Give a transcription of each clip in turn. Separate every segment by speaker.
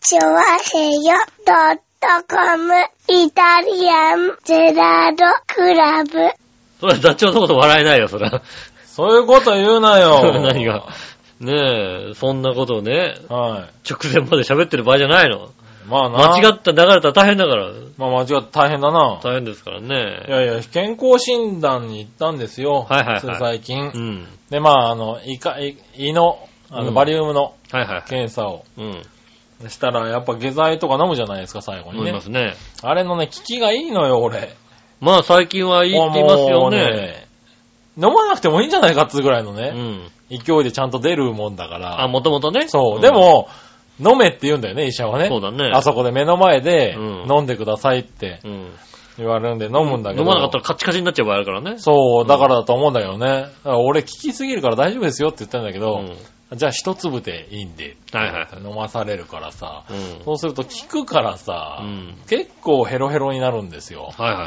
Speaker 1: チョワヘヨドットコムイタリアンゼラードクラブ。
Speaker 2: それ、ダチョウのこと笑えないよ、それ は。
Speaker 3: そういうこと言うなよ。
Speaker 2: 何が。ねえ、そんなことをね、
Speaker 3: は
Speaker 2: 直前まで喋ってる場合じゃないの。
Speaker 3: い。まあな。
Speaker 2: 間違った流れたら大変だから、
Speaker 3: まあ間違って大変だな。
Speaker 2: 大変ですから
Speaker 3: い
Speaker 2: ね。
Speaker 3: やいや、健康診断に行ったんですよ。
Speaker 2: はいはいはい
Speaker 3: つい最近。
Speaker 2: うん。
Speaker 3: で、まあ、あの、胃か、胃胃の、あ
Speaker 2: う
Speaker 3: の、
Speaker 2: ん
Speaker 3: バリウムの
Speaker 2: はいはいはい。
Speaker 3: 検査を
Speaker 2: うん。
Speaker 3: したら、やっぱ下剤とか飲むじゃないですか、最後に
Speaker 2: 思いま
Speaker 3: ね。
Speaker 2: すね。
Speaker 3: あれのね、効きがいいのよ、俺。
Speaker 2: まあ、最近はいいって言いますよね。
Speaker 3: もう。飲まなくてもいいんじゃないかっつうぐらいの
Speaker 2: う
Speaker 3: ね、
Speaker 2: ん。
Speaker 3: 勢いでちゃんと出るもんだか
Speaker 2: あ、
Speaker 3: ら。
Speaker 2: もともとね。
Speaker 3: そう。
Speaker 2: ん
Speaker 3: で、も、飲めって言うんだよね、医者はね。
Speaker 2: そうだね。
Speaker 3: あそこで目の前で
Speaker 2: うん
Speaker 3: 飲んでくださいって
Speaker 2: うん。
Speaker 3: 言われるんで飲むんだけど。
Speaker 2: 飲まなかったらカチカチになっちゃう場合あるからね。
Speaker 3: そう、だからだと思うんだけどね。だから俺聞きすぎるから大丈夫ですよって言ったんだけど、じゃあ一粒でいいんで、
Speaker 2: はいはいはい
Speaker 3: 飲まされるからさ、
Speaker 2: うん。うん。
Speaker 3: そうすると効くからさ、
Speaker 2: うん。
Speaker 3: 結構ヘロヘロになるんですよ。
Speaker 2: はいは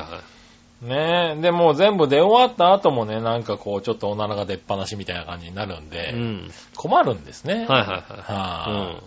Speaker 2: いはい。
Speaker 3: ねえ。で、もう全部出終わった後もね、なんかこう、ちょっとおならが出っ放しみたいな感じになるんで、
Speaker 2: うん。
Speaker 3: 困るんですね。
Speaker 2: はいはい
Speaker 3: は。
Speaker 2: はい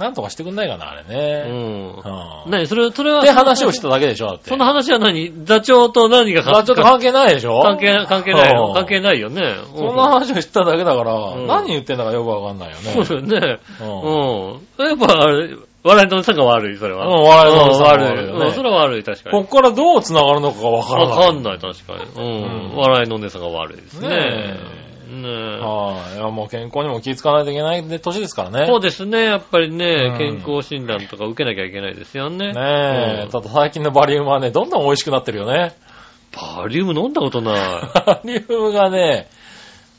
Speaker 3: なんとかしてくんないかな、あれ
Speaker 2: い。う
Speaker 3: ね。
Speaker 2: ん。うん。
Speaker 3: はあ
Speaker 2: ねそれ、それは。
Speaker 3: で、話をしただけでしょ、だって。
Speaker 2: その話は何座長と何が
Speaker 3: まあちょっと関係ないでしょ
Speaker 2: 関係ない、関係ないよ
Speaker 3: う。ん
Speaker 2: 関係ないよね。うん
Speaker 3: そんな話をしただけだから、
Speaker 2: うん
Speaker 3: 何言ってんだかよくわかんないよね。
Speaker 2: そうだよね。
Speaker 3: う
Speaker 2: うんん。やっぱ、あれ笑いのおじさんが悪い、それ
Speaker 3: う
Speaker 2: は。
Speaker 3: ん、笑いの悪い
Speaker 2: 悪い。うんそれは悪い、確かに。
Speaker 3: こっからどう繋がるのかがわからない。
Speaker 2: わかんない、確かに。うん。
Speaker 3: うん
Speaker 2: 笑いのお姉さんが悪いですね。
Speaker 3: ね
Speaker 2: ねえ
Speaker 3: はい。いや、もう健康にも気ぃつかないといけない年ですからね。
Speaker 2: そうですね、やっぱりね、
Speaker 3: うん
Speaker 2: 健康診断とか受けなきゃいけないですよね。
Speaker 3: ね
Speaker 2: うん
Speaker 3: え。ただ最近のバリウムはね、どんどん美味しくなってるよね。
Speaker 2: バリウム飲んだことな
Speaker 3: バリウムがね、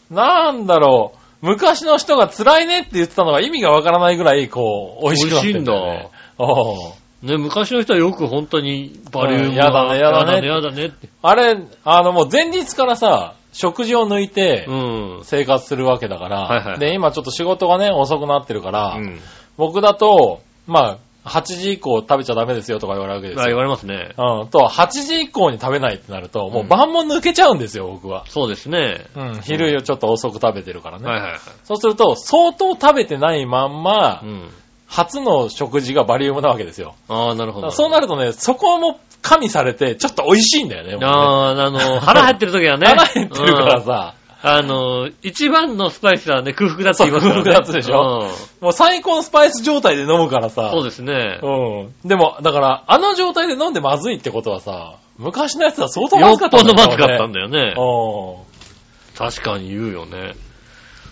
Speaker 3: なんだろう。昔の人が辛いねって言ってたのが意味がわからないぐらい、こう、美味しくなってる、ね。美味しいんだ。
Speaker 2: い。 ね、昔の人はよく本当にバリウム
Speaker 3: うんやだねや
Speaker 2: や
Speaker 3: だね
Speaker 2: だね、やだねって。
Speaker 3: あれ、あのもう前日からさ、食事を抜いて
Speaker 2: う、ん。
Speaker 3: 生活するわけだから、
Speaker 2: はいはいはい
Speaker 3: で、今ちょっと仕事がね、遅くなってるから、
Speaker 2: うん。
Speaker 3: 僕だと、まあ、8時以降食べちゃダメですよとか言われるわけです
Speaker 2: あ言
Speaker 3: よ。
Speaker 2: われますね。
Speaker 3: うん、と、8時以降に食べないってなると、もううん晩も抜けちゃうんですよ、僕は。
Speaker 2: そうですね。
Speaker 3: うん、昼よちょっと遅く食べてるからね。
Speaker 2: はいはいはい。
Speaker 3: そうすると、相当食べてないまんま、
Speaker 2: うん。
Speaker 3: 初の食事がバリウムなわけですよ。
Speaker 2: ああ、なるほど。
Speaker 3: そうなるとね、そこも加味されて、ちょっと美味しいんだよね、もうね
Speaker 2: ああ、あの、腹減ってる時はね。
Speaker 3: 腹減ってるから
Speaker 2: うん。
Speaker 3: さ、
Speaker 2: あの、一番のスパイスはね、空腹だって言いますからね。
Speaker 3: そう空腹だってでしょもう最高のスパイス状態で飲むから
Speaker 2: うん
Speaker 3: さ、
Speaker 2: そうですね。
Speaker 3: うん。でも、だから、あの状態で飲んでまずいってことはさ、昔のやつは相当
Speaker 2: よ
Speaker 3: ま
Speaker 2: っ
Speaker 3: ずかっ
Speaker 2: ぽ
Speaker 3: た
Speaker 2: どまずかったん
Speaker 3: だ
Speaker 2: だよね。
Speaker 3: よね。うん。
Speaker 2: 確かに言うよね。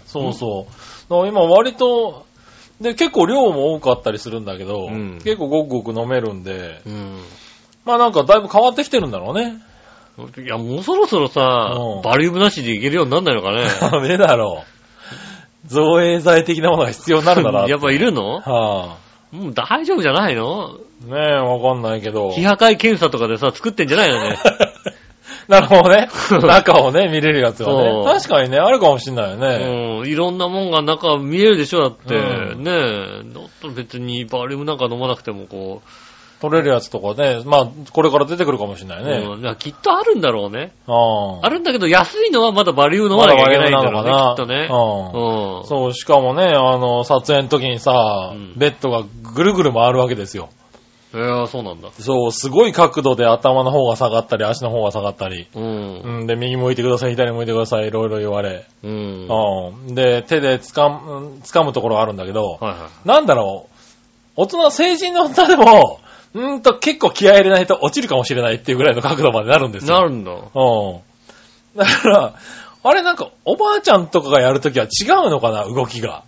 Speaker 3: そうそう。だから今割と、で、結構量も多かったりするんだけど、
Speaker 2: うん
Speaker 3: 結構ごくごく飲めるんで、
Speaker 2: うん。
Speaker 3: まあなんかだいぶ変わってきてるんだろう ね。
Speaker 2: いや、もうそろそろさ
Speaker 3: う、ん
Speaker 2: バリウムなしでいけるようになんないのかね。
Speaker 3: ダメだろう。造影剤的なものが必要になるんだな
Speaker 2: やっぱいるの
Speaker 3: はあ、
Speaker 2: もう大丈夫じゃないの
Speaker 3: ねえ、わかんないけど。
Speaker 2: 非破壊検査とかでさ、作ってんじゃない のね。
Speaker 3: なるほ どね。中をね、見れるやつが
Speaker 2: そう
Speaker 3: ね。確かにね、あるかもしんないよね。
Speaker 2: うん、いろんなもんが中見えるでしょ、だって。
Speaker 3: う
Speaker 2: ねえ、だったら別にバリウムなんか飲まなくてもこ
Speaker 3: 取れるやつとかね、まあ、これから出てくるかもしれな
Speaker 2: う、
Speaker 3: いね。
Speaker 2: うんいやきっとあるんだろうね。
Speaker 3: ああ
Speaker 2: あるんだけど安いのはまだバリウム飲まなきゃいけないんだろうね、
Speaker 3: ま
Speaker 2: き
Speaker 3: だ
Speaker 2: っとね。
Speaker 3: 我々な
Speaker 2: うん。
Speaker 3: そう、しかもね、あの、撮影の時にさ、
Speaker 2: うん
Speaker 3: ベッドがぐるぐる回るわけですよ。
Speaker 2: いやそうなんだ。
Speaker 3: そう、すごい角度で頭の方が下がったり、足の方が下がったり。
Speaker 2: うん。
Speaker 3: うん、で、右向いてください、左向いてください、いろいろ言われ。
Speaker 2: うん。はい
Speaker 3: うん。で、手で掴むうん、掴むところがあるんだけど、
Speaker 2: は
Speaker 3: なんだろう、大人、成人の女でも、うーんと結構気合い入れないと落ちるかもしれないっていうぐらいの角度までなるんで
Speaker 2: い。
Speaker 3: すよ。
Speaker 2: なるんだ。
Speaker 3: うん。だから、あれなんか、おばあちゃんとかがやるときは違うのかな、動きが。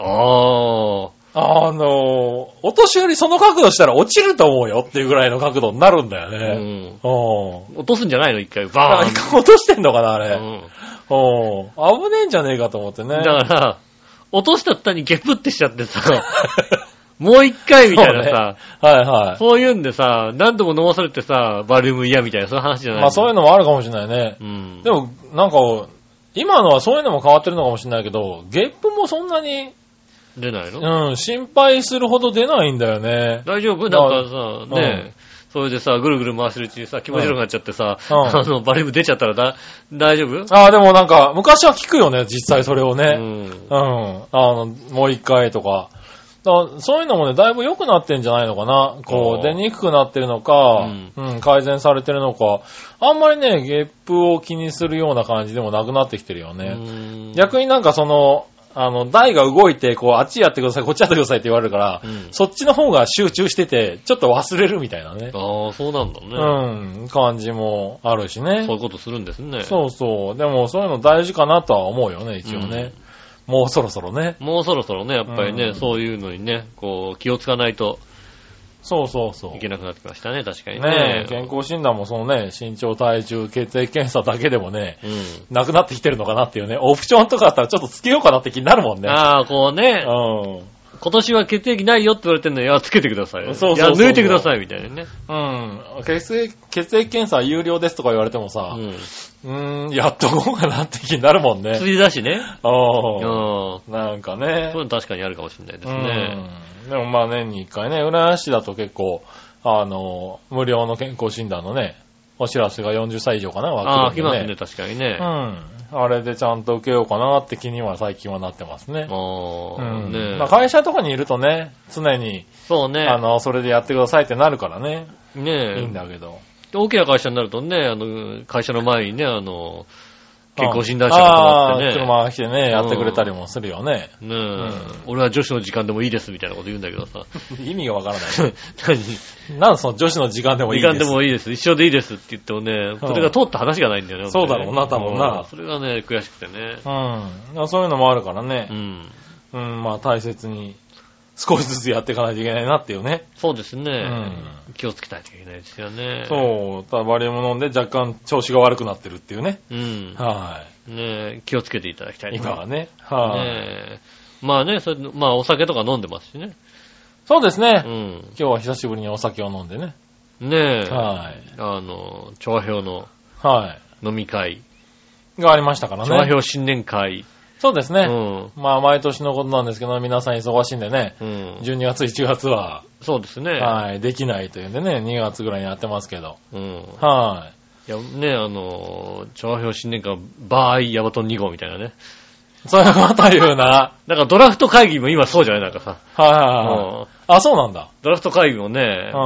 Speaker 2: ああ。
Speaker 3: あの、お年寄りその角度したら落ちると思うよっていうぐらいの角度になるんだよ
Speaker 2: う
Speaker 3: ね。
Speaker 2: ん。
Speaker 3: うん。
Speaker 2: 落とすんじゃないの一回、
Speaker 3: だから
Speaker 2: バ
Speaker 3: 一
Speaker 2: ーン。
Speaker 3: 回落としてんのかな、あれ。うん。
Speaker 2: うん
Speaker 3: 危ねえんじゃねえかと思ってね。
Speaker 2: だから、落としたったにゲプってしちゃってさ、 もう一回みたいなさ、
Speaker 3: はいは
Speaker 2: そういうんでさ、何度も飲まされてさ、バリウム嫌みたいな、そういう話じゃ
Speaker 3: い。
Speaker 2: ない
Speaker 3: まあそういう
Speaker 2: の。
Speaker 3: のもあるかもしれないね。
Speaker 2: うん。
Speaker 3: でも、なんか、今のはそういうのも変わってるのかもしれないけど、ゲップもそんなに、
Speaker 2: 出ないの
Speaker 3: うん、心配するほど出ないんだよね。
Speaker 2: 大丈夫
Speaker 3: まあ
Speaker 2: なんかさ、ねそれでさ、ぐるぐる回してるうちにさ、気持ち悪くなっちゃってさ、
Speaker 3: うん
Speaker 2: あの、バリウム出ちゃったらだ、大丈夫
Speaker 3: ああ、でもなんか、昔は聞くよね、実際それを
Speaker 2: う
Speaker 3: ね。
Speaker 2: ん。
Speaker 3: うん。あの、もう一回とか。からそういうのもね、だいぶ良くなってんじゃないのかな。
Speaker 2: あ
Speaker 3: こ
Speaker 2: ー
Speaker 3: う、出にくくなってるの
Speaker 2: う
Speaker 3: か、
Speaker 2: ん
Speaker 3: うん、改善されてるのか、あんまりね、ゲップを気にするような感じでもなくなってきてるよね。
Speaker 2: ね
Speaker 3: 逆になんかその、あの、台が動いて、こう、あっちやってください、こっちやってくださいって言われるから、
Speaker 2: うん
Speaker 3: そっちの方が集中してて、ちょっと忘れるみたいなね。
Speaker 2: ああ、そうなんだね。
Speaker 3: うん、感じもあるしね。
Speaker 2: そういうことするんですね。
Speaker 3: そうそう。でもそういうの大事かなとは思うよね、一応ね。もうそろそろね。
Speaker 2: もうそろそろね、やっぱりね、
Speaker 3: うん
Speaker 2: そういうのにね、こう、気をつかないと
Speaker 3: そうそうそう。
Speaker 2: いけなくなってきましたね、確かに
Speaker 3: ね
Speaker 2: ね。
Speaker 3: え健康診断もそのね、身長、体重、血液検査だけでもね、
Speaker 2: う
Speaker 3: なくなってきてるのかなっていうね、オプションとかあったらちょっとつけようかなって気になるもん
Speaker 2: ん。
Speaker 3: ね。
Speaker 2: ああ、こうね、
Speaker 3: うん。
Speaker 2: 今年は血液ないよって言われてるのに、いや、つけてください。
Speaker 3: そうそうそう
Speaker 2: いや、抜いてください、みたいなね。
Speaker 3: うん。血液、血液検査有料ですとか言われても
Speaker 2: う
Speaker 3: さ、
Speaker 2: ん。
Speaker 3: うーん、やっとこうかなって気になるもんね。
Speaker 2: 薬だしね。うん。
Speaker 3: う
Speaker 2: そ
Speaker 3: ん。なんか
Speaker 2: うい
Speaker 3: ね
Speaker 2: う。の確かにあるかもしれないですね。
Speaker 3: うん。でもまあ年に一回ね、浦安市だと結構、あの、無料の健康診断のね、お知らせが40歳以上かな、
Speaker 2: ああ、
Speaker 3: わ
Speaker 2: 来ますね、。確かにね。
Speaker 3: うん。あれでちゃんと受けようかなって気には最近はなってますね。う
Speaker 2: ああ、
Speaker 3: ん。
Speaker 2: ね
Speaker 3: まあ会社とかにいるとね、常に、
Speaker 2: そうね。
Speaker 3: あの、それでやってくださいってなるからね、いい
Speaker 2: ね
Speaker 3: んだけど。
Speaker 2: 大きな会社になるとね、あの、会社の前にね、あの、健康診断
Speaker 3: 書
Speaker 2: 書が止まってね。
Speaker 3: 車が来てね、やってくれたりもするよね。
Speaker 2: ねえ、俺は女子の時間でもいいですみたいなこと言うんだけど さ。
Speaker 3: 意味がわからな
Speaker 2: 何
Speaker 3: い。なんでその女子の時間でもいい
Speaker 2: 時
Speaker 3: で
Speaker 2: 間
Speaker 3: す
Speaker 2: でもいいです。一緒でいいですって言ってもね、それが通った話がないんだよね。
Speaker 3: そうだろうな
Speaker 2: 本当にね
Speaker 3: 多分な
Speaker 2: うんそれがね、悔しくてね。
Speaker 3: うん。そういうのもあるから
Speaker 2: う
Speaker 3: ね。
Speaker 2: ん。
Speaker 3: うん、まあ大切に少しずつやっていかないといけないなっていうね。
Speaker 2: そうですね、
Speaker 3: う
Speaker 2: 気をつけないといけないですよね。
Speaker 3: そう、ただバリウム飲んで若干調子が悪くなってるっていうね。
Speaker 2: う。ん。
Speaker 3: は
Speaker 2: ねえ気をつけていただきたい
Speaker 3: い。
Speaker 2: な
Speaker 3: 今はね。はい。
Speaker 2: ねえまあね、それまあお酒とか飲んでますしね。
Speaker 3: そうです
Speaker 2: う
Speaker 3: ね。
Speaker 2: ん。
Speaker 3: 今日は久しぶりにお酒を飲んでね。
Speaker 2: ねえ、
Speaker 3: はい。
Speaker 2: あの、調和表の
Speaker 3: は
Speaker 2: 飲み会、
Speaker 3: い。がありましたから
Speaker 2: 調和
Speaker 3: ね。
Speaker 2: 表新年会。
Speaker 3: そうです
Speaker 2: う
Speaker 3: ね。
Speaker 2: ん。
Speaker 3: まあ毎年のことなんですけど、皆さん忙しいんでね。
Speaker 2: うん。
Speaker 3: 12月、1月は、
Speaker 2: そうですね。
Speaker 3: はい、できないというんでね、2月ぐらいにやってますけど。
Speaker 2: うん。
Speaker 3: はい
Speaker 2: や、ね、あの、調和表新年会、バーイヤバトン2号みたいなね。
Speaker 3: い。そういうこと言うな。
Speaker 2: なんかドラフト会議も今そうじゃないなんかさ。
Speaker 3: はいはいはい。
Speaker 2: うん
Speaker 3: あ、そうなんだ。
Speaker 2: ドラフト会議もね、
Speaker 3: う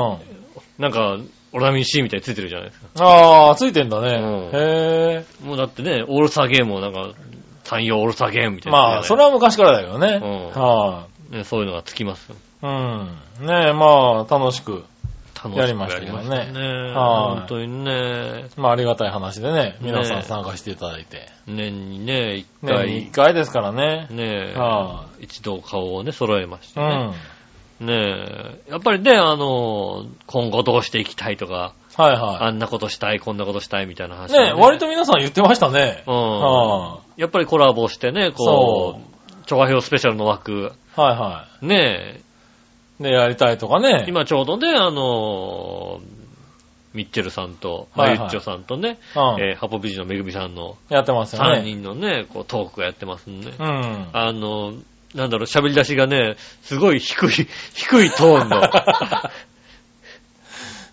Speaker 3: ん。
Speaker 2: なんか、オラミン C みたいについてるじゃないですか。
Speaker 3: ああ、ついてんだ
Speaker 2: う
Speaker 3: ね。
Speaker 2: ん
Speaker 3: へ
Speaker 2: もうだってね、オールスターゲームもなんか、山陽オールスターゲームみ
Speaker 3: え。
Speaker 2: たいな。
Speaker 3: まあ、それは昔からだよね。
Speaker 2: うん
Speaker 3: は
Speaker 2: ね、そういうのがつきますよ。
Speaker 3: い、うん。ねえ、まあ、楽しく。
Speaker 2: 楽しく
Speaker 3: やりましたけどね
Speaker 2: やりましたね
Speaker 3: はい
Speaker 2: 本当にね、
Speaker 3: まあ、ありがたい話でね、皆さ
Speaker 2: ね
Speaker 3: ん
Speaker 2: え
Speaker 3: 参加していただいて。
Speaker 2: 年にね、一
Speaker 3: 年に一
Speaker 2: 回、
Speaker 3: 回ですからね。
Speaker 2: ね、
Speaker 3: は
Speaker 2: 一度顔をね、揃えまし
Speaker 3: う
Speaker 2: てね。
Speaker 3: ん。
Speaker 2: ねえ、やっぱりね、あの、今後どうしていきたいとか、
Speaker 3: はい
Speaker 2: あ
Speaker 3: は
Speaker 2: んなことしたい、こんなことしたいみたいな話
Speaker 3: い。
Speaker 2: をね、
Speaker 3: ねえ、割と皆さん言ってましたね。
Speaker 2: うん、
Speaker 3: は
Speaker 2: やっぱりコラボしてね、こう、調和表スペシャルの枠、
Speaker 3: いはいは
Speaker 2: ね
Speaker 3: い。で、やりたいとか
Speaker 2: え、
Speaker 3: ね。
Speaker 2: 今ちょうどね、あの、ミッチェルさんと、
Speaker 3: はいはい
Speaker 2: マユッチョさんとね、
Speaker 3: うん
Speaker 2: えーハポビジのめぐみさんの
Speaker 3: やってますよ
Speaker 2: 3
Speaker 3: ね。
Speaker 2: 人のね、こうトークをやってますんで、ね
Speaker 3: うん。は
Speaker 2: あの、なんだろう、喋り出しがね、すごい低い、低いトーンの。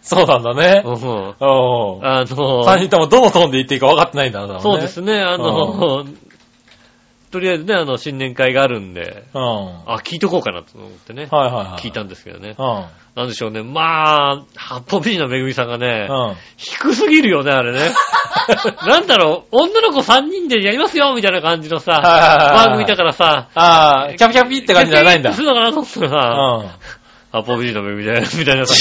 Speaker 3: そうなんだね。
Speaker 2: うん
Speaker 3: お
Speaker 2: あの、
Speaker 3: 3人ともどのトーンで言っていいか分かってないんだろうね。
Speaker 2: そうですね、あの、とりあえずね、あの、新年会があるんで、
Speaker 3: うん。は
Speaker 2: あ、聞いとこうかなと思ってね
Speaker 3: い、はいはい。
Speaker 2: 聞いたんですけどね。
Speaker 3: うん。
Speaker 2: なんでしょうね、まあ、八方美人のめぐみさんがね、
Speaker 3: うん。
Speaker 2: 低すぎるよね、あれ ね。なんだろう、女の子3人でやりますよ、みたいな感じのさ、
Speaker 3: はい
Speaker 2: 番組だからさ、
Speaker 3: ああ、キャピキャピって感じじゃないんだ。
Speaker 2: するのかなと思ったらさ、
Speaker 3: うん。
Speaker 2: 八方美人のめぐみだよみたいな さ、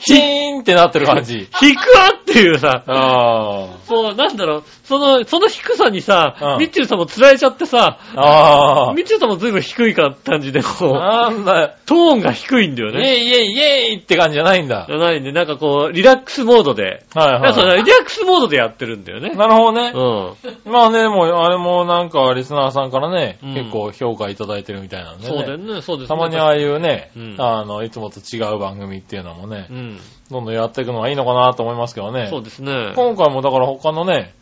Speaker 3: チーンってなってる感じ。
Speaker 2: 低わっていうさ、
Speaker 3: あ
Speaker 2: そう、なんだろう、その、その低さにさ
Speaker 3: う、ん
Speaker 2: ミッチェルさんも釣られちゃってさ、
Speaker 3: あ。ああ。
Speaker 2: ミッチェルさんも随分低い感じで、こ
Speaker 3: なんだよ
Speaker 2: う、。トーンが低いんだよ
Speaker 3: イェ
Speaker 2: ね。
Speaker 3: イイェイイェイって感じじゃないんだ
Speaker 2: じ。ゃないんで、なんかこう、リラックスモードで。
Speaker 3: は
Speaker 2: な
Speaker 3: い
Speaker 2: んかそ
Speaker 3: は
Speaker 2: うリラックスモードでやってるんだよ
Speaker 3: い。
Speaker 2: ね。
Speaker 3: なるほどね
Speaker 2: う。ん。
Speaker 3: まあね、もう、あれもなんか、リスナーさんからね、
Speaker 2: うん
Speaker 3: 結構評価いただいてるみたいなんでね。
Speaker 2: そうだよね、そうですね
Speaker 3: たまにああいうね
Speaker 2: うん、
Speaker 3: あの、いつもと違う番組っていうのもね
Speaker 2: う、ん。
Speaker 3: どんどんやっていくのはいいのかなと思いますけどね
Speaker 2: そ。うですね。
Speaker 3: 今回もだから他のね、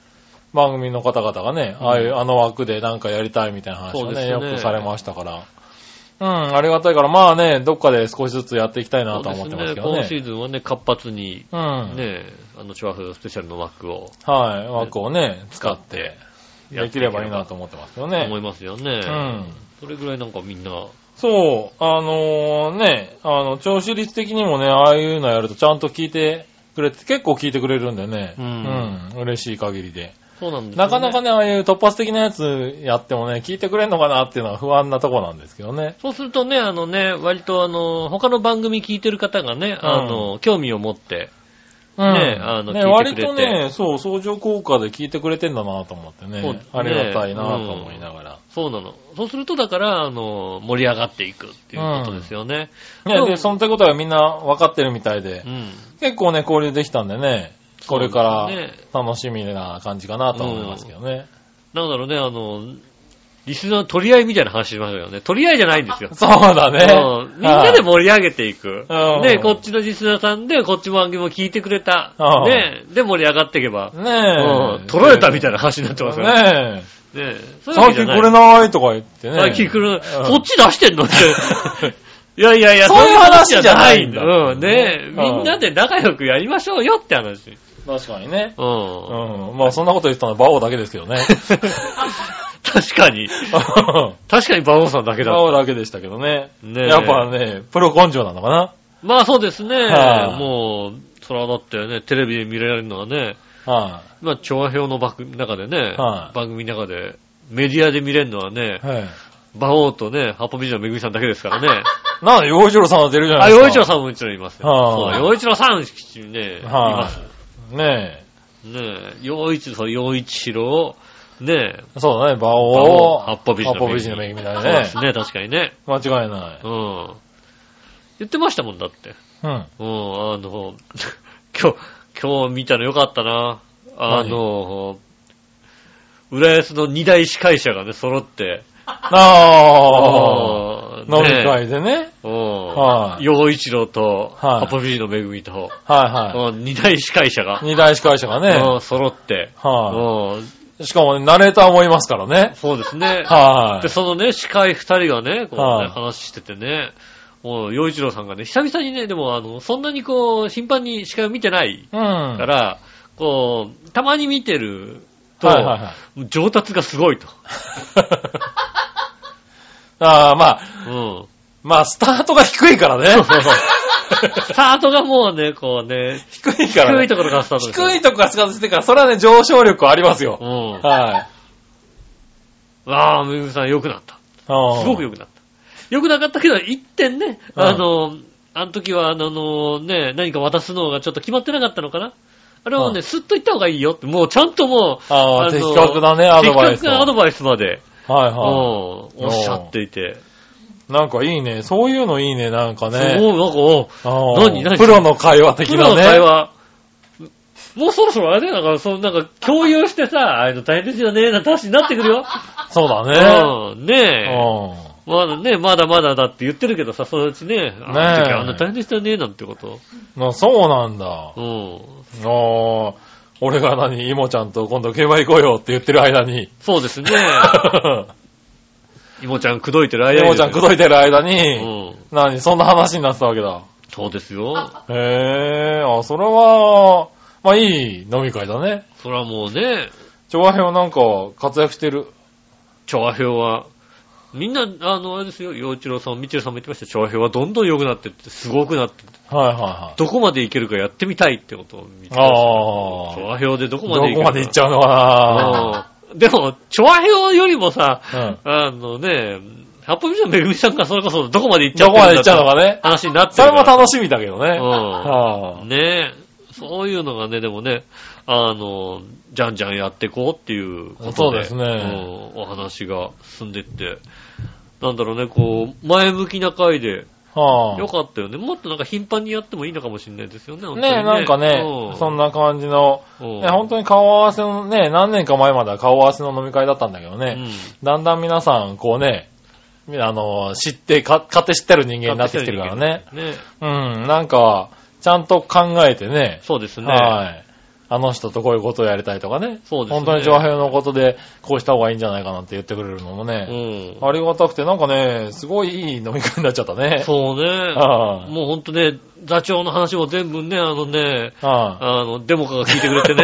Speaker 3: 番組の方々がね、
Speaker 2: うん
Speaker 3: ああいう、あの枠でなんかやりたいみたいな話
Speaker 2: そ
Speaker 3: を
Speaker 2: うで
Speaker 3: ね、
Speaker 2: す
Speaker 3: よ
Speaker 2: ね
Speaker 3: くされましたから。うん、ありがたいから、まあね、どっかで少しずつやっていきたいなとは思ってますけど
Speaker 2: そうで
Speaker 3: ね。
Speaker 2: すね今シーズンはね、活発に、
Speaker 3: うん。
Speaker 2: ね、あの、チュアフェスペシャルの枠を
Speaker 3: はい、枠をね、使って、
Speaker 2: やっ
Speaker 3: で
Speaker 2: て
Speaker 3: き
Speaker 2: い
Speaker 3: ればいいなと思ってますよね。
Speaker 2: 思いますよね。
Speaker 3: うん。
Speaker 2: それぐらいなんかみんな、
Speaker 3: そう、あのーね、あの、聴取率的にもね、ああいうのやるとちゃんと聞いてくれて、結構聞いてくれるんだよね。
Speaker 2: うん
Speaker 3: うん、嬉しい限りで。
Speaker 2: そうなんですよ
Speaker 3: なかなかね、ああいう突発的なやつやってもね、聞いてくれんのかなっていうのは不安なとこなんですけどね。
Speaker 2: そうするとね、あのね、割とあの、他の番組聞いてる方がね、あの、興味を持って、
Speaker 3: うん
Speaker 2: ねあの
Speaker 3: ね
Speaker 2: 聞い
Speaker 3: 割
Speaker 2: てくれて
Speaker 3: とね、そう、相乗効果で聞いてくれてんだなと思ってね
Speaker 2: そうですね
Speaker 3: ありがたいなと思いながら。
Speaker 2: そうなの。そうすると、だから、あの、盛り上がっていくっていうことですよね。
Speaker 3: ね
Speaker 2: うん
Speaker 3: で、そのってことはみんな分かってるみたいで、
Speaker 2: うん。
Speaker 3: 結構ね、交流できたんでね、これか
Speaker 2: そうで
Speaker 3: ら
Speaker 2: すね
Speaker 3: 楽しみな感じかなと思いますけどね。
Speaker 2: なんだろうね、あの、リスナーの取り合いみたいな話しましたよね。取り合いじゃないん ですよ。
Speaker 3: そうだね
Speaker 2: うん。みんなで盛り上げていく。
Speaker 3: うん
Speaker 2: で、こっちのリスナーさんで、こっちの番組も聞いてくれた。
Speaker 3: うん
Speaker 2: ね、で、盛り上がっていけば。
Speaker 3: はいね
Speaker 2: う
Speaker 3: え。
Speaker 2: ん。取られたみたいな話になってますよね。
Speaker 3: ねえ。
Speaker 2: ねそういうわ
Speaker 3: 最
Speaker 2: けじゃ
Speaker 3: 近
Speaker 2: ない
Speaker 3: これないとか言ってね。
Speaker 2: 最近来る、
Speaker 3: うん
Speaker 2: こっち出してんの って。いやいやいや、
Speaker 3: そういう話じゃないんだ
Speaker 2: うん、ね
Speaker 3: うん
Speaker 2: みんなで仲良くやりましょうよって話。
Speaker 3: 確かにね。
Speaker 2: う。
Speaker 3: うん ん。まあそんなこと言ってたのはバオだけです けどね。
Speaker 2: 確かに。確かに馬王さんだけだ
Speaker 3: バオ
Speaker 2: っ
Speaker 3: だけでしたけどね。
Speaker 2: た。ね
Speaker 3: やっぱね、プロ根性なのかな。
Speaker 2: まあそうですね。
Speaker 3: はい
Speaker 2: もう、それはだってね、テレビで見られるのはね、
Speaker 3: は
Speaker 2: まあ調和表の番組の中でね、
Speaker 3: はい
Speaker 2: 番組の中で、メディアで見れるのはね
Speaker 3: い。、はい。
Speaker 2: 馬王とね、ハポビジョンのめぐみさんだけです からね。
Speaker 3: なんで、洋一郎さんは出るじゃな
Speaker 2: あ、
Speaker 3: いですか。
Speaker 2: 洋一郎さんももちろんいますよ。
Speaker 3: は
Speaker 2: そ、
Speaker 3: いう
Speaker 2: 洋一郎さん、ね、いま
Speaker 3: は
Speaker 2: す。
Speaker 3: い。ね
Speaker 2: ねえ、洋一、そう、洋一郎、ねえ、
Speaker 3: え。そうだね、馬王
Speaker 2: 馬王
Speaker 3: を。
Speaker 2: 八方美人の恵み
Speaker 3: 八方美人の恵みだ
Speaker 2: そうです
Speaker 3: ね。
Speaker 2: ね、確かにね。
Speaker 3: 間違いない。
Speaker 2: うん。言ってましたもんだって。
Speaker 3: うん。
Speaker 2: うん、あの、 今日、今日見たのよかったな。あの、浦安の二大司会者がね、揃って、
Speaker 3: ああ。
Speaker 2: うん
Speaker 3: 飲み
Speaker 2: ねえ
Speaker 3: 会でね。
Speaker 2: う
Speaker 3: は
Speaker 2: ん。
Speaker 3: い
Speaker 2: 洋一郎と、
Speaker 3: はい
Speaker 2: ハポビジのめぐみと、
Speaker 3: はいは
Speaker 2: うん二大司会者が
Speaker 3: い。、二大司会者が
Speaker 2: う
Speaker 3: ね。
Speaker 2: ん揃って、
Speaker 3: は
Speaker 2: うん
Speaker 3: い。しかもね、ナレーターもいますからね。
Speaker 2: そうです ね。
Speaker 3: は
Speaker 2: で、そのね、司会二人がね、こうね、
Speaker 3: はい
Speaker 2: 話しててね、もう、洋一郎さんがね、久々にね、でも、あの、そんなにこう、頻繁に司会を見てない
Speaker 3: い。うん。は
Speaker 2: から、こう、たまに見てる
Speaker 3: い
Speaker 2: と、
Speaker 3: はいはい。
Speaker 2: 上達がすごいと。
Speaker 3: ああ、まあ、
Speaker 2: うん。
Speaker 3: まあ、スタートが低いからね。
Speaker 2: スタートがもうね、こうね、
Speaker 3: 低いから、ね。
Speaker 2: 低いところからスタートですよ
Speaker 3: 低いとこがスカートしてから、それはね、上昇力ありますよ。
Speaker 2: うん。
Speaker 3: はい。
Speaker 2: ああ、めぐみさん良くなった。
Speaker 3: すご
Speaker 2: すごく良くなった。良くなかったけど、一点ね、
Speaker 3: うん
Speaker 2: あの、あの時は、あのね、何か渡すのがちょっと決まってなかったのかなあれを
Speaker 3: う
Speaker 2: ね、
Speaker 3: ん
Speaker 2: スッと言った方がいいよって、もうちゃんともう、
Speaker 3: ああ
Speaker 2: の
Speaker 3: 的確だねアドバイ
Speaker 2: 的
Speaker 3: スを
Speaker 2: 確なアドバイスまで、
Speaker 3: はい
Speaker 2: うん
Speaker 3: は
Speaker 2: おっしゃっていて。
Speaker 3: い。なんかいいね。そういうのいいね、なんか
Speaker 2: す
Speaker 3: ね
Speaker 2: ごい、。なんか、お
Speaker 3: あー
Speaker 2: 何何
Speaker 3: プロの会話的
Speaker 2: プ
Speaker 3: な
Speaker 2: ロ
Speaker 3: ね。
Speaker 2: の会話、もうそろそろあれだよ、なんか、そのなんか共有してさ、ああいうの大変ですよね、なんて話になってくるよ。
Speaker 3: そうだね。
Speaker 2: うん、ねえ。
Speaker 3: うん
Speaker 2: まだね、まだまだだって言ってるけどさ、そのうちね、あの時
Speaker 3: ねえ
Speaker 2: あんな大変でしたね、なんてこと。
Speaker 3: まあそうなんだ。
Speaker 2: うん。
Speaker 3: ああ俺が何、イモちゃんと今度競馬行こうよって言ってる間に。
Speaker 2: そうですね。
Speaker 3: イ
Speaker 2: イモちゃん口説いてる間に。
Speaker 3: モちゃん口説いてる間に、
Speaker 2: うん。
Speaker 3: 何、そんな話になってたわけだ。
Speaker 2: そうですよ。
Speaker 3: へえ、あ、それは、まあいい飲み会だね。
Speaker 2: それはもうね、
Speaker 3: 調和表なんか活躍してる。
Speaker 2: 調和表は、みんな、あの、あれですよ、洋一郎さん、みちるさんも言ってましたよ調和表はどんどん良くなってって、すごくなってって、
Speaker 3: はいはいはい。
Speaker 2: どこまでいけるかやってみたいってことを見てました
Speaker 3: ああ
Speaker 2: 調和表でどこ
Speaker 3: ど
Speaker 2: までいける
Speaker 3: こま
Speaker 2: か。
Speaker 3: で行っちゃうのか
Speaker 2: うんでも、調和表よりもさ、
Speaker 3: なうん。
Speaker 2: あのね、八本美のめぐみさんがそれこそどこまで行っちゃ
Speaker 3: ど
Speaker 2: っ
Speaker 3: こ
Speaker 2: て
Speaker 3: まで
Speaker 2: るん
Speaker 3: 行っちゃ
Speaker 2: だ
Speaker 3: う
Speaker 2: と
Speaker 3: のかね。
Speaker 2: 話になって
Speaker 3: そ
Speaker 2: る
Speaker 3: れ
Speaker 2: から
Speaker 3: も楽しみだけどね。
Speaker 2: う
Speaker 3: は
Speaker 2: ん。ねえ。そういうのがね、でもね、あの、じゃんじゃんやってこうっていうことで、
Speaker 3: そうですね
Speaker 2: うんお話が進んでって、なんだろうね、こう、前向きな回で、
Speaker 3: あ。は
Speaker 2: よかったよね。もっとなんか頻繁にやってもいいのかもしれないですよね、本当
Speaker 3: あ。
Speaker 2: にね
Speaker 3: ねえ、なんかね、そんな感じの、
Speaker 2: うん、
Speaker 3: ね、本当に顔合わせのね、何年か前までは顔合わせの飲み会だったんだけどね、だんだん皆さん、こうね、あの、知って、か勝手知ってる人間になってきてるからね。
Speaker 2: うん。ね
Speaker 3: うん、なんか、ちゃんと考えてね、
Speaker 2: そうですね。
Speaker 3: はい。あの人とこういうことをやりたいとかね。
Speaker 2: そうですね
Speaker 3: 本当に上辺のことで、こうした方がいいんじゃないかなって言ってくれるのも
Speaker 2: う
Speaker 3: ね、
Speaker 2: ん。
Speaker 3: ありがたくて、なんかね、すごいいい飲み会になっちゃったね。
Speaker 2: そうね。
Speaker 3: はい
Speaker 2: もうほんとね、座長の話も全部ね、あのね、
Speaker 3: はい
Speaker 2: あの、デモカが聞いてくれて ね、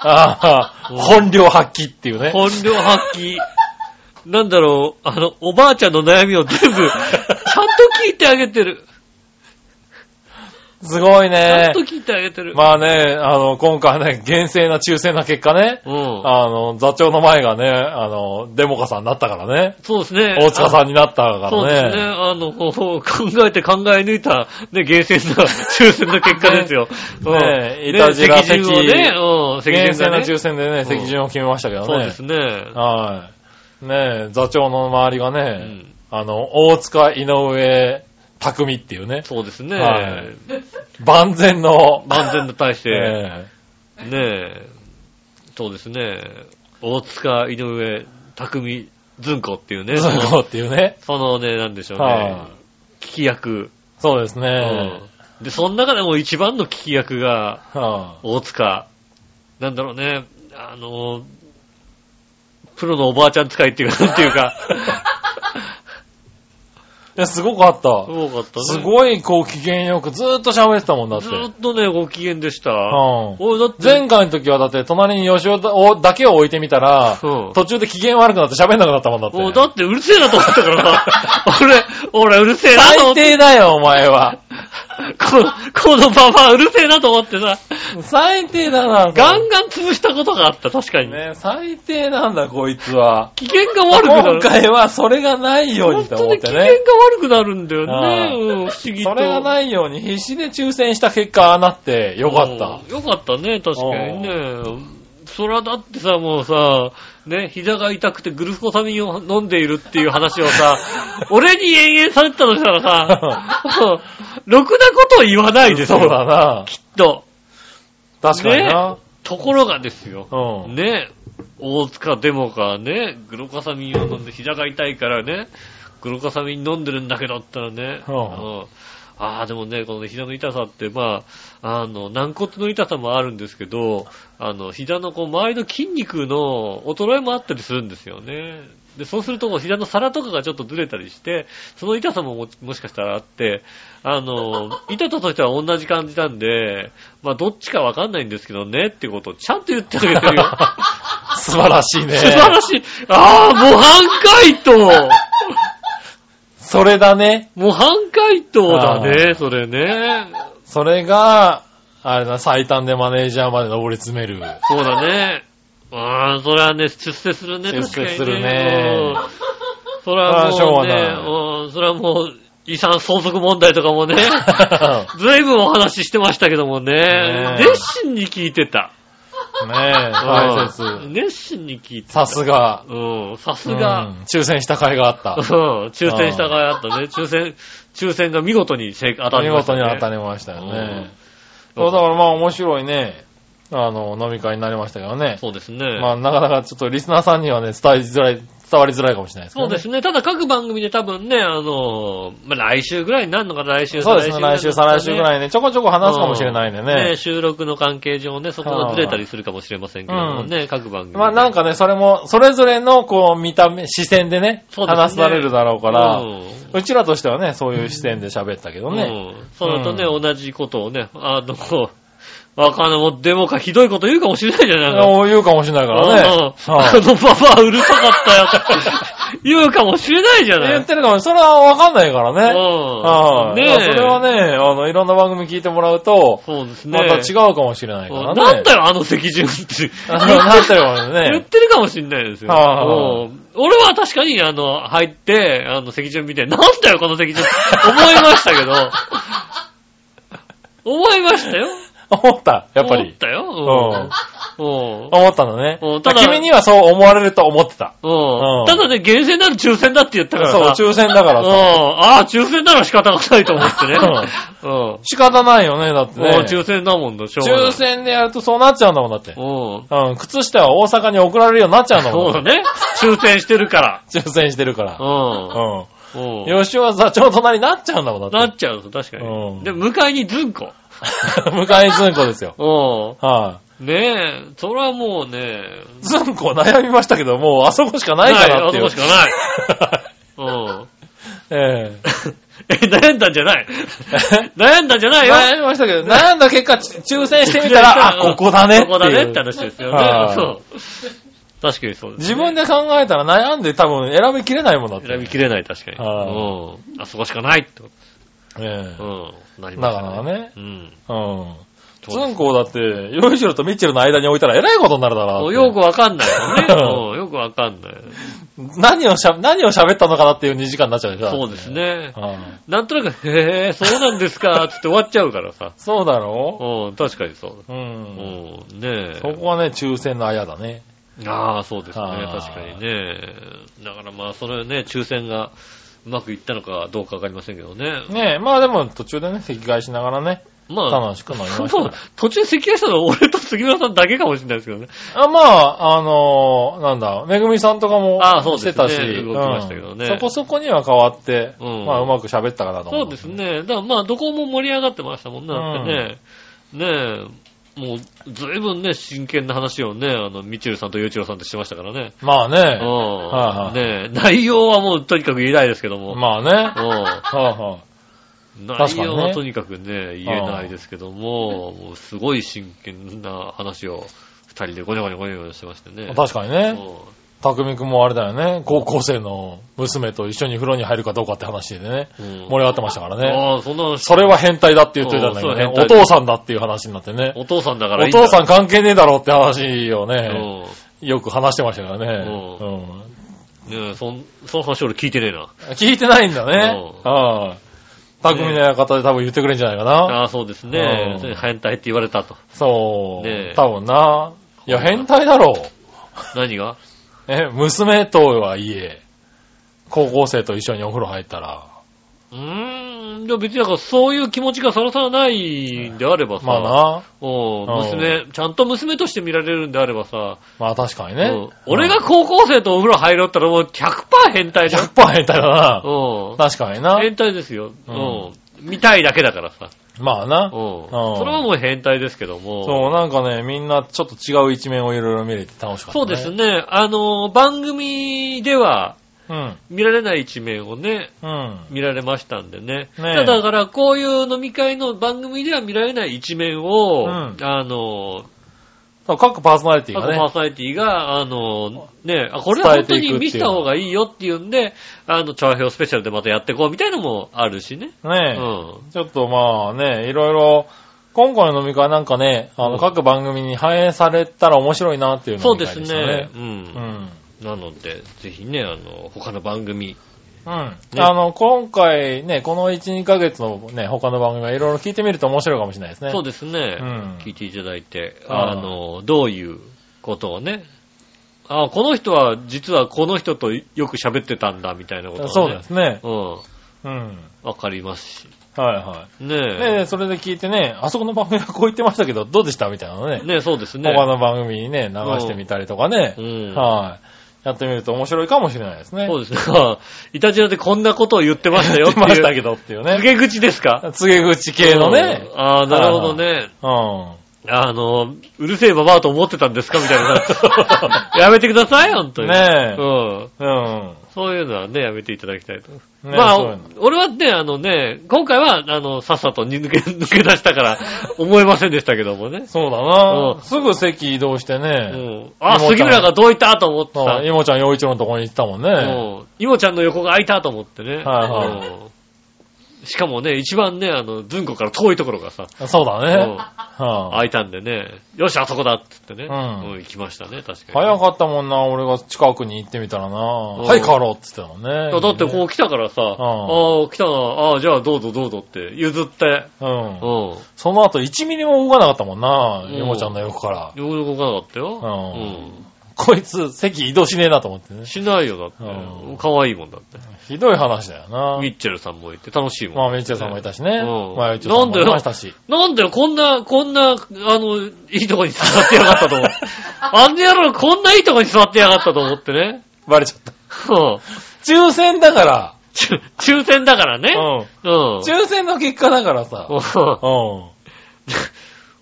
Speaker 3: ああ、
Speaker 2: うん
Speaker 3: 本領発揮っていうね。
Speaker 2: 本領発揮。なんだろう、あの、おばあちゃんの悩み を全部、ちゃんと聞いてあげてる。
Speaker 3: すごい
Speaker 2: ち
Speaker 3: ね
Speaker 2: ゃんと。聞いてあげてる。
Speaker 3: まあね、あの、今回ね、厳正な抽選な結果ね、
Speaker 2: うん。
Speaker 3: あの、座長の前がね、あの、デモカさんになったからね、
Speaker 2: そうですね。
Speaker 3: 大塚さんになったか
Speaker 2: そうですね。
Speaker 3: らね。
Speaker 2: あの、 こう考えて考え抜いた、ね、厳正な抽選の 結果ですよ。うん
Speaker 3: ねえいたじら
Speaker 2: 席順をね、うん、席
Speaker 3: 厳正
Speaker 2: 順が
Speaker 3: な
Speaker 2: ね。
Speaker 3: 抽選で
Speaker 2: ん
Speaker 3: ね、席順を決めましたけどね。
Speaker 2: そうですね。
Speaker 3: はい。ねえ、座長の周りが
Speaker 2: う
Speaker 3: ね、
Speaker 2: ん
Speaker 3: あの、大塚、井上、匠っていうね、
Speaker 2: そうです
Speaker 3: は
Speaker 2: ね。
Speaker 3: 万全の、
Speaker 2: 万全と対して、
Speaker 3: え
Speaker 2: ねえ、そうですね。大塚、井上、匠、ずんこっていう
Speaker 3: え
Speaker 2: ね。
Speaker 3: ずんこっていうね。
Speaker 2: そのね、なんでしょうね
Speaker 3: は。
Speaker 2: 聞き役。
Speaker 3: そうですね。
Speaker 2: うんで、その中でも一番の聞き役が、
Speaker 3: は
Speaker 2: 大塚。なんだろうね、あの、プロのおばあちゃん使いっていうか、 なんていうか、
Speaker 3: いや、すごかった。
Speaker 2: 多かったね。
Speaker 3: すごい、こう、機嫌よくずーっと喋ってたもんだって。
Speaker 2: ずーっとね、ご機嫌でした。
Speaker 3: うん
Speaker 2: 俺だって、
Speaker 3: 前回の時はだって、隣に吉尾だをだけを置いてみたら、
Speaker 2: うん
Speaker 3: 途中で機嫌悪くなって喋んなくなったもんだって。
Speaker 2: もうだってうるせえなと思ったから な。俺、俺うるせえなと思
Speaker 3: 最
Speaker 2: って。
Speaker 3: 低だよ、お 前は。
Speaker 2: この、このババアうるせえなと思ってさ、
Speaker 3: 最低だな、
Speaker 2: ガンガン潰したことがあった、確かに。
Speaker 3: ね、最低なんだ、こいつは。
Speaker 2: 機嫌が悪くなる。
Speaker 3: 今回はそれがないように
Speaker 2: 本
Speaker 3: と
Speaker 2: 当
Speaker 3: 思っ
Speaker 2: に
Speaker 3: て
Speaker 2: 機嫌が
Speaker 3: ね。
Speaker 2: 悪くなるんだよね。
Speaker 3: ああ
Speaker 2: うん、不思議と。
Speaker 3: それがないように必死で抽選した結果、ああなってよかった。
Speaker 2: うん。よかったね、確かにね。そらだってさ、もうさ、ね、膝が痛くてグルコサミンを飲んでいるっていう話を さ、俺に延々されてたとしたらさ、 ろくなことを言わないです
Speaker 3: そ
Speaker 2: よ。
Speaker 3: うだな。
Speaker 2: きっと。
Speaker 3: 確かにな。
Speaker 2: ところがですよ。
Speaker 3: うん。
Speaker 2: ね、大塚デモかね、グルコサミンを飲んで膝が痛いからね、グルコサミン飲んでるんだけどったらね、
Speaker 3: うん
Speaker 2: のああ、でもね、この膝の痛さって、まあ、あの、軟骨の痛さもあるんですけど、あの、膝のこう、周りの筋肉の衰えもあったりするんですよね。で、そうするとこう、膝の皿とかがちょっとずれたりして、その痛さもももしかしたらあって、あの、痛さとしては同じ感じなんで、まあ、どっちかわかんないんですけどね、ってことをちゃんと言ってあげてるよ。
Speaker 3: 素晴らしいね。
Speaker 2: 素晴らしい。ああ、模範解答
Speaker 3: それだね。
Speaker 2: 模範解答だ
Speaker 3: あ
Speaker 2: ね、それね。
Speaker 3: それが、あれだ、最短でマネージャーまで上り詰める。
Speaker 2: そうだね。ああ、それはね、出世するね、
Speaker 3: 出
Speaker 2: 確かに、
Speaker 3: 世
Speaker 2: ね。
Speaker 3: する
Speaker 2: う
Speaker 3: ね
Speaker 2: ん。それは
Speaker 3: それはしょ
Speaker 2: もう
Speaker 3: う
Speaker 2: ね
Speaker 3: がな、
Speaker 2: うん、それはもう、遺産相続問題とか もね、ずいぶんお話ししてましたけどもね
Speaker 3: ね、え
Speaker 2: 熱心に聞いてた。
Speaker 3: ねえ、大
Speaker 2: う
Speaker 3: 切。
Speaker 2: ん熱心に聞いてた。
Speaker 3: さすが。
Speaker 2: うん、さす
Speaker 3: う
Speaker 2: が。
Speaker 3: ん抽選した甲斐があっ
Speaker 2: うん
Speaker 3: た。、
Speaker 2: 抽選したがあったね。抽選、抽選が見事に正当た
Speaker 3: 見
Speaker 2: りました
Speaker 3: 事
Speaker 2: ね。
Speaker 3: に当たりましたよね。そうだからまあ面白いね、あの、飲み会になりましたけどね。
Speaker 2: そうですね。
Speaker 3: まあ、なかなかちょっとリスナーさんにはね、伝えづらい、伝わりづらいかもしれないです
Speaker 2: そ
Speaker 3: けど
Speaker 2: う
Speaker 3: ね。
Speaker 2: ですね。ただ各番組で多分ね、あの、まあ、来週ぐらいになるのかな、来週、
Speaker 3: そうですね。来週、再来週ぐ
Speaker 2: い
Speaker 3: らいね、ちょこちょこ話すかもしれないんで
Speaker 2: になるのかね。ね
Speaker 3: ね。
Speaker 2: 収録の関係上ね、そこがずれたりするかもしれませんけれどもね、各番組。
Speaker 3: まあ、なんかね、それも、それぞれの、こう、見た目、視線でね、
Speaker 2: そうですね
Speaker 3: 話されるだろうから、
Speaker 2: う
Speaker 3: うんちらとしてはね、そういう視線で喋ったけどね。
Speaker 2: うん。それとね、同じことをね、あの、若者もデモかひどいこと言うかもしれないじゃないの。
Speaker 3: そう言うかもしれないからね。
Speaker 2: うんあ
Speaker 3: はい
Speaker 2: のパパうるさかったよっ て言うかもしれないじゃない。
Speaker 3: 言ってるかも、それはわかんないからね。
Speaker 2: う
Speaker 3: は
Speaker 2: ん。
Speaker 3: い
Speaker 2: ね
Speaker 3: いやそれはね、あの、いろんな番組聞いてもらうと、
Speaker 2: そうですね。
Speaker 3: また違うかもしれないか
Speaker 2: う
Speaker 3: ら
Speaker 2: ん
Speaker 3: ね。
Speaker 2: なんだよ、あの席順って。
Speaker 3: なんだよ、ね。
Speaker 2: 言ってるかもしんないですよ。
Speaker 3: はいはい
Speaker 2: うん俺は確かに、あの、入って、あの、席順見て、なんだよ、この席順って思いましたけ ど、思いましたよ。
Speaker 3: 思った、やっぱり。
Speaker 2: 思ったよ。うん。うん。
Speaker 3: 思ったのね
Speaker 2: うんただ。
Speaker 3: 君にはそう思われると思ってた。
Speaker 2: う。
Speaker 3: うんん
Speaker 2: ただね、厳選なる抽選だって言ったから
Speaker 3: そう、
Speaker 2: さ。
Speaker 3: 抽選だから
Speaker 2: う
Speaker 3: さ。
Speaker 2: ん。ああ、抽選なら仕方がないと思ってね。うん。
Speaker 3: 仕方ないよね、だって
Speaker 2: もう
Speaker 3: ね。
Speaker 2: 抽選だもんだ、しょうがない
Speaker 3: 抽。選でやるとそうなっちゃうんだもん、だって。
Speaker 2: うん。
Speaker 3: うん、靴下は大阪に送られるようになっちゃうんだ
Speaker 2: そ
Speaker 3: も。
Speaker 2: うんだね。抽選してるから。
Speaker 3: 抽選してるから。
Speaker 2: う。
Speaker 3: うん
Speaker 2: うん。
Speaker 3: ん。吉尾は座長隣になっちゃうんだもん、だ
Speaker 2: な
Speaker 3: って。
Speaker 2: っちゃうぞ、確かに。
Speaker 3: うん
Speaker 2: で、迎えにずんこ。
Speaker 3: 迎えずんこですよ。
Speaker 2: う
Speaker 3: は
Speaker 2: ん。ねえ、それはもうね、
Speaker 3: い。ずんこ悩みましたけど、もうあそこしかないかなってい
Speaker 2: あ
Speaker 3: う。
Speaker 2: そこしかない。うん。
Speaker 3: ええ
Speaker 2: え、悩んだんじゃ ない。悩んだんじゃないよ。
Speaker 3: 悩みましたけど、悩ん だ結果、ち抽選してみたら、あ、ここだねっていう。
Speaker 2: ここだねって話ですよね。
Speaker 3: はい
Speaker 2: そう。確かにそうです、ね。
Speaker 3: 自分で考えたら悩んで多分選びきれないもんだって。
Speaker 2: 選びきれない、確かに。
Speaker 3: は
Speaker 2: うん。あそこしかないってこ
Speaker 3: ええ
Speaker 2: と。うん。なりました
Speaker 3: だからね
Speaker 2: うん。
Speaker 3: うん。つ
Speaker 2: そうで
Speaker 3: ん
Speaker 2: す
Speaker 3: こうだって、ヨイシロとミッチェルの間に置いたらえらいことになるだろ
Speaker 2: も
Speaker 3: う
Speaker 2: う
Speaker 3: って。
Speaker 2: よくわかん ないもんね。うんよくわかんない。
Speaker 3: 何をしゃ、何を喋ったのかなっていう2時間になっちゃうでしょ。
Speaker 2: そうですね。
Speaker 3: うん。
Speaker 2: なんとなく、へえ、そうなんです か、つって終わっちゃうからさ。
Speaker 3: そうだろ
Speaker 2: うん、確かにそう。う
Speaker 3: う。
Speaker 2: んん、ねえ。
Speaker 3: そこはね、抽選のあやだね。
Speaker 2: ああ、そうですね。
Speaker 3: はあ
Speaker 2: 確かにね。だからまあ、それね、抽選がうまくいったのかどうかわかりませんけどね。
Speaker 3: ねえ、まあでも途中でね、席替えしながらね、
Speaker 2: まあ、
Speaker 3: 楽しくなりました
Speaker 2: そ
Speaker 3: よ
Speaker 2: う。途中席がしたのは俺と杉村さんだけかもしれないですけどね。
Speaker 3: あまあ、あのーなんだ、めぐみさんとかも
Speaker 2: あそう
Speaker 3: し
Speaker 2: ですね
Speaker 3: てたし、
Speaker 2: 動きましたけどね
Speaker 3: うんそこそこには変わって、
Speaker 2: うん
Speaker 3: まあうまく喋ったかなと思
Speaker 2: そうです。ね。だからまあ、どこも盛り上がってましたもんね。だってね。ねえ、もう、ずいぶんね、真剣な話をね、あの、みちるさんとゆういちろうさんとしてましたからね。
Speaker 3: まあ
Speaker 2: う
Speaker 3: ね、
Speaker 2: ん。
Speaker 3: いはい
Speaker 2: ねえ、内容はもうとにかく言えないですけども。
Speaker 3: まあね、
Speaker 2: うん
Speaker 3: はいはい
Speaker 2: 内容
Speaker 3: 確かに
Speaker 2: は
Speaker 3: ね
Speaker 2: とにかくね、言えないですけども、もうすごい真剣な話を二人でごにょごにょごにょごにょしてましてね。
Speaker 3: 確かにね、
Speaker 2: そ
Speaker 3: たくみくんもあれだよね、高校生の娘と一緒に風呂に入るかどうかって話でね、
Speaker 2: う。うん
Speaker 3: 盛り上がってましたからね。
Speaker 2: ああ、そんな話
Speaker 3: それは変態だって言ってたんだけど
Speaker 2: そ
Speaker 3: ね、
Speaker 2: うそう
Speaker 3: お
Speaker 2: 変態
Speaker 3: 父さんだっていう話になってね。
Speaker 2: お父さんだから
Speaker 3: お
Speaker 2: いいんだ。
Speaker 3: 父さん関係ねえだろうって話をね、
Speaker 2: うん。
Speaker 3: よく話してましたからね。
Speaker 2: う
Speaker 3: うん
Speaker 2: ねえ、そん、その話俺聞いてねえな。
Speaker 3: 聞いてないんだね。
Speaker 2: う
Speaker 3: はい。匠の館で多分言ってくれるんじゃないかな。
Speaker 2: ああ、そうです
Speaker 3: う
Speaker 2: ね
Speaker 3: ん。
Speaker 2: それ変態って言われたと。
Speaker 3: そう。
Speaker 2: ねえ
Speaker 3: 多分な。いや、変態だろう。
Speaker 2: 何が
Speaker 3: え、娘とはいえ、高校生と一緒にお風呂入ったら、
Speaker 2: うーん、でも別になんかそういう気持ちがさらさらないんであればさ、
Speaker 3: まあな。
Speaker 2: おう
Speaker 3: うん
Speaker 2: 娘、ちゃんと娘として見られるんであればさ、
Speaker 3: まあ確かに
Speaker 2: うん
Speaker 3: ね。
Speaker 2: 俺が高校生とお風呂入ろうったらもう100%変態じゃん。
Speaker 3: 100%変態だな。
Speaker 2: うん
Speaker 3: 確かにな。
Speaker 2: 変態ですよ。う
Speaker 3: うん
Speaker 2: ん。見たいだけだからさ。
Speaker 3: まあな
Speaker 2: うん。。それはもう変態ですけども。
Speaker 3: そう、なんかね、みんなちょっと違う一面をいろいろ見れて楽しかった、
Speaker 2: そ
Speaker 3: ね。
Speaker 2: うです。ね。あの、番組では
Speaker 3: うん。
Speaker 2: 見られない一面をね、
Speaker 3: うん。
Speaker 2: 見られましたんでね。
Speaker 3: ねえ
Speaker 2: ただだから、こういう飲み会の番組では見られない一面を、
Speaker 3: うん
Speaker 2: あの、
Speaker 3: そう各パーソナリティ
Speaker 2: 各
Speaker 3: がね
Speaker 2: パー。ソナリティが、あの、ね、あ、これは本当に見せた方がいいよっていうんで、あの、調和表スペシャルでまたやっていこうみたいのもあるしね。
Speaker 3: ねえ。
Speaker 2: う
Speaker 3: ちょっとまあね、いろいろ、今回の飲み会なんかね、あ
Speaker 2: うん。
Speaker 3: の、各番組に反映されたら面白いなっていうん飲
Speaker 2: そう
Speaker 3: み
Speaker 2: で
Speaker 3: 会
Speaker 2: す
Speaker 3: でした
Speaker 2: ね
Speaker 3: ね。。
Speaker 2: う。
Speaker 3: うんん。
Speaker 2: なので、ぜひね、あの、他の番組。
Speaker 3: うん。あの、今回ね、この1、2ヶ月のね、他の番組はいろいろ聞いてみると面白いかもしれないですね。
Speaker 2: そうですね。
Speaker 3: うん
Speaker 2: 聞いていただいて、
Speaker 3: ああ
Speaker 2: あの、どういうことをね、あ、この人は、実はこの人とよく喋ってたんだ、みたいなことを、ね。
Speaker 3: そうですね。
Speaker 2: う
Speaker 3: うん。
Speaker 2: ん。わかりますし。
Speaker 3: は
Speaker 2: ね
Speaker 3: いはい。で、それで聞いてね、あそこの番組はこう言ってましたけど、どうでしたみたいなのね
Speaker 2: え。。ねえ、そうですね。
Speaker 3: 他の番組にね、流してみたりとかね。
Speaker 2: うん。
Speaker 3: はい。やってみると面白いかもしれないですね。
Speaker 2: そうですね。 あイタジラでこんなことを言ってましたよ
Speaker 3: 言
Speaker 2: っ
Speaker 3: ってて
Speaker 2: いう。
Speaker 3: ましたけどっていう
Speaker 2: 告
Speaker 3: ね。
Speaker 2: げ口ですか
Speaker 3: 告げ口系のね
Speaker 2: う。んああ、なるほどね。
Speaker 3: うん。
Speaker 2: あの、うるせえババアと思ってたんですかみたい な。やめてください、本当に。
Speaker 3: ねえ
Speaker 2: うん。
Speaker 3: うん。
Speaker 2: そういうのはね、やめていただきたいと。
Speaker 3: ね
Speaker 2: ま
Speaker 3: そうい
Speaker 2: あ
Speaker 3: うの、
Speaker 2: 俺はね、あのね、今回は、あの、さっさと抜け、 抜け出したから、思いませんでしたけどもね。
Speaker 3: そうだな、
Speaker 2: うん
Speaker 3: すぐ席移動して
Speaker 2: う
Speaker 3: ね。
Speaker 2: ん。あ、
Speaker 3: 妹
Speaker 2: 杉村がどういったと思って
Speaker 3: そ
Speaker 2: た
Speaker 3: う。。イモちゃん、洋一郎のとこに行ったもんね。
Speaker 2: うん。イモちゃんの横が空いたと思ってね。
Speaker 3: はいはい
Speaker 2: うんしかもね、一番ね、あの、ずんこから遠いところがさ、
Speaker 3: そうだね。
Speaker 2: うん
Speaker 3: はあ
Speaker 2: 空いたんでね、よし、あそこだっつってね、
Speaker 3: うん
Speaker 2: 行きましたね、確かに。
Speaker 3: 早かったもんな、俺が近くに行ってみたらな。
Speaker 2: ん
Speaker 3: はい、帰ろうって言ってたもんね。
Speaker 2: だってこう来たからさ、ああ、来たな、ああ、じゃあどうぞどうぞって譲って、
Speaker 3: う。ん
Speaker 2: う。ん。
Speaker 3: その後1ミリも動かなかったもんな、
Speaker 2: うん
Speaker 3: イモちゃんの横から。
Speaker 2: よく動かなかったよ。
Speaker 3: こいつ、席移動しねえなと思って
Speaker 2: う
Speaker 3: ね
Speaker 2: ん。。しないよ、だって
Speaker 3: うん。
Speaker 2: 可愛いもんだって。
Speaker 3: ひどい話だよな。
Speaker 2: ミッチェルさんもいて、楽しいもん。
Speaker 3: まあ、メッチェさんもいたしね。
Speaker 2: うん
Speaker 3: まあ、一応さんもいましたし。
Speaker 2: なんだよ、こんな、こんな、あの、いいとこに座ってやがったと 思って。あんな野郎、こんないいとこに座ってやがったと思ってね。
Speaker 3: バレちゃった。
Speaker 2: うん
Speaker 3: 抽選だから。
Speaker 2: 抽抽選だからね。
Speaker 3: うん。
Speaker 2: うん。
Speaker 3: 抽選の結果だからさ。
Speaker 2: うん
Speaker 3: うん。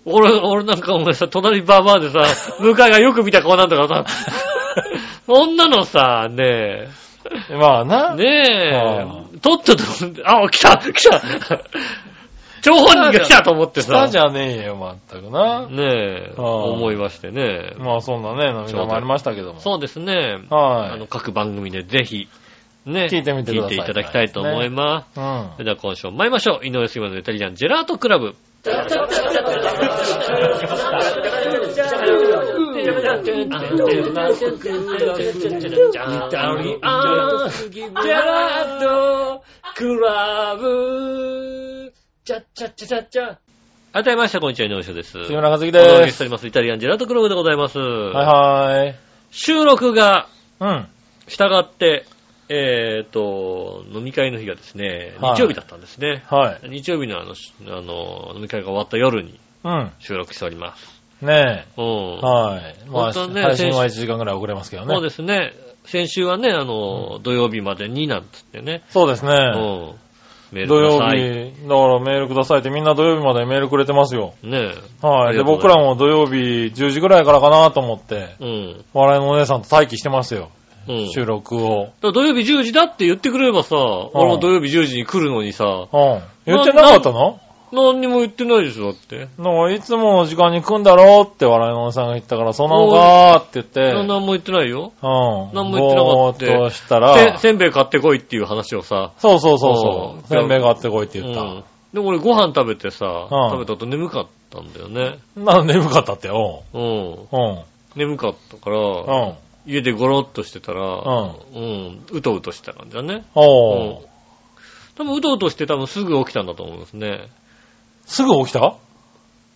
Speaker 2: 俺、俺なんかお前さ、隣バーバー でさ、向かいがよく見た顔なんだからさ、そんなのさ、ね
Speaker 3: まあな。
Speaker 2: え、ね
Speaker 3: う
Speaker 2: え、とっとと、あ、来た来た張本人が来たと思って
Speaker 3: 来
Speaker 2: さ
Speaker 3: たじ、ゃねえよ、まったくな。
Speaker 2: ねえ、
Speaker 3: ああ
Speaker 2: 思いましてね。
Speaker 3: まあそんなね、涙もありましたけども。
Speaker 2: そうですね。あ
Speaker 3: は
Speaker 2: の、各番組でぜひ、ね、
Speaker 3: 聞いてみてください
Speaker 2: 聞いていただきたいと思います。
Speaker 3: い。うん
Speaker 2: そ。れでは今週も参りましょう。井上杉村のイタリアンジェラートクラブ。改めまして、こんにちは、井上杉です。
Speaker 3: 杉村和樹
Speaker 2: お届け
Speaker 3: で
Speaker 2: し
Speaker 3: す。
Speaker 2: ております。イタリアンジェラートクラブでございます。
Speaker 3: はいはい。
Speaker 2: 収録が、
Speaker 3: うん。
Speaker 2: したがって、えっ、と、飲み会の日がですね、
Speaker 3: はい
Speaker 2: 日曜日だったんですね。
Speaker 3: はい。
Speaker 2: 日曜日のあの、しあの、飲み会が終わった夜に
Speaker 3: うん。
Speaker 2: 収録しております。
Speaker 3: ね
Speaker 2: うん。
Speaker 3: え。はい。まあ、
Speaker 2: 本当はね
Speaker 3: 配信は1時間ぐらい遅れますけど
Speaker 2: そう
Speaker 3: ね。
Speaker 2: ですね。先週はね、あの、土曜日までになんつってね。
Speaker 3: そうです
Speaker 2: う
Speaker 3: ね。
Speaker 2: ん。メー
Speaker 3: 土
Speaker 2: ルく
Speaker 3: 曜
Speaker 2: ださい。ね
Speaker 3: 日、だからメールくださいってみんな土曜日までメールくれてますよ。
Speaker 2: え。あ
Speaker 3: はい。
Speaker 2: り
Speaker 3: で、
Speaker 2: がとうご
Speaker 3: 僕
Speaker 2: ざい
Speaker 3: ら
Speaker 2: ま
Speaker 3: も土曜日10時ぐらいからかなと思って、
Speaker 2: す。うん。
Speaker 3: 笑いのお姉さんと待機してますよ。
Speaker 2: うん。だ
Speaker 3: 収録を。
Speaker 2: から土曜日10時だって言ってくれればさ、俺も土曜日10時に来るのにさ、
Speaker 3: うん。言ってなかったの
Speaker 2: 何にも言ってないでしょ、だって。
Speaker 3: なんかいつもの時間に来んだろうって笑いのお姉さんが言ったから、そうなのかーって言って、
Speaker 2: 何も言ってないよ。
Speaker 3: うん。
Speaker 2: 何も言ってなかった
Speaker 3: ぼーっとした
Speaker 2: せ
Speaker 3: ら、
Speaker 2: せんべい買ってこいっていう話をさ、
Speaker 3: そうそうそうそ
Speaker 2: う
Speaker 3: う。
Speaker 2: ん
Speaker 3: せんべい買ってこいって言っ
Speaker 2: うん
Speaker 3: た。
Speaker 2: でも俺ご飯食べてさ、
Speaker 3: うん
Speaker 2: 食べた後眠かったんだよね。
Speaker 3: なんで眠かったってよ。
Speaker 2: うん。
Speaker 3: うん。うん。
Speaker 2: 眠かったから、
Speaker 3: うん。
Speaker 2: 家でゴロっとしてたら、
Speaker 3: ん
Speaker 2: うん、うとうとした感じだね。うん
Speaker 3: おー。
Speaker 2: 多分うとうとして多分すぐ起きたんだと思うんですね。
Speaker 3: すぐ起きた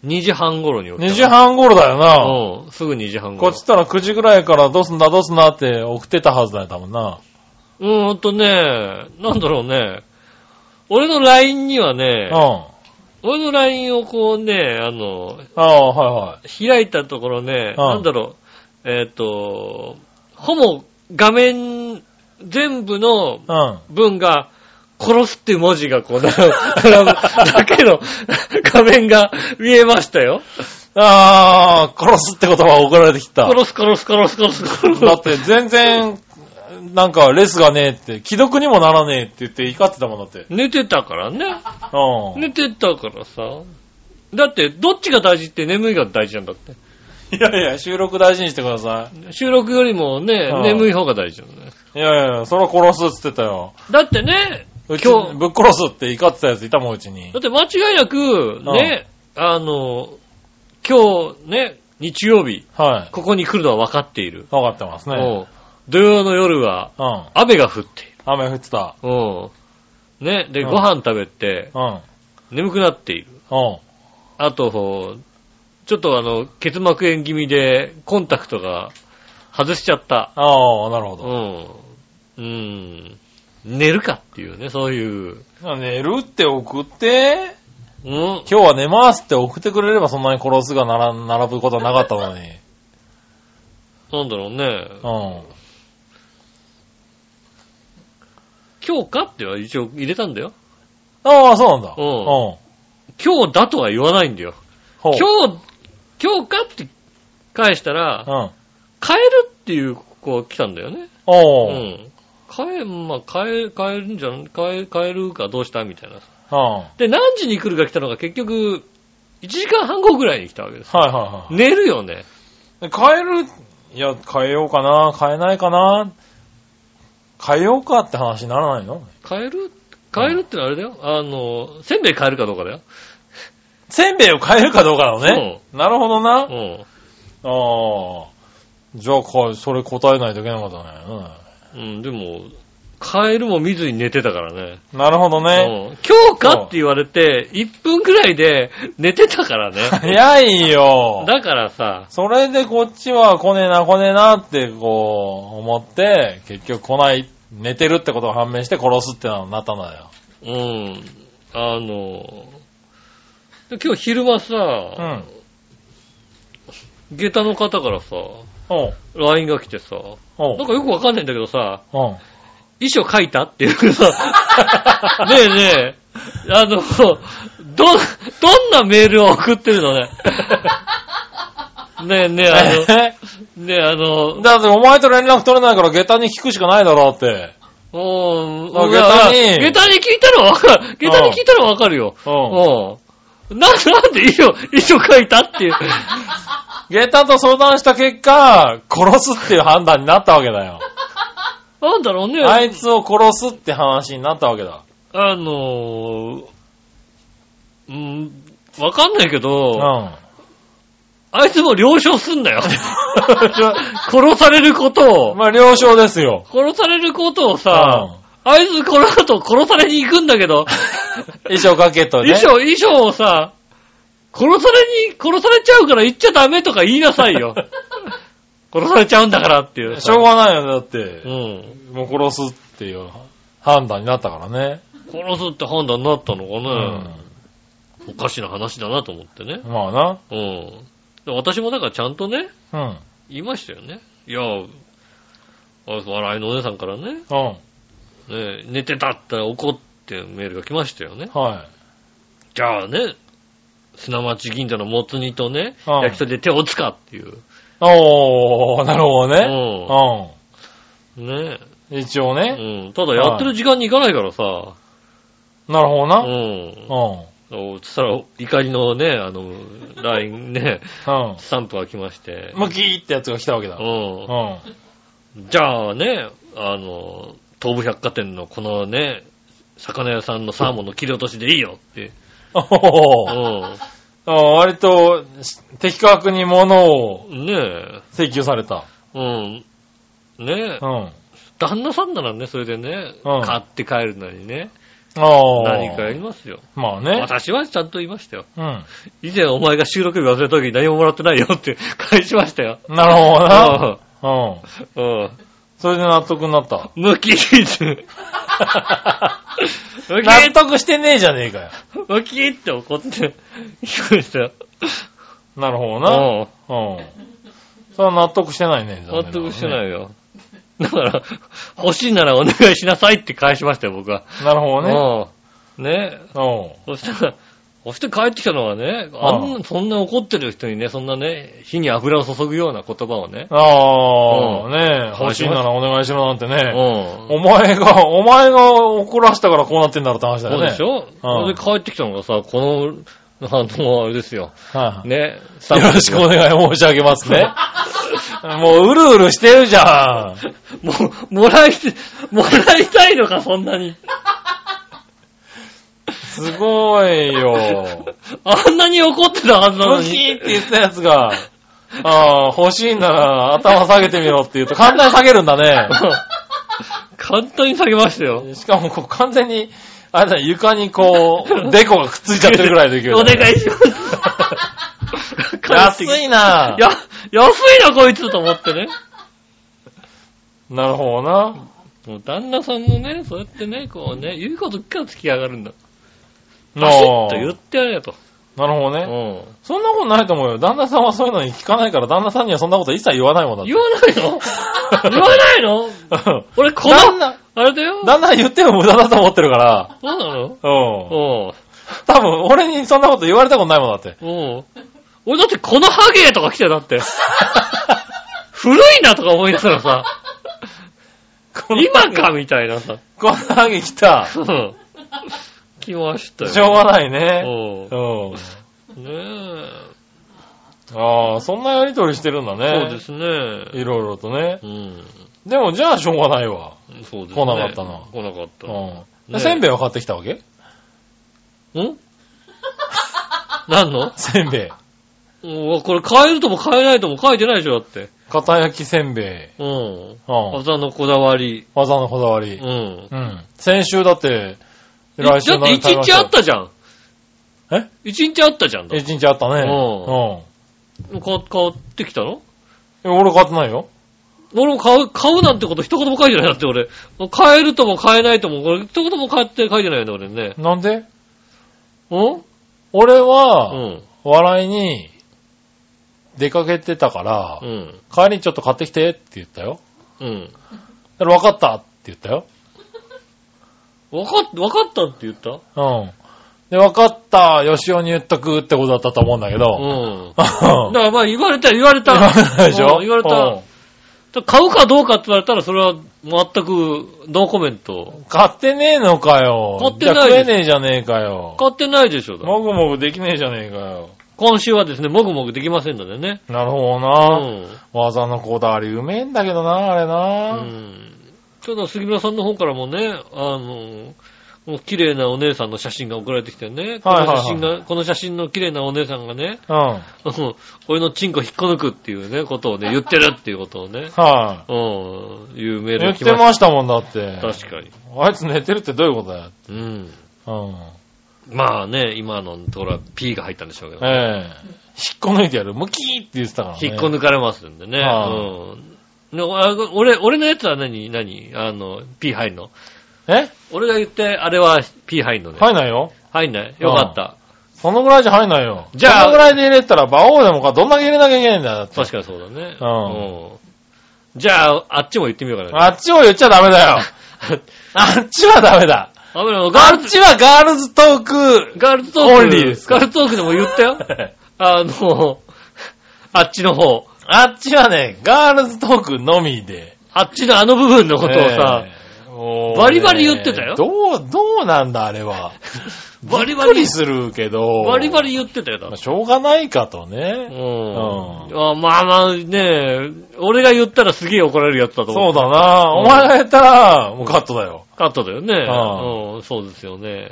Speaker 2: 2時半頃に起きた。
Speaker 3: ?2 時半頃だよな。
Speaker 2: うん、すぐ2時半
Speaker 3: こ
Speaker 2: 頃。
Speaker 3: っちったら9時ぐらいからどうすんだどうすんだって送ってたはずだよ、多分な。
Speaker 2: うーんとね、なんだろうね。俺の LINE にはね
Speaker 3: うん。、あ
Speaker 2: 俺の LINE をこうね、あの、
Speaker 3: あ、は
Speaker 2: 開いたところね、
Speaker 3: うん
Speaker 2: なんだろう、えっ、と、ほぼ画面全部の
Speaker 3: いはい。
Speaker 2: 文が、殺すっていう文字が こう、なだけの画面が見えましたよ。
Speaker 3: うん。ああ、殺すって言葉が送られてきた。
Speaker 2: 殺す殺す殺す殺す殺す。
Speaker 3: だって全然、なんかレスがねえって、既読にもならねえって言って怒ってたもんだって。
Speaker 2: 寝てたからね。
Speaker 3: うん。
Speaker 2: 寝てたからさ。だって、どっちが大事って眠いが大事なんだって。
Speaker 3: いやいや、収録大事にしてくださ
Speaker 2: 収録よりもね
Speaker 3: う、ん
Speaker 2: 眠い方が大事なんだよ。
Speaker 3: い。いやいや、それは殺すって言ってたよ。
Speaker 2: だってね、
Speaker 3: うち
Speaker 2: 今日
Speaker 3: ぶっ殺すって怒ってたやついたもん、うちに
Speaker 2: だっ。て間違いなく、ね、あの、今日ね、日曜日、
Speaker 3: は
Speaker 2: ここに来るのは分かっている。
Speaker 3: い。わかってますね。
Speaker 2: うん土曜の夜は
Speaker 3: うん。
Speaker 2: 雨が降っている。
Speaker 3: 雨降ってた。
Speaker 2: うんね、で、
Speaker 3: うん
Speaker 2: ご飯食べて
Speaker 3: うん。うん。
Speaker 2: 眠くなっている。あと、ちょっとあの、結膜炎気味でコンタクトが外しちゃった。
Speaker 3: ああ、なるほ
Speaker 2: う
Speaker 3: ど。
Speaker 2: ん。うん。寝るかっていうね、そういう。
Speaker 3: 寝るって送って、
Speaker 2: うん
Speaker 3: 今日は寝ますって送ってくれればそんなに殺すがなら並ぶことはなかった のに。
Speaker 2: なんだろうね。
Speaker 3: うん。
Speaker 2: 今日かっては一応入れたんだよ。
Speaker 3: ああ、そうなんだ。
Speaker 2: うん
Speaker 3: うん。ほ
Speaker 2: 今日だとは言わないんだよ。
Speaker 3: う
Speaker 2: 今日、今日かって返したら、
Speaker 3: うん。
Speaker 2: 変えるっていう子が来たんだよね。う
Speaker 3: おー。
Speaker 2: ん。変え、まあ、変え、変えるんじゃん、変え、変えるかどうしたみたいな。
Speaker 3: うん。はい
Speaker 2: で、何時に来るか来たのが結局、1時間半後ぐらいに来たわけです。
Speaker 3: はいはい。
Speaker 2: 寝るよね。
Speaker 3: 変える、いや、変えようかな、変えないかな、変えようかって話にならないの
Speaker 2: 変える変えるってのはあれだよ。あの、せんべい変えるかどうかだよ。
Speaker 3: せんべいを変えるかどうかなのね。なるほどな。あ
Speaker 2: うん。
Speaker 3: あ。じゃあ、かそれ答えないといけなかった
Speaker 2: う
Speaker 3: ね。
Speaker 2: ん、でも、変えるも見ずに寝てたからね。
Speaker 3: うん。なるほど
Speaker 2: う
Speaker 3: ね。
Speaker 2: ん。今日かって言われて、1分くらいで寝てたからね。
Speaker 3: 早いよ。
Speaker 2: だからさ、
Speaker 3: それでこっちは来ねえな、来ねえなってこう、思って、結局来ない、寝てるってことが判明して殺すってのになったんだよ。
Speaker 2: うん、あの、で今日昼間
Speaker 3: う
Speaker 2: さ、
Speaker 3: ん。
Speaker 2: 下駄の方からさ、
Speaker 3: おう。
Speaker 2: LINE が来てさ、
Speaker 3: おう
Speaker 2: なん。かよくわかんないんだけどさ、
Speaker 3: うん。
Speaker 2: 遺書書いたっていうさ、 ねえねえ、あの、ど、どんなメールを送ってるのね。ねえねえ、 あの、ねえあの、
Speaker 3: だってお前と連絡取れないから下駄に聞くしかないだろうって。
Speaker 2: おー、
Speaker 3: あ
Speaker 2: いや
Speaker 3: 下駄
Speaker 2: 下
Speaker 3: に
Speaker 2: 駄に聞いたらわかる。下駄に聞いたらわかるよ。
Speaker 3: う
Speaker 2: う
Speaker 3: ん。
Speaker 2: ん。な、 なんで衣装、衣装書いたっていう。
Speaker 3: 下駄と相談した結果、殺すっていう判断になったわけだよ。
Speaker 2: なんだろうね。
Speaker 3: あいつを殺すって話になったわけだ。
Speaker 2: あのー、うん、わかんないけ
Speaker 3: う
Speaker 2: ど、
Speaker 3: ん。
Speaker 2: あいつも了承すんだよ。殺されることを、
Speaker 3: まあ、了承ですよ。
Speaker 2: 殺されることを
Speaker 3: うん
Speaker 2: さ、。あいつこの後殺されに行くんだけ ど、
Speaker 3: 衣装かけとね。
Speaker 2: 衣装、衣装をさ、殺されに、殺されちゃうから行っちゃダメとか言いなさい よ。殺されちゃうんだからっていう
Speaker 3: しょうがないよね、だって
Speaker 2: う。ん。
Speaker 3: もう殺すっていう判断になったからね。
Speaker 2: 殺すって判断になったのか
Speaker 3: う
Speaker 2: ね、おかしな話だなと思ってね。
Speaker 3: まあ
Speaker 2: うん。で私もだからちゃんとね、
Speaker 3: な。うん。
Speaker 2: 言いましたよね。いや、あ笑いのお姉さんからね、
Speaker 3: うん。
Speaker 2: ね寝てたって怒ってメールが来ましたよね。
Speaker 3: はい。
Speaker 2: じゃあね、砂町銀座のもつ煮とね、
Speaker 3: うん
Speaker 2: 焼き鳥で手をつかっていう。
Speaker 3: おー、なる
Speaker 2: う
Speaker 3: ほどね。
Speaker 2: ん。
Speaker 3: う
Speaker 2: ね
Speaker 3: ん。一応
Speaker 2: え。う
Speaker 3: ね。
Speaker 2: ん。ただやってる時間に行かないからさ。
Speaker 3: なるほど
Speaker 2: う
Speaker 3: な。
Speaker 2: ん。
Speaker 3: うん。
Speaker 2: そうそしたら、怒りのね、あの、LINE ね、
Speaker 3: うん。
Speaker 2: スタンプが来まして。
Speaker 3: ムキーってやつが来たわけだ。
Speaker 2: うん
Speaker 3: う。ん。
Speaker 2: じゃあね、あの、東武百貨店のこのね、魚屋さんのサーモンの切り落としでいいよって。
Speaker 3: お
Speaker 2: う
Speaker 3: ーあ割と、し的確に物を
Speaker 2: ん。ねえ。
Speaker 3: 請求された。
Speaker 2: うん。ねえ
Speaker 3: う。ん。
Speaker 2: 旦那さんならね、それでね、
Speaker 3: うん
Speaker 2: 買って帰るのにね、
Speaker 3: ああ。
Speaker 2: 何かやりますよ。
Speaker 3: まあね。
Speaker 2: 私はちゃんと言いましたよ。
Speaker 3: うん。
Speaker 2: 以前お前が収録日忘れた時に何ももらってないよって返しましたよ。
Speaker 3: なるほどな。
Speaker 2: う
Speaker 3: うん。
Speaker 2: ん。うん。
Speaker 3: それで納得になった。
Speaker 2: 無機 質。無機
Speaker 3: 納得してねえじゃねえかよ。
Speaker 2: 無機って怒って、言いましたよ。
Speaker 3: なるほどな。
Speaker 2: うん。
Speaker 3: うん。それは納得してないね。
Speaker 2: 納得して
Speaker 3: い。
Speaker 2: ないよ。だから、欲しいならお願いしなさいって返しましたよ、僕は。
Speaker 3: なるほどね。
Speaker 2: うん。ね。
Speaker 3: う
Speaker 2: そ
Speaker 3: ん。
Speaker 2: したら、そして帰ってきたのはね、あん
Speaker 3: う
Speaker 2: な、そんな怒ってる人にね、そんなね、火に油を注ぐような言葉をね。
Speaker 3: あ
Speaker 2: う
Speaker 3: あ、ねえ、欲しいならお願いしろなんて
Speaker 2: う
Speaker 3: ね。
Speaker 2: ん。
Speaker 3: お前が、お前が怒らせたからこうなってんだろって話
Speaker 2: そ
Speaker 3: だよ
Speaker 2: う
Speaker 3: ね。
Speaker 2: でしょそれで帰ってきたのがさ、この、あの、あれですよ。
Speaker 3: はい
Speaker 2: ね。
Speaker 3: よろしくお願い申し上げます ね。もううるうるしてるじゃん。
Speaker 2: もう、もらい、もらいたいのか、そんなに。
Speaker 3: すごいよ。
Speaker 2: あんなに怒ってたはずなの
Speaker 3: 無
Speaker 2: に。
Speaker 3: キーって言ったやつが、ああ、欲しいなら頭下げてみろって言うと簡単に下げるんだね。
Speaker 2: 簡単に下げましたよ。
Speaker 3: しかもこう完全に、あれだね、床にこ う、デコがくっついちゃってるぐらいできる、
Speaker 2: お願
Speaker 3: い。
Speaker 2: いします。
Speaker 3: 安いな
Speaker 2: や、安いな、こいつと思ってね。
Speaker 3: なるほどな。
Speaker 2: もう旦那さんのね、そうやってね、こうね、言うことから付き上がるんだ。
Speaker 3: な
Speaker 2: パシッと言ってやれよと。
Speaker 3: なるほど
Speaker 2: う
Speaker 3: ね。
Speaker 2: ん。
Speaker 3: そんなことないと思うよ。旦那さんはそういうのに聞かないから、旦那さんにはそんなこと一切言わないもんだって
Speaker 2: 言わない の言わないの俺、こ
Speaker 3: 旦
Speaker 2: の、
Speaker 3: 那、
Speaker 2: あれだよ。
Speaker 3: 旦那は言っても無駄だと思ってるから。
Speaker 2: そうなの
Speaker 3: うん。
Speaker 2: うん。
Speaker 3: 多分、俺にそんなこと言われたことないもんだって。
Speaker 2: うん。俺だってこのハゲとか来てだ って。古いなとか思いながらさ、 今かみたいなさ。
Speaker 3: こんなハゲ来た。
Speaker 2: うん。来ましたよ。
Speaker 3: しょうがないね。
Speaker 2: うん
Speaker 3: うん。
Speaker 2: ねえ。
Speaker 3: ああ、そんなやりとりしてるんだね。
Speaker 2: そうです
Speaker 3: い
Speaker 2: ね。
Speaker 3: ろいろとね。
Speaker 2: うん。
Speaker 3: でも、じゃあしょうがないわ。
Speaker 2: そうですね。
Speaker 3: 来なかったな
Speaker 2: 来なかっ
Speaker 3: う
Speaker 2: た。
Speaker 3: ん。
Speaker 2: ね
Speaker 3: せんべいを買ってきたわけ
Speaker 2: ん 何の
Speaker 3: せんべい。
Speaker 2: うんこれ買えるとも買えないとも書いてないでしょ、だって。
Speaker 3: 片焼きせんべい。
Speaker 2: うん。
Speaker 3: うん。
Speaker 2: 技のこだわり。
Speaker 3: 技のこだわ
Speaker 2: う
Speaker 3: り。
Speaker 2: ん。
Speaker 3: うん。先週だって、
Speaker 2: だって
Speaker 3: 来週の
Speaker 2: 一日あったじゃん。
Speaker 3: え
Speaker 2: 一日あったじゃんだ。
Speaker 3: 一日あったね。
Speaker 2: 買買ってきたの
Speaker 3: うん。え俺買ってないよ。
Speaker 2: 俺も買う、買うなんてこと一言も書いてないだって俺。買えるとも買えないとも、これ一言も買って書いてないよね、俺ね。
Speaker 3: なんで
Speaker 2: うん
Speaker 3: 俺
Speaker 2: う
Speaker 3: は、
Speaker 2: ん。
Speaker 3: 笑いに、出かけてたから、
Speaker 2: うん。
Speaker 3: 帰りにちょっと買ってきてって言ったよ。
Speaker 2: うん。
Speaker 3: だから分かったって言ったよ。
Speaker 2: わかっ、わかったって言った
Speaker 3: うん。で、分かった、吉尾に言っとくってことだったと思うんだけど。
Speaker 2: うん。
Speaker 3: うん
Speaker 2: だからまあ言われた、言われた。
Speaker 3: 言われたでしょ
Speaker 2: うん言われた。だから買うかどうかって言われたら、それは全くノーコメント。
Speaker 3: 買ってねえのかよ。
Speaker 2: 買ってない
Speaker 3: じゃあ
Speaker 2: です
Speaker 3: 食えねえじゃねえかよ。
Speaker 2: 買ってないでしょ、だって
Speaker 3: もぐもぐできねえじゃねえかよ。
Speaker 2: 今週はですね、もぐもぐできませんのでね。
Speaker 3: なるほど
Speaker 2: う
Speaker 3: な。
Speaker 2: ん。
Speaker 3: 技のこだわりうめえんだけどな、あれ
Speaker 2: う
Speaker 3: な。
Speaker 2: ん。ただ、杉村さんの方からもね、あの、もう綺麗なお姉さんの写真が送られてきてね、こ
Speaker 3: はいは
Speaker 2: の
Speaker 3: いはい
Speaker 2: 写真が、この写真の綺麗なお姉さんがね、
Speaker 3: うん。はい、
Speaker 2: うん俺のチンコ引っこ抜くっていうね、ことをね、言ってるっていうことをね、うん、いうメール
Speaker 3: 言
Speaker 2: が
Speaker 3: っ
Speaker 2: 来
Speaker 3: て
Speaker 2: ま
Speaker 3: ましたもんだって。
Speaker 2: した。確かに。
Speaker 3: あいつ寝てるってどういうことだよ。
Speaker 2: うん。
Speaker 3: うん。
Speaker 2: まあね、今のところは P が入ったんでしょうけど、
Speaker 3: ええ引っこ抜いてやる。ムキーって言ってたからね。
Speaker 2: 引っこ抜かれますんでね。
Speaker 3: は
Speaker 2: うん。であ俺、俺のやつは何何あの、P 入んの
Speaker 3: え
Speaker 2: 俺が言って、あれは P 入んのね。
Speaker 3: 入んないよ。
Speaker 2: 入んないよかった。
Speaker 3: そのぐらいじゃ入んないよ。
Speaker 2: じゃあ
Speaker 3: そのぐらいで入れたら、馬王でもか、どんだけ入れなきゃいけないんだよ。だって
Speaker 2: 確かにそうだね。
Speaker 3: う
Speaker 2: うん。じゃあ、あっちも言ってみようかな。
Speaker 3: あっちを言っちゃダメだよ。あっちはダメだ。
Speaker 2: あ、危ないガ
Speaker 3: あ
Speaker 2: ー
Speaker 3: っ
Speaker 2: ルズ、
Speaker 3: ちはガールズトーク。
Speaker 2: ガールズトーク。
Speaker 3: オンリーです
Speaker 2: ガールズトークでも言った よ。あの、あっちの方。
Speaker 3: あっちはね、ガールズトークのみで。
Speaker 2: あっちのあの部分のことをさ
Speaker 3: え、えもうね
Speaker 2: バリバリ言ってたよ
Speaker 3: どう、どうなんだ、あれは。
Speaker 2: バリバ
Speaker 3: びっく
Speaker 2: リ
Speaker 3: り、するけど。
Speaker 2: バリバリ言ってたよ、だっ
Speaker 3: まあ
Speaker 2: て
Speaker 3: しょうがないかと
Speaker 2: う
Speaker 3: ね。
Speaker 2: ん。あまあまあね、俺が言ったらすげえ怒られるやつだと
Speaker 3: そ
Speaker 2: 思
Speaker 3: う
Speaker 2: う。
Speaker 3: だな。お前がやったら、もうカットだよ。
Speaker 2: カットだよね。
Speaker 3: あ
Speaker 2: うん、そうですよね。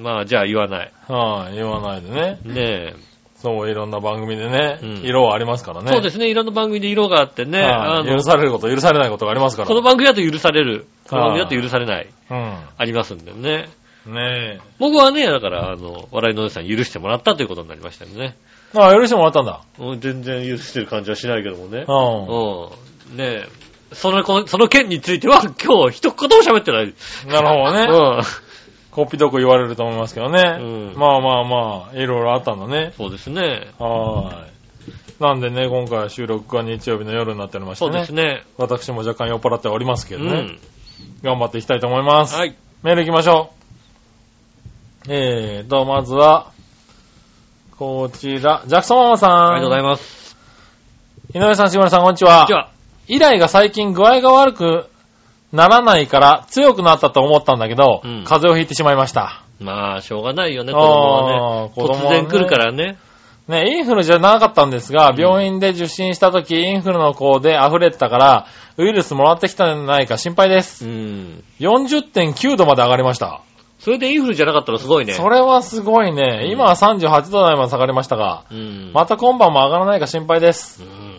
Speaker 2: まあ、じゃあ言わない。
Speaker 3: はい、言わないでね。
Speaker 2: ねえ。
Speaker 3: そう、いろんな番組でね、
Speaker 2: うん
Speaker 3: 色はありますからね。
Speaker 2: そうですね、いろんな番組で色があってね、
Speaker 3: はい
Speaker 2: あの
Speaker 3: 許、されること、許されないことがありますから。
Speaker 2: この番組だと許される。この番組だと許されない。
Speaker 3: う
Speaker 2: ありますんでね。
Speaker 3: ん。ねえ。
Speaker 2: 僕はね、だから、あの、笑いのおじさん許してもらったということになりましたよね。
Speaker 3: あ、許してもらったんだ。
Speaker 2: うん全然許してる感じはしないけどもね。
Speaker 3: う
Speaker 2: うん。ねえ。そのこ、その件については今日一言も喋ってない。
Speaker 3: ん。なるほど
Speaker 2: う
Speaker 3: ね。
Speaker 2: ん。
Speaker 3: こっぴどく言われると思いますけどね。
Speaker 2: うん
Speaker 3: まあまあまあ、いろいろあったんだね。
Speaker 2: そうですね。
Speaker 3: はーい。なんでね、今回は収録が日曜日の夜になっておりまして
Speaker 2: そう
Speaker 3: ね。
Speaker 2: ですね。
Speaker 3: 私も若干酔っ払っておりますけ
Speaker 2: う
Speaker 3: どね。
Speaker 2: ん。
Speaker 3: 頑張っていきたいと思います。
Speaker 2: はい。
Speaker 3: メール行きましょう。えーと、まずは、こちら、ジャクソンママさん。
Speaker 2: ありがとうございます。
Speaker 3: 井上さん、志村さん、こんにちは。
Speaker 2: じゃあ、
Speaker 3: 以来が最近具合が悪くならないから強くなったと思ったんだけど、
Speaker 2: うん
Speaker 3: 風邪をひいてしまいました。
Speaker 2: まあ、しょうがないよね、子供はね。
Speaker 3: あー子供は
Speaker 2: 突
Speaker 3: ね
Speaker 2: 然来るからね。
Speaker 3: ね、インフルじゃなかったんですが
Speaker 2: う、ん
Speaker 3: 病院で受診した時、インフルの子で溢れてたから、ウイルスもらってきたんじゃないか心配です。
Speaker 2: うん。
Speaker 3: 40.9度まで上がりました。
Speaker 2: それでインフルじゃなかったらすごいね。
Speaker 3: それはすごいね。今は38度台まで下がりましたが、
Speaker 2: うん。
Speaker 3: また今晩も上がらないか心配です。
Speaker 2: うん。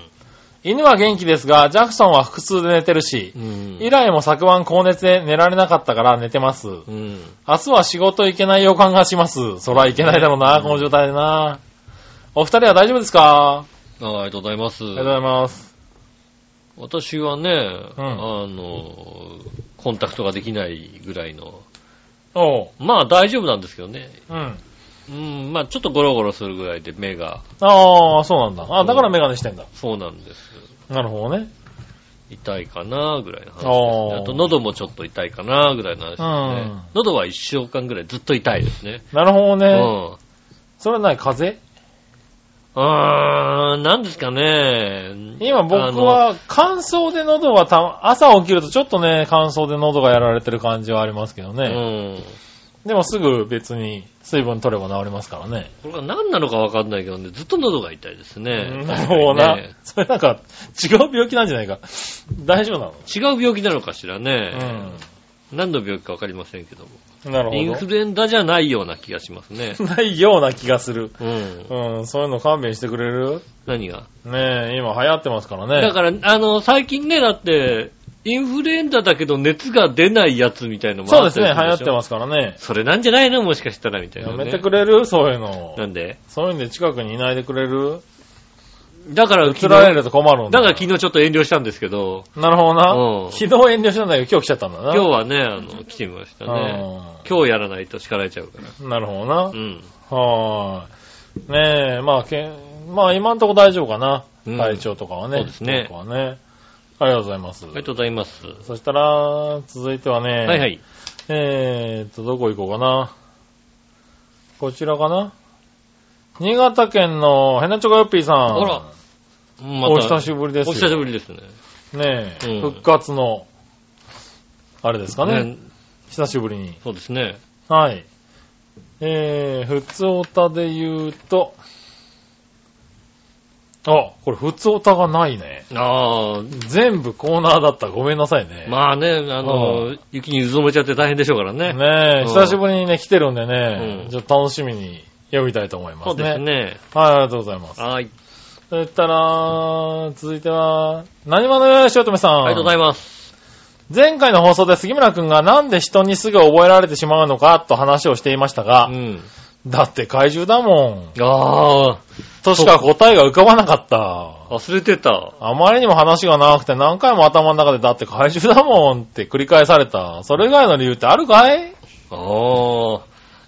Speaker 3: 犬は元気ですが、ジャクソンは腹痛で寝てるし
Speaker 2: う、ん。
Speaker 3: 以来も昨晩高熱で寝られなかったから寝てます。
Speaker 2: うん。
Speaker 3: 明日は仕事行けない予感がします。そら行けないだろうな、
Speaker 2: うん
Speaker 3: この状態でな。お二人は大丈夫です
Speaker 2: あ
Speaker 3: か、
Speaker 2: ーありがとうございます。
Speaker 3: ありがとうございます。
Speaker 2: 私はね、
Speaker 3: うん
Speaker 2: あの、コンタクトができないぐらいの。
Speaker 3: おう。
Speaker 2: まあ大丈夫なんですけどね。
Speaker 3: うん。
Speaker 2: うん、まあちょっとゴロゴロするぐらいで目が、
Speaker 3: ああ、そうなんだ。あだからメガネしてんだ。
Speaker 2: そうなんです。
Speaker 3: なるほどね。
Speaker 2: 痛いかなぐらいの話です
Speaker 3: お
Speaker 2: ね。
Speaker 3: ー
Speaker 2: あと喉もちょっと痛いかなぐらいの話です
Speaker 3: うん
Speaker 2: ね。喉は一週間ぐらいずっと痛いですね。
Speaker 3: なるほど
Speaker 2: う
Speaker 3: ね。
Speaker 2: ん。
Speaker 3: それは何風邪
Speaker 2: あー、なんですかね。
Speaker 3: 今僕は乾燥で喉はた、朝起きるとちょっとね、乾燥で喉がやられてる感じはありますけど
Speaker 2: あ
Speaker 3: ね。
Speaker 2: の、うん。
Speaker 3: でもすぐ別に水分取れば治りますからね。
Speaker 2: これが何なのかわかんないけどね、ずっと喉が痛いですね。
Speaker 3: なるほどな
Speaker 2: ね。
Speaker 3: それなんか違う病気なんじゃないか。大丈夫なの
Speaker 2: 違う病気なのかしらね。何の病気かわかりませんけども。
Speaker 3: うん。なる
Speaker 2: イン
Speaker 3: ほ
Speaker 2: フルエンザじゃないような気がします ね。
Speaker 3: ど。ないような気がする。
Speaker 2: うん。
Speaker 3: うん、そういうの勘弁してくれる
Speaker 2: 何が。
Speaker 3: ねえ、今流行ってますからね。
Speaker 2: だから、あの、最近ね、だって、インフルエンザだけど熱が出ないやつみたいのも
Speaker 3: そうですね、流行
Speaker 2: あ
Speaker 3: ったて
Speaker 2: りるでしょ
Speaker 3: ますからね。
Speaker 2: それなんじゃないのもしかしたらみたいな、
Speaker 3: や
Speaker 2: ね。
Speaker 3: めてくれるそういうの。
Speaker 2: なんで
Speaker 3: そういうんで近くにいないでくれる
Speaker 2: だから、
Speaker 3: 映
Speaker 2: 昨
Speaker 3: られ
Speaker 2: 日、
Speaker 3: ると困るん
Speaker 2: だ
Speaker 3: だ。
Speaker 2: から昨日ちょっと遠慮したんですけど、
Speaker 3: なるほど
Speaker 2: うん
Speaker 3: な。昨日遠慮したんだけど今日来ちゃったんだな。
Speaker 2: 今日はね、あの、来てみましたね。今日やらないと叱られちゃうから。
Speaker 3: うんなるほどな
Speaker 2: う。ん。
Speaker 3: はーい。ねえ、まあ、けまあ今んとこ大丈夫かな。
Speaker 2: うん
Speaker 3: 体調とかはね。
Speaker 2: そうですね
Speaker 3: 僕はね。ありがとうございます。
Speaker 2: ありがとうございます。は
Speaker 3: そしたら、続いてはね。
Speaker 2: いはい。
Speaker 3: えーっと、どこ行こうかな。こちらかな。新潟県のヘナチョコヨッピーさん。
Speaker 2: あらま
Speaker 3: お久しぶりですよ
Speaker 2: お久しぶりですね。
Speaker 3: ねえ、
Speaker 2: うん
Speaker 3: 復活の、あれですかね。
Speaker 2: ね
Speaker 3: 久しぶりに。
Speaker 2: そうですね。
Speaker 3: はい。えー、ふつおたで言うと、あ、これふつおたがないね。
Speaker 2: ああ、
Speaker 3: 全部コーナーだった。ごめんなさいね。
Speaker 2: まあね、あの、雪にうずもれちゃって大変でしょうからね。
Speaker 3: ね
Speaker 2: う
Speaker 3: え、
Speaker 2: ん
Speaker 3: 久しぶりにね、来てるんでね、
Speaker 2: うん
Speaker 3: ちょっと楽しみに読みたいと思いま
Speaker 2: そう
Speaker 3: すね。
Speaker 2: ですね。
Speaker 3: はい、ありがとうございます。
Speaker 2: はい。
Speaker 3: そしたら、続いては、何者よ、しおとめさん。
Speaker 2: ありがとうございます。
Speaker 3: 前回の放送で杉村くんがなんで人にすぐ覚えられてしまうのかと話をしていましたが、
Speaker 2: うん。
Speaker 3: だって怪獣だもん。
Speaker 2: ああ、
Speaker 3: としか答えが浮かばなかった。
Speaker 2: 忘れてた。
Speaker 3: あまりにも話が長くて何回も頭の中でだって怪獣だもんって繰り返された。それ以外の理由ってあるかい
Speaker 2: ああ。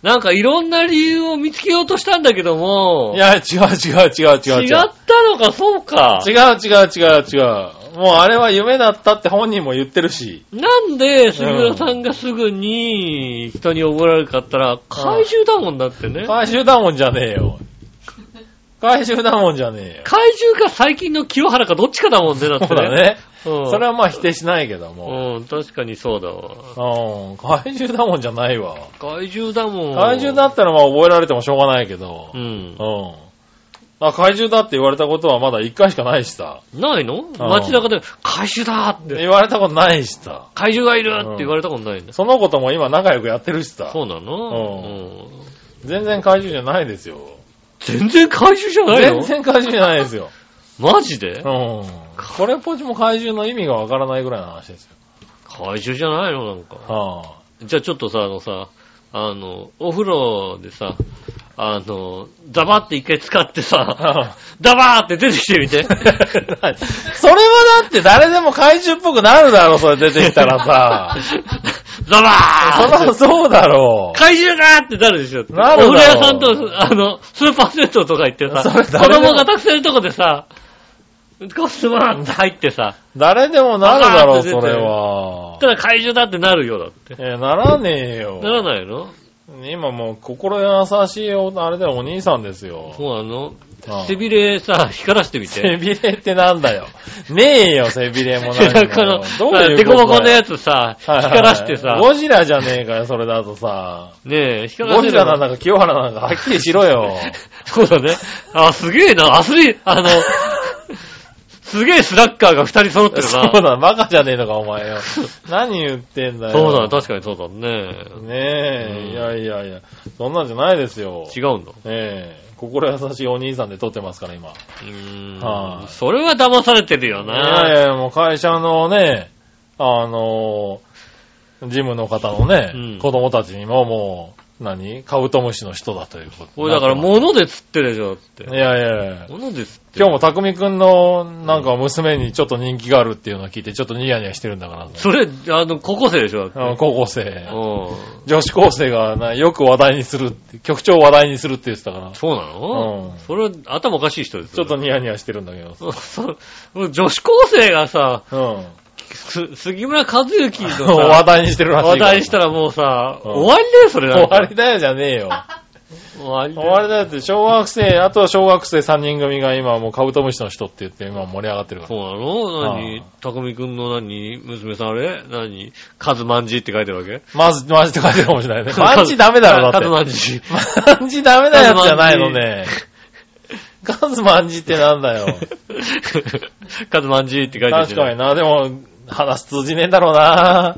Speaker 2: なんかいろんな理由を見つけようとしたんだけども、
Speaker 3: いや、違う違う違う違う違う。
Speaker 2: 違ったのか、そうか。
Speaker 3: 違う違う違う違う。もうあれは夢だったって本人も言ってるし。
Speaker 2: なんで、杉村さんがすぐに人に怒られるかったら、怪獣だもんだってね。
Speaker 3: 怪獣だもんじゃねえよ。怪獣だもんじゃねえよ。
Speaker 2: 怪獣か最近の清原かどっちかだもんね、だって
Speaker 3: そうだ。ね。
Speaker 2: うん
Speaker 3: それはまあ否定しないけども。
Speaker 2: うん、確かにそうだわ。
Speaker 3: うん、怪獣だもんじゃないわ。
Speaker 2: 怪獣だもん。
Speaker 3: 怪獣だったらまあ覚えられてもしょうがないけど
Speaker 2: う。ん
Speaker 3: う。ん。あ、怪獣だって言われたことはまだ一回しかないしさ。
Speaker 2: ないの街中で、怪獣だって。
Speaker 3: 言われたことないしさ。
Speaker 2: 怪獣がいるって言われたことないんだ。
Speaker 3: そのことも今仲良くやってるしさ。
Speaker 2: そうなのうん。
Speaker 3: 全然怪獣じゃないですよ。
Speaker 2: 全然怪獣じゃない
Speaker 3: 全
Speaker 2: の
Speaker 3: 然怪獣じゃないです よ。
Speaker 2: マジで
Speaker 3: うん。これっぽっちも怪獣の意味がわからないぐらいの話ですよ。
Speaker 2: 怪獣じゃないのなんか。
Speaker 3: は
Speaker 2: じゃあちょっとさ、あのさ、あの、お風呂でさ、あの、ザバって一回使ってさ、
Speaker 3: あ、
Speaker 2: ザバーって出てきて みて。
Speaker 3: それはだって誰でも怪獣っぽくなるだろ、それ出てきた らさ。
Speaker 2: ザ
Speaker 3: そ
Speaker 2: バー
Speaker 3: らそうだろう。
Speaker 2: 怪獣だーってなるでしょ。
Speaker 3: なるだろう
Speaker 2: お風呂屋さんと、あの、スーパー銭湯とか行ってさ、
Speaker 3: それ
Speaker 2: 子
Speaker 3: 誰でも
Speaker 2: 供がたくさんいるとこでさ、ゴスバーンって入ってさ、
Speaker 3: 誰でもなるだろ
Speaker 2: バ
Speaker 3: う、
Speaker 2: カーって出て
Speaker 3: それ は
Speaker 2: た。だ怪獣だってなるよだって。
Speaker 3: えー、ならねえよ。
Speaker 2: ならないの
Speaker 3: 今もう心優しいお、あれだよ、お兄さんですよ。
Speaker 2: そうなの
Speaker 3: ああ
Speaker 2: 背びれさ、光らしてみて。
Speaker 3: 背びれってなんだよ。 ねえよ、背び れも
Speaker 2: 背
Speaker 3: 何
Speaker 2: 中
Speaker 3: もよ
Speaker 2: の、
Speaker 3: どういう
Speaker 2: デコボ
Speaker 3: こと
Speaker 2: コの
Speaker 3: だよ
Speaker 2: やつさ、
Speaker 3: はいはいはい
Speaker 2: 光らしてさ、
Speaker 3: ゴジラじゃねえかよ、それだとさ。
Speaker 2: ねえ、光ら
Speaker 3: ゴ
Speaker 2: せる
Speaker 3: ジラなんだか清原なんだかはっきりし ろよ。
Speaker 2: そうだね。あ、すげえな。アスリ、あ の、すげえスラッガーが二人揃ってるな。
Speaker 3: そうだ、バカじゃねえのか、お前よ。何言ってんだよ。
Speaker 2: そうだね、確かにそうだね。
Speaker 3: ねえ、
Speaker 2: うん
Speaker 3: いやいやいや、そんなんじゃないですよ。
Speaker 2: 違うんだ。
Speaker 3: ええ心優しいお兄さんで撮ってますから、今。
Speaker 2: うー
Speaker 3: は
Speaker 2: ん。
Speaker 3: い
Speaker 2: それは騙されてるよ
Speaker 3: いや
Speaker 2: な。
Speaker 3: いや、もう会社のね、あのー、事務の方のね、
Speaker 2: うん
Speaker 3: 子供たちにももう、何カブトムシの人だということ。
Speaker 2: これだから物で釣ってるでしょ、だっ
Speaker 3: い
Speaker 2: て。
Speaker 3: やいやいや。
Speaker 2: 物で釣ってる。
Speaker 3: 今日も匠くんの、なんか娘にちょっと人気があるっていうのを聞いて、ちょっとニヤニヤしてるんだから
Speaker 2: それ、あの、高校生でしょ、だって。
Speaker 3: あの。高校生、
Speaker 2: うん。
Speaker 3: 女子高生がな、よく話題にするって、局長を話題にするって言ってたから、ち
Speaker 2: そうなの
Speaker 3: うん
Speaker 2: それ、頭おかしい人です
Speaker 3: ょ
Speaker 2: よ。
Speaker 3: っとニヤニヤしてるんだけど。
Speaker 2: そう、そう、女子高生がさ、
Speaker 3: うん。
Speaker 2: す杉村和幸 の
Speaker 3: 話
Speaker 2: さ、
Speaker 3: 題にし てるらしいから。
Speaker 2: 話題したらもうさ、
Speaker 3: うん
Speaker 2: 終わりだよ、それなん
Speaker 3: 終
Speaker 2: か
Speaker 3: わりだよじゃねえ よ。
Speaker 2: 終わりだ
Speaker 3: 終わりだよって、小学生、あとは小学生3人組が今もうカブトムシの人って言って今盛り上がってるか
Speaker 2: そ
Speaker 3: ら。
Speaker 2: うなの
Speaker 3: あ
Speaker 2: 何たくみくんの何娘さんあれ何カズマンジって書いてるわけ
Speaker 3: まず、 マジって書いてるかもしれないね。マジダメだ ろ、
Speaker 2: カ
Speaker 3: だっ
Speaker 2: ズ
Speaker 3: て。
Speaker 2: マンジ。
Speaker 3: マジダメなやつじゃないのね。カズマンジってなんだよ。
Speaker 2: カズマンジって書いてる じ
Speaker 3: 確
Speaker 2: ゃ
Speaker 3: か
Speaker 2: な
Speaker 3: に
Speaker 2: い。
Speaker 3: な。でも、話通じねえんだろう な。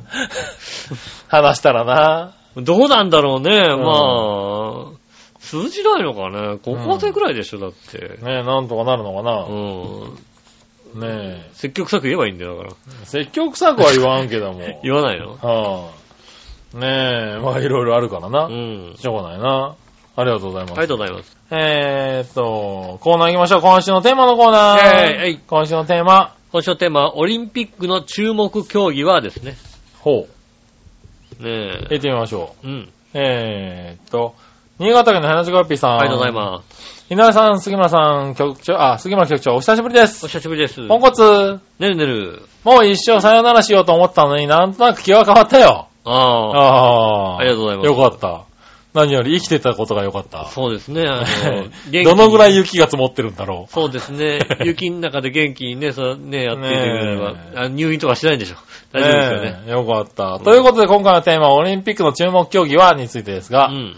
Speaker 3: 話したらな。
Speaker 2: どうなんだろうね、
Speaker 3: ん
Speaker 2: まあ。通じないのかね高校生くらいでしょ、だって。
Speaker 3: ねえ、なんとかなるのか
Speaker 2: うん。
Speaker 3: な。ねえ。
Speaker 2: 積極臭く言えばいいんだよ、だから。
Speaker 3: 積極臭くは言わんけど も。
Speaker 2: 言わないの
Speaker 3: はあ、ねえ、まあいろいろあるからな。
Speaker 2: うん。
Speaker 3: しょうがないな。ありがとうございます。
Speaker 2: ありがとうございます。
Speaker 3: えーっと、コーナー行きましょう。今週のテーマのコーナー。
Speaker 2: はいはい
Speaker 3: 今週のテーマ。
Speaker 2: 今週のテーマは、オリンピックの注目競技はですね。
Speaker 3: ほう。
Speaker 2: ねえ。
Speaker 3: 行ってみましょ
Speaker 2: うん。
Speaker 3: う。えーっと、新潟県のヘナジガッピーさん。
Speaker 2: ありがとうござい
Speaker 3: す。
Speaker 2: ます。
Speaker 3: 稲田さん、杉村さん、局長、あ、杉村局長、お久しぶりで
Speaker 2: お
Speaker 3: す。
Speaker 2: 久しぶりです。
Speaker 3: ポンコツ、
Speaker 2: ねるねる。
Speaker 3: もう一生さよならしようと思ったのになんとなく気が変わったよ。
Speaker 2: ああ。
Speaker 3: ああー。
Speaker 2: ありがとうございます
Speaker 3: よかった。何より生きてたことが良かった。
Speaker 2: そうですね。あの、
Speaker 3: どのぐらい
Speaker 2: 雪
Speaker 3: 雪が積もってるんだろ
Speaker 2: そうです ね。雪の中で元気にね、そうね、やっていてくれれば、
Speaker 3: ねえ
Speaker 2: あ入院とかしないんでしょ。
Speaker 3: う。
Speaker 2: 大丈夫ですよね。
Speaker 3: ねえよかった。ということで今回のテーマはオリンピックの注目競技はについてですが、
Speaker 2: うん。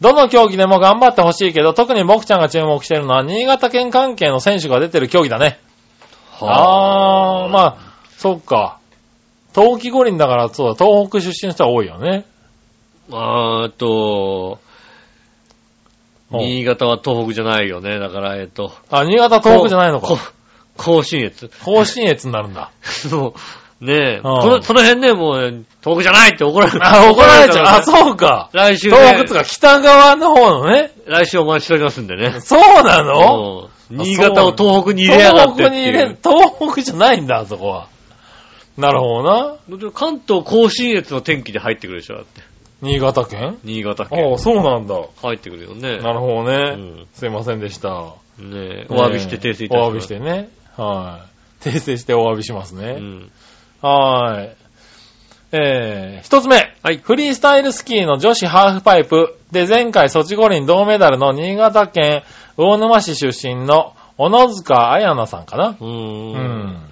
Speaker 3: どの競技でも頑張ってほしいけど、特に僕ちゃんが注目しているのは新潟県関係の選手が出てる競技だね。あー、まあ、そっか。冬季五輪だから、そうだ、東北出身の人は多いよね。
Speaker 2: あーっと、
Speaker 3: うん
Speaker 2: 新潟は東北じゃないよね。だから、えっと。
Speaker 3: あ、新潟東北じゃないの
Speaker 2: こ
Speaker 3: か。。
Speaker 2: 甲信越。
Speaker 3: 甲信越になる んだ。
Speaker 2: そう。ねえ。
Speaker 3: ん
Speaker 2: このその辺ね、もう、東北じゃないって怒られ
Speaker 3: あ、怒られちゃう。あ、
Speaker 2: う。
Speaker 3: そうか。
Speaker 2: 来週ね、
Speaker 3: 東北とか北側の方のね。
Speaker 2: 来週お待ちしておりますんでね。
Speaker 3: そうなの
Speaker 2: うん新潟を東北に入れやがってって
Speaker 3: 東北に
Speaker 2: い
Speaker 3: 入
Speaker 2: う。
Speaker 3: れ、東北じゃないんだ、あそこは。なるほどな。
Speaker 2: 関東甲信越の天気で入ってくるでしょ、だって。
Speaker 3: 新潟県
Speaker 2: 新潟県。
Speaker 3: ああ、そうなんだ。
Speaker 2: 入ってくるよね。
Speaker 3: なるほど
Speaker 2: う
Speaker 3: ね。
Speaker 2: ん
Speaker 3: すいませんでした。
Speaker 2: ねえお詫びして訂正いたします。
Speaker 3: お詫びして。ね。はい。訂正してお詫びします
Speaker 2: う
Speaker 3: ね。
Speaker 2: ん。
Speaker 3: はーい。えー、一つ目。
Speaker 2: はい。
Speaker 3: フリースタイルスキーの女子ハーフパイプで前回ソチ五輪銅メダルの新潟県魚沼市出身の小野塚彩奈さんかな。
Speaker 2: うーん。
Speaker 3: うん。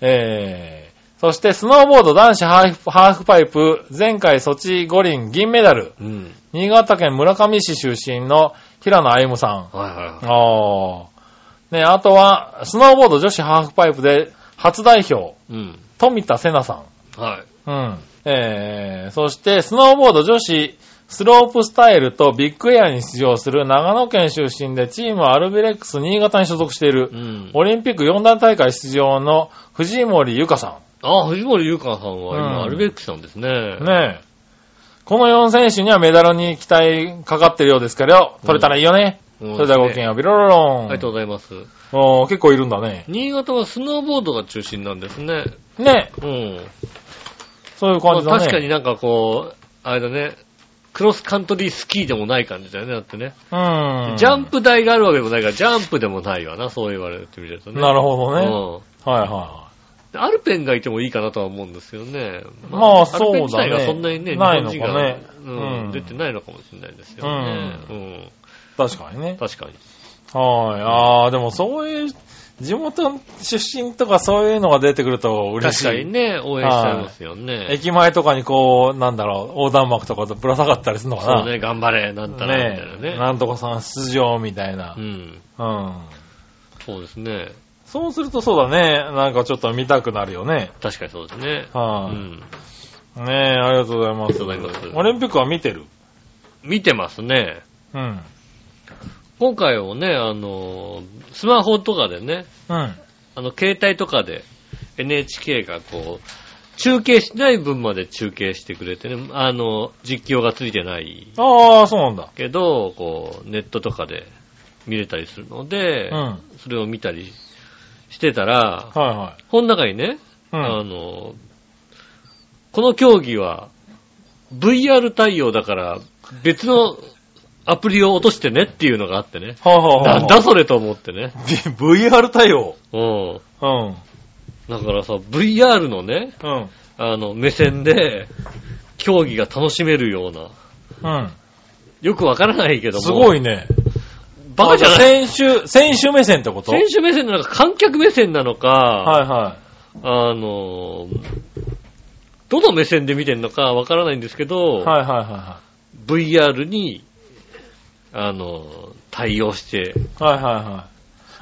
Speaker 3: えー、そしてスノーボード男子ハーフハーフパイプ前回ソチ五輪銀メダル
Speaker 2: うん。
Speaker 3: 新潟県村上市出身の平野歩夢さ
Speaker 2: は
Speaker 3: ん。
Speaker 2: いはいはい。
Speaker 3: ああ。ね、あとは、スノーボード女子ハーフパイプで初代表、
Speaker 2: うん。
Speaker 3: 富田瀬那さ
Speaker 2: はい。
Speaker 3: ん。うん。えー、そして、スノーボード女子スロープスタイルとビッグエアに出場する長野県出身でチームアルビレックス新潟に所属している
Speaker 2: う、ん。
Speaker 3: オリンピック4団大会出場の藤森ゆかさ
Speaker 2: あ、藤森優香さんは
Speaker 3: うん
Speaker 2: 今、アルベックさんですね。
Speaker 3: ん。ねえ。この4選手にはメダルに期待かかってるようですけど、取れたらいいよね。
Speaker 2: うん。
Speaker 3: それではごきげんよう、ビロロロ
Speaker 2: あ
Speaker 3: ン。
Speaker 2: りがとうございます。
Speaker 3: おー結構いるんだね。
Speaker 2: 新潟はスノーボードが中心なんですね。
Speaker 3: ねえ、
Speaker 2: うん。
Speaker 3: そういう感じだね。
Speaker 2: まあ確かになんかこう、あれだね、クロスカントリースキーでもない感じだよね、だってね。
Speaker 3: うん。
Speaker 2: ジャンプ台があるわけでもないから、ジャンプでもないわな、そう言われてみるとね。
Speaker 3: なるほどね。はい
Speaker 2: ね。
Speaker 3: はい
Speaker 2: う
Speaker 3: は
Speaker 2: ん。アルペンがいてもいいかなとは思うんですよね。
Speaker 3: まあそ
Speaker 2: アル
Speaker 3: うだね
Speaker 2: ペン自体がそんなにね、日
Speaker 3: ない
Speaker 2: 本
Speaker 3: のか
Speaker 2: 人
Speaker 3: ね
Speaker 2: が、
Speaker 3: う
Speaker 2: うんん、出てないのかもしれないですよね。うん。
Speaker 3: い。確かにね。
Speaker 2: 確かに。
Speaker 3: はい。ああ、でもそういう、地元出身とかそういうのが出てくると嬉し
Speaker 2: 確
Speaker 3: い。
Speaker 2: かにね、応援しちゃいますよね。
Speaker 3: 駅前とかにこう、なんだろう、横断幕とかとぶら下がったりするのか
Speaker 2: そ
Speaker 3: な。
Speaker 2: うね、頑張れ、なんたら、みたいな
Speaker 3: ねえ
Speaker 2: ね。
Speaker 3: なんとかさん出場みたいな
Speaker 2: う。ん。
Speaker 3: うん。
Speaker 2: そうですね。
Speaker 3: そうするとそうだね。なんかちょっと見たくなるよね。
Speaker 2: 確かにそうですね。う
Speaker 3: はい、
Speaker 2: ん。
Speaker 3: ねえ、ありがとうございま
Speaker 2: あ
Speaker 3: す。
Speaker 2: りがとうございます
Speaker 3: オリンピックは見てる。
Speaker 2: 見てますね。
Speaker 3: うん。
Speaker 2: 今回もね、あの、スマホとかでね、
Speaker 3: うん。
Speaker 2: あの、携帯とかで NHK がこう、中継しない分まで中継してくれてね、あの、実況がついてない
Speaker 3: ああ、そうなんだ。
Speaker 2: けど、こう、ネットとかで見れたりするので、
Speaker 3: うん。はい
Speaker 2: それを見たりしてたら、
Speaker 3: は
Speaker 2: この中にね、
Speaker 3: い。うん。
Speaker 2: あの、この競技は VR 対応だから別のアプリを落としてねっていうのがあってね。
Speaker 3: はあ、はあはあ、
Speaker 2: なんだそれと思ってね。
Speaker 3: で ?VR 対応。
Speaker 2: うん。
Speaker 3: うん。
Speaker 2: だからさ、VR のね、
Speaker 3: うん。
Speaker 2: あの、目線で、競技が楽しめるような、
Speaker 3: うん。
Speaker 2: よくわからないけども。
Speaker 3: すご
Speaker 2: い。
Speaker 3: いね。
Speaker 2: バカじゃ
Speaker 3: あ
Speaker 2: ない
Speaker 3: 選手、選手目線ってこと
Speaker 2: 選手目線なのか、観客目線なのか、
Speaker 3: はいは
Speaker 2: あの、どの目線で見てるのかわからないんですけど、
Speaker 3: い。はいはいは
Speaker 2: VR に、あの、対応して、
Speaker 3: いはい。はいはいは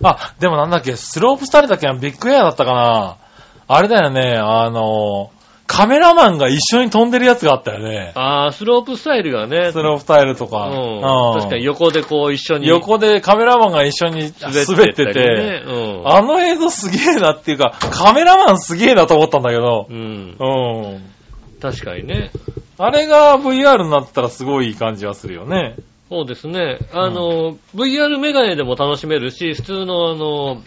Speaker 3: い。あ、でもなんだっけ、スロープスタイルだっけなビッグエアだったかなあれだよね、あの、カメラマンが一緒に飛んでるやつがあったよね。
Speaker 2: あースロープスタイルがね、
Speaker 3: スロープスタイルとか。
Speaker 2: うん
Speaker 3: うん
Speaker 2: 確かに横でこう一緒に
Speaker 3: 横でカメラマンが一緒に滑って
Speaker 2: った
Speaker 3: て、
Speaker 2: りねうん
Speaker 3: あの映像すげえなっていうか、カメラマンすげえなと思ったんだけど
Speaker 2: う、ん。
Speaker 3: うん。
Speaker 2: 確かにね。
Speaker 3: あれが VR になったらすごいいい感じはするよね。
Speaker 2: そうですね。あの、VR メガネでも楽しめるし、普通のあの、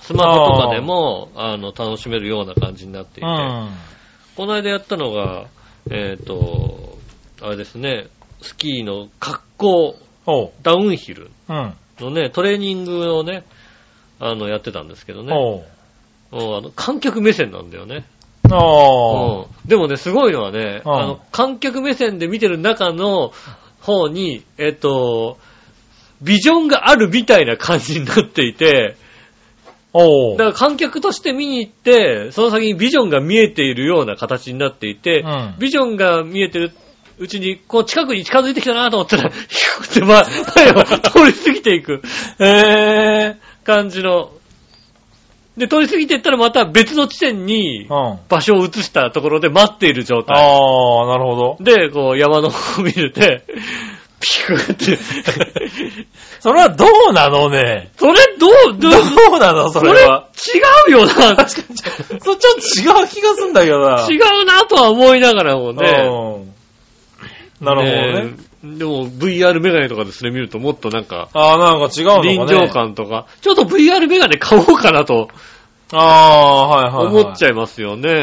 Speaker 2: スマホとかでも、あの、楽しめるような感じになっていて、
Speaker 3: うん。
Speaker 2: この間やったのが、えっ、と、あれですね、スキーの格好、
Speaker 3: おう。
Speaker 2: ダウンヒル
Speaker 3: うん。
Speaker 2: のね、トレーニングをね、あの、やってたんですけどね。
Speaker 3: おう。
Speaker 2: もうあの観客目線なんだよね。
Speaker 3: ああ。
Speaker 2: うん。でもね、すごいのはね、
Speaker 3: うん
Speaker 2: あの、観客目線で見てる中の方に、えっと、ビジョンがあるみたいな感じになっていて、
Speaker 3: お
Speaker 2: だから
Speaker 3: う
Speaker 2: 観客として見に行って、その先にビジョンが見えているような形になっていて、
Speaker 3: うん
Speaker 2: ビジョンが見えてるうちに、こう近くに近づいてきたなと思ったら、ヒューって前、前を通り過ぎていく
Speaker 3: ええ
Speaker 2: 感じの。で、通り過ぎていったらまた別の地点に
Speaker 3: うん。あ
Speaker 2: 場所を移したところで待っている状態。
Speaker 3: あ、なるほど。
Speaker 2: で、こう山の方を見てて、ピク って。
Speaker 3: それはどうなのね。
Speaker 2: それどう、ど
Speaker 3: ど
Speaker 2: う、
Speaker 3: うなのそ
Speaker 2: そ
Speaker 3: れ
Speaker 2: れ違
Speaker 3: は。
Speaker 2: うよな。
Speaker 3: それちょっと違う気がすんだけどな。
Speaker 2: 違うなとは思いながらもね。
Speaker 3: うん。なるほどね。
Speaker 2: どね。でも VR メガネとかですね、見るともっとなんか、
Speaker 3: ああ、なんか違う
Speaker 2: 臨
Speaker 3: のかね。
Speaker 2: 場。感とか、ちょっと VR メガネ買おうかなと
Speaker 3: ああー、はいはい、はい。
Speaker 2: 思っちゃいますよね。
Speaker 3: ね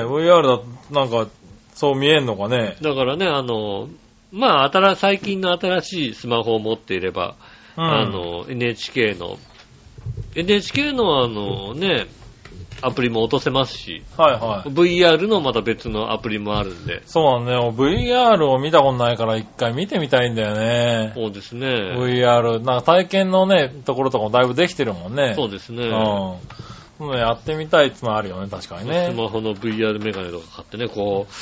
Speaker 3: え、VR だと、なんか、そう見えんのかね。
Speaker 2: だからね、あの、まあ、新最近の新しいスマホを持っていれば、
Speaker 3: うん。
Speaker 2: あの、NHK の、NHK のあのね、アプリも落とせますし、
Speaker 3: はいはい。
Speaker 2: VR のまた別のアプリもあるんで、
Speaker 3: そうなんだよ。VR を見たことないから一回見てみたいんだよね。
Speaker 2: そうですね。
Speaker 3: VR、なんか体験のね、ところとかもだいぶできてるもんね。
Speaker 2: そうですね。
Speaker 3: うん。もうやってみたいってのはあるよね、確かにね。
Speaker 2: ス
Speaker 3: ね、
Speaker 2: マホの VR メガネとか買ってね、こう、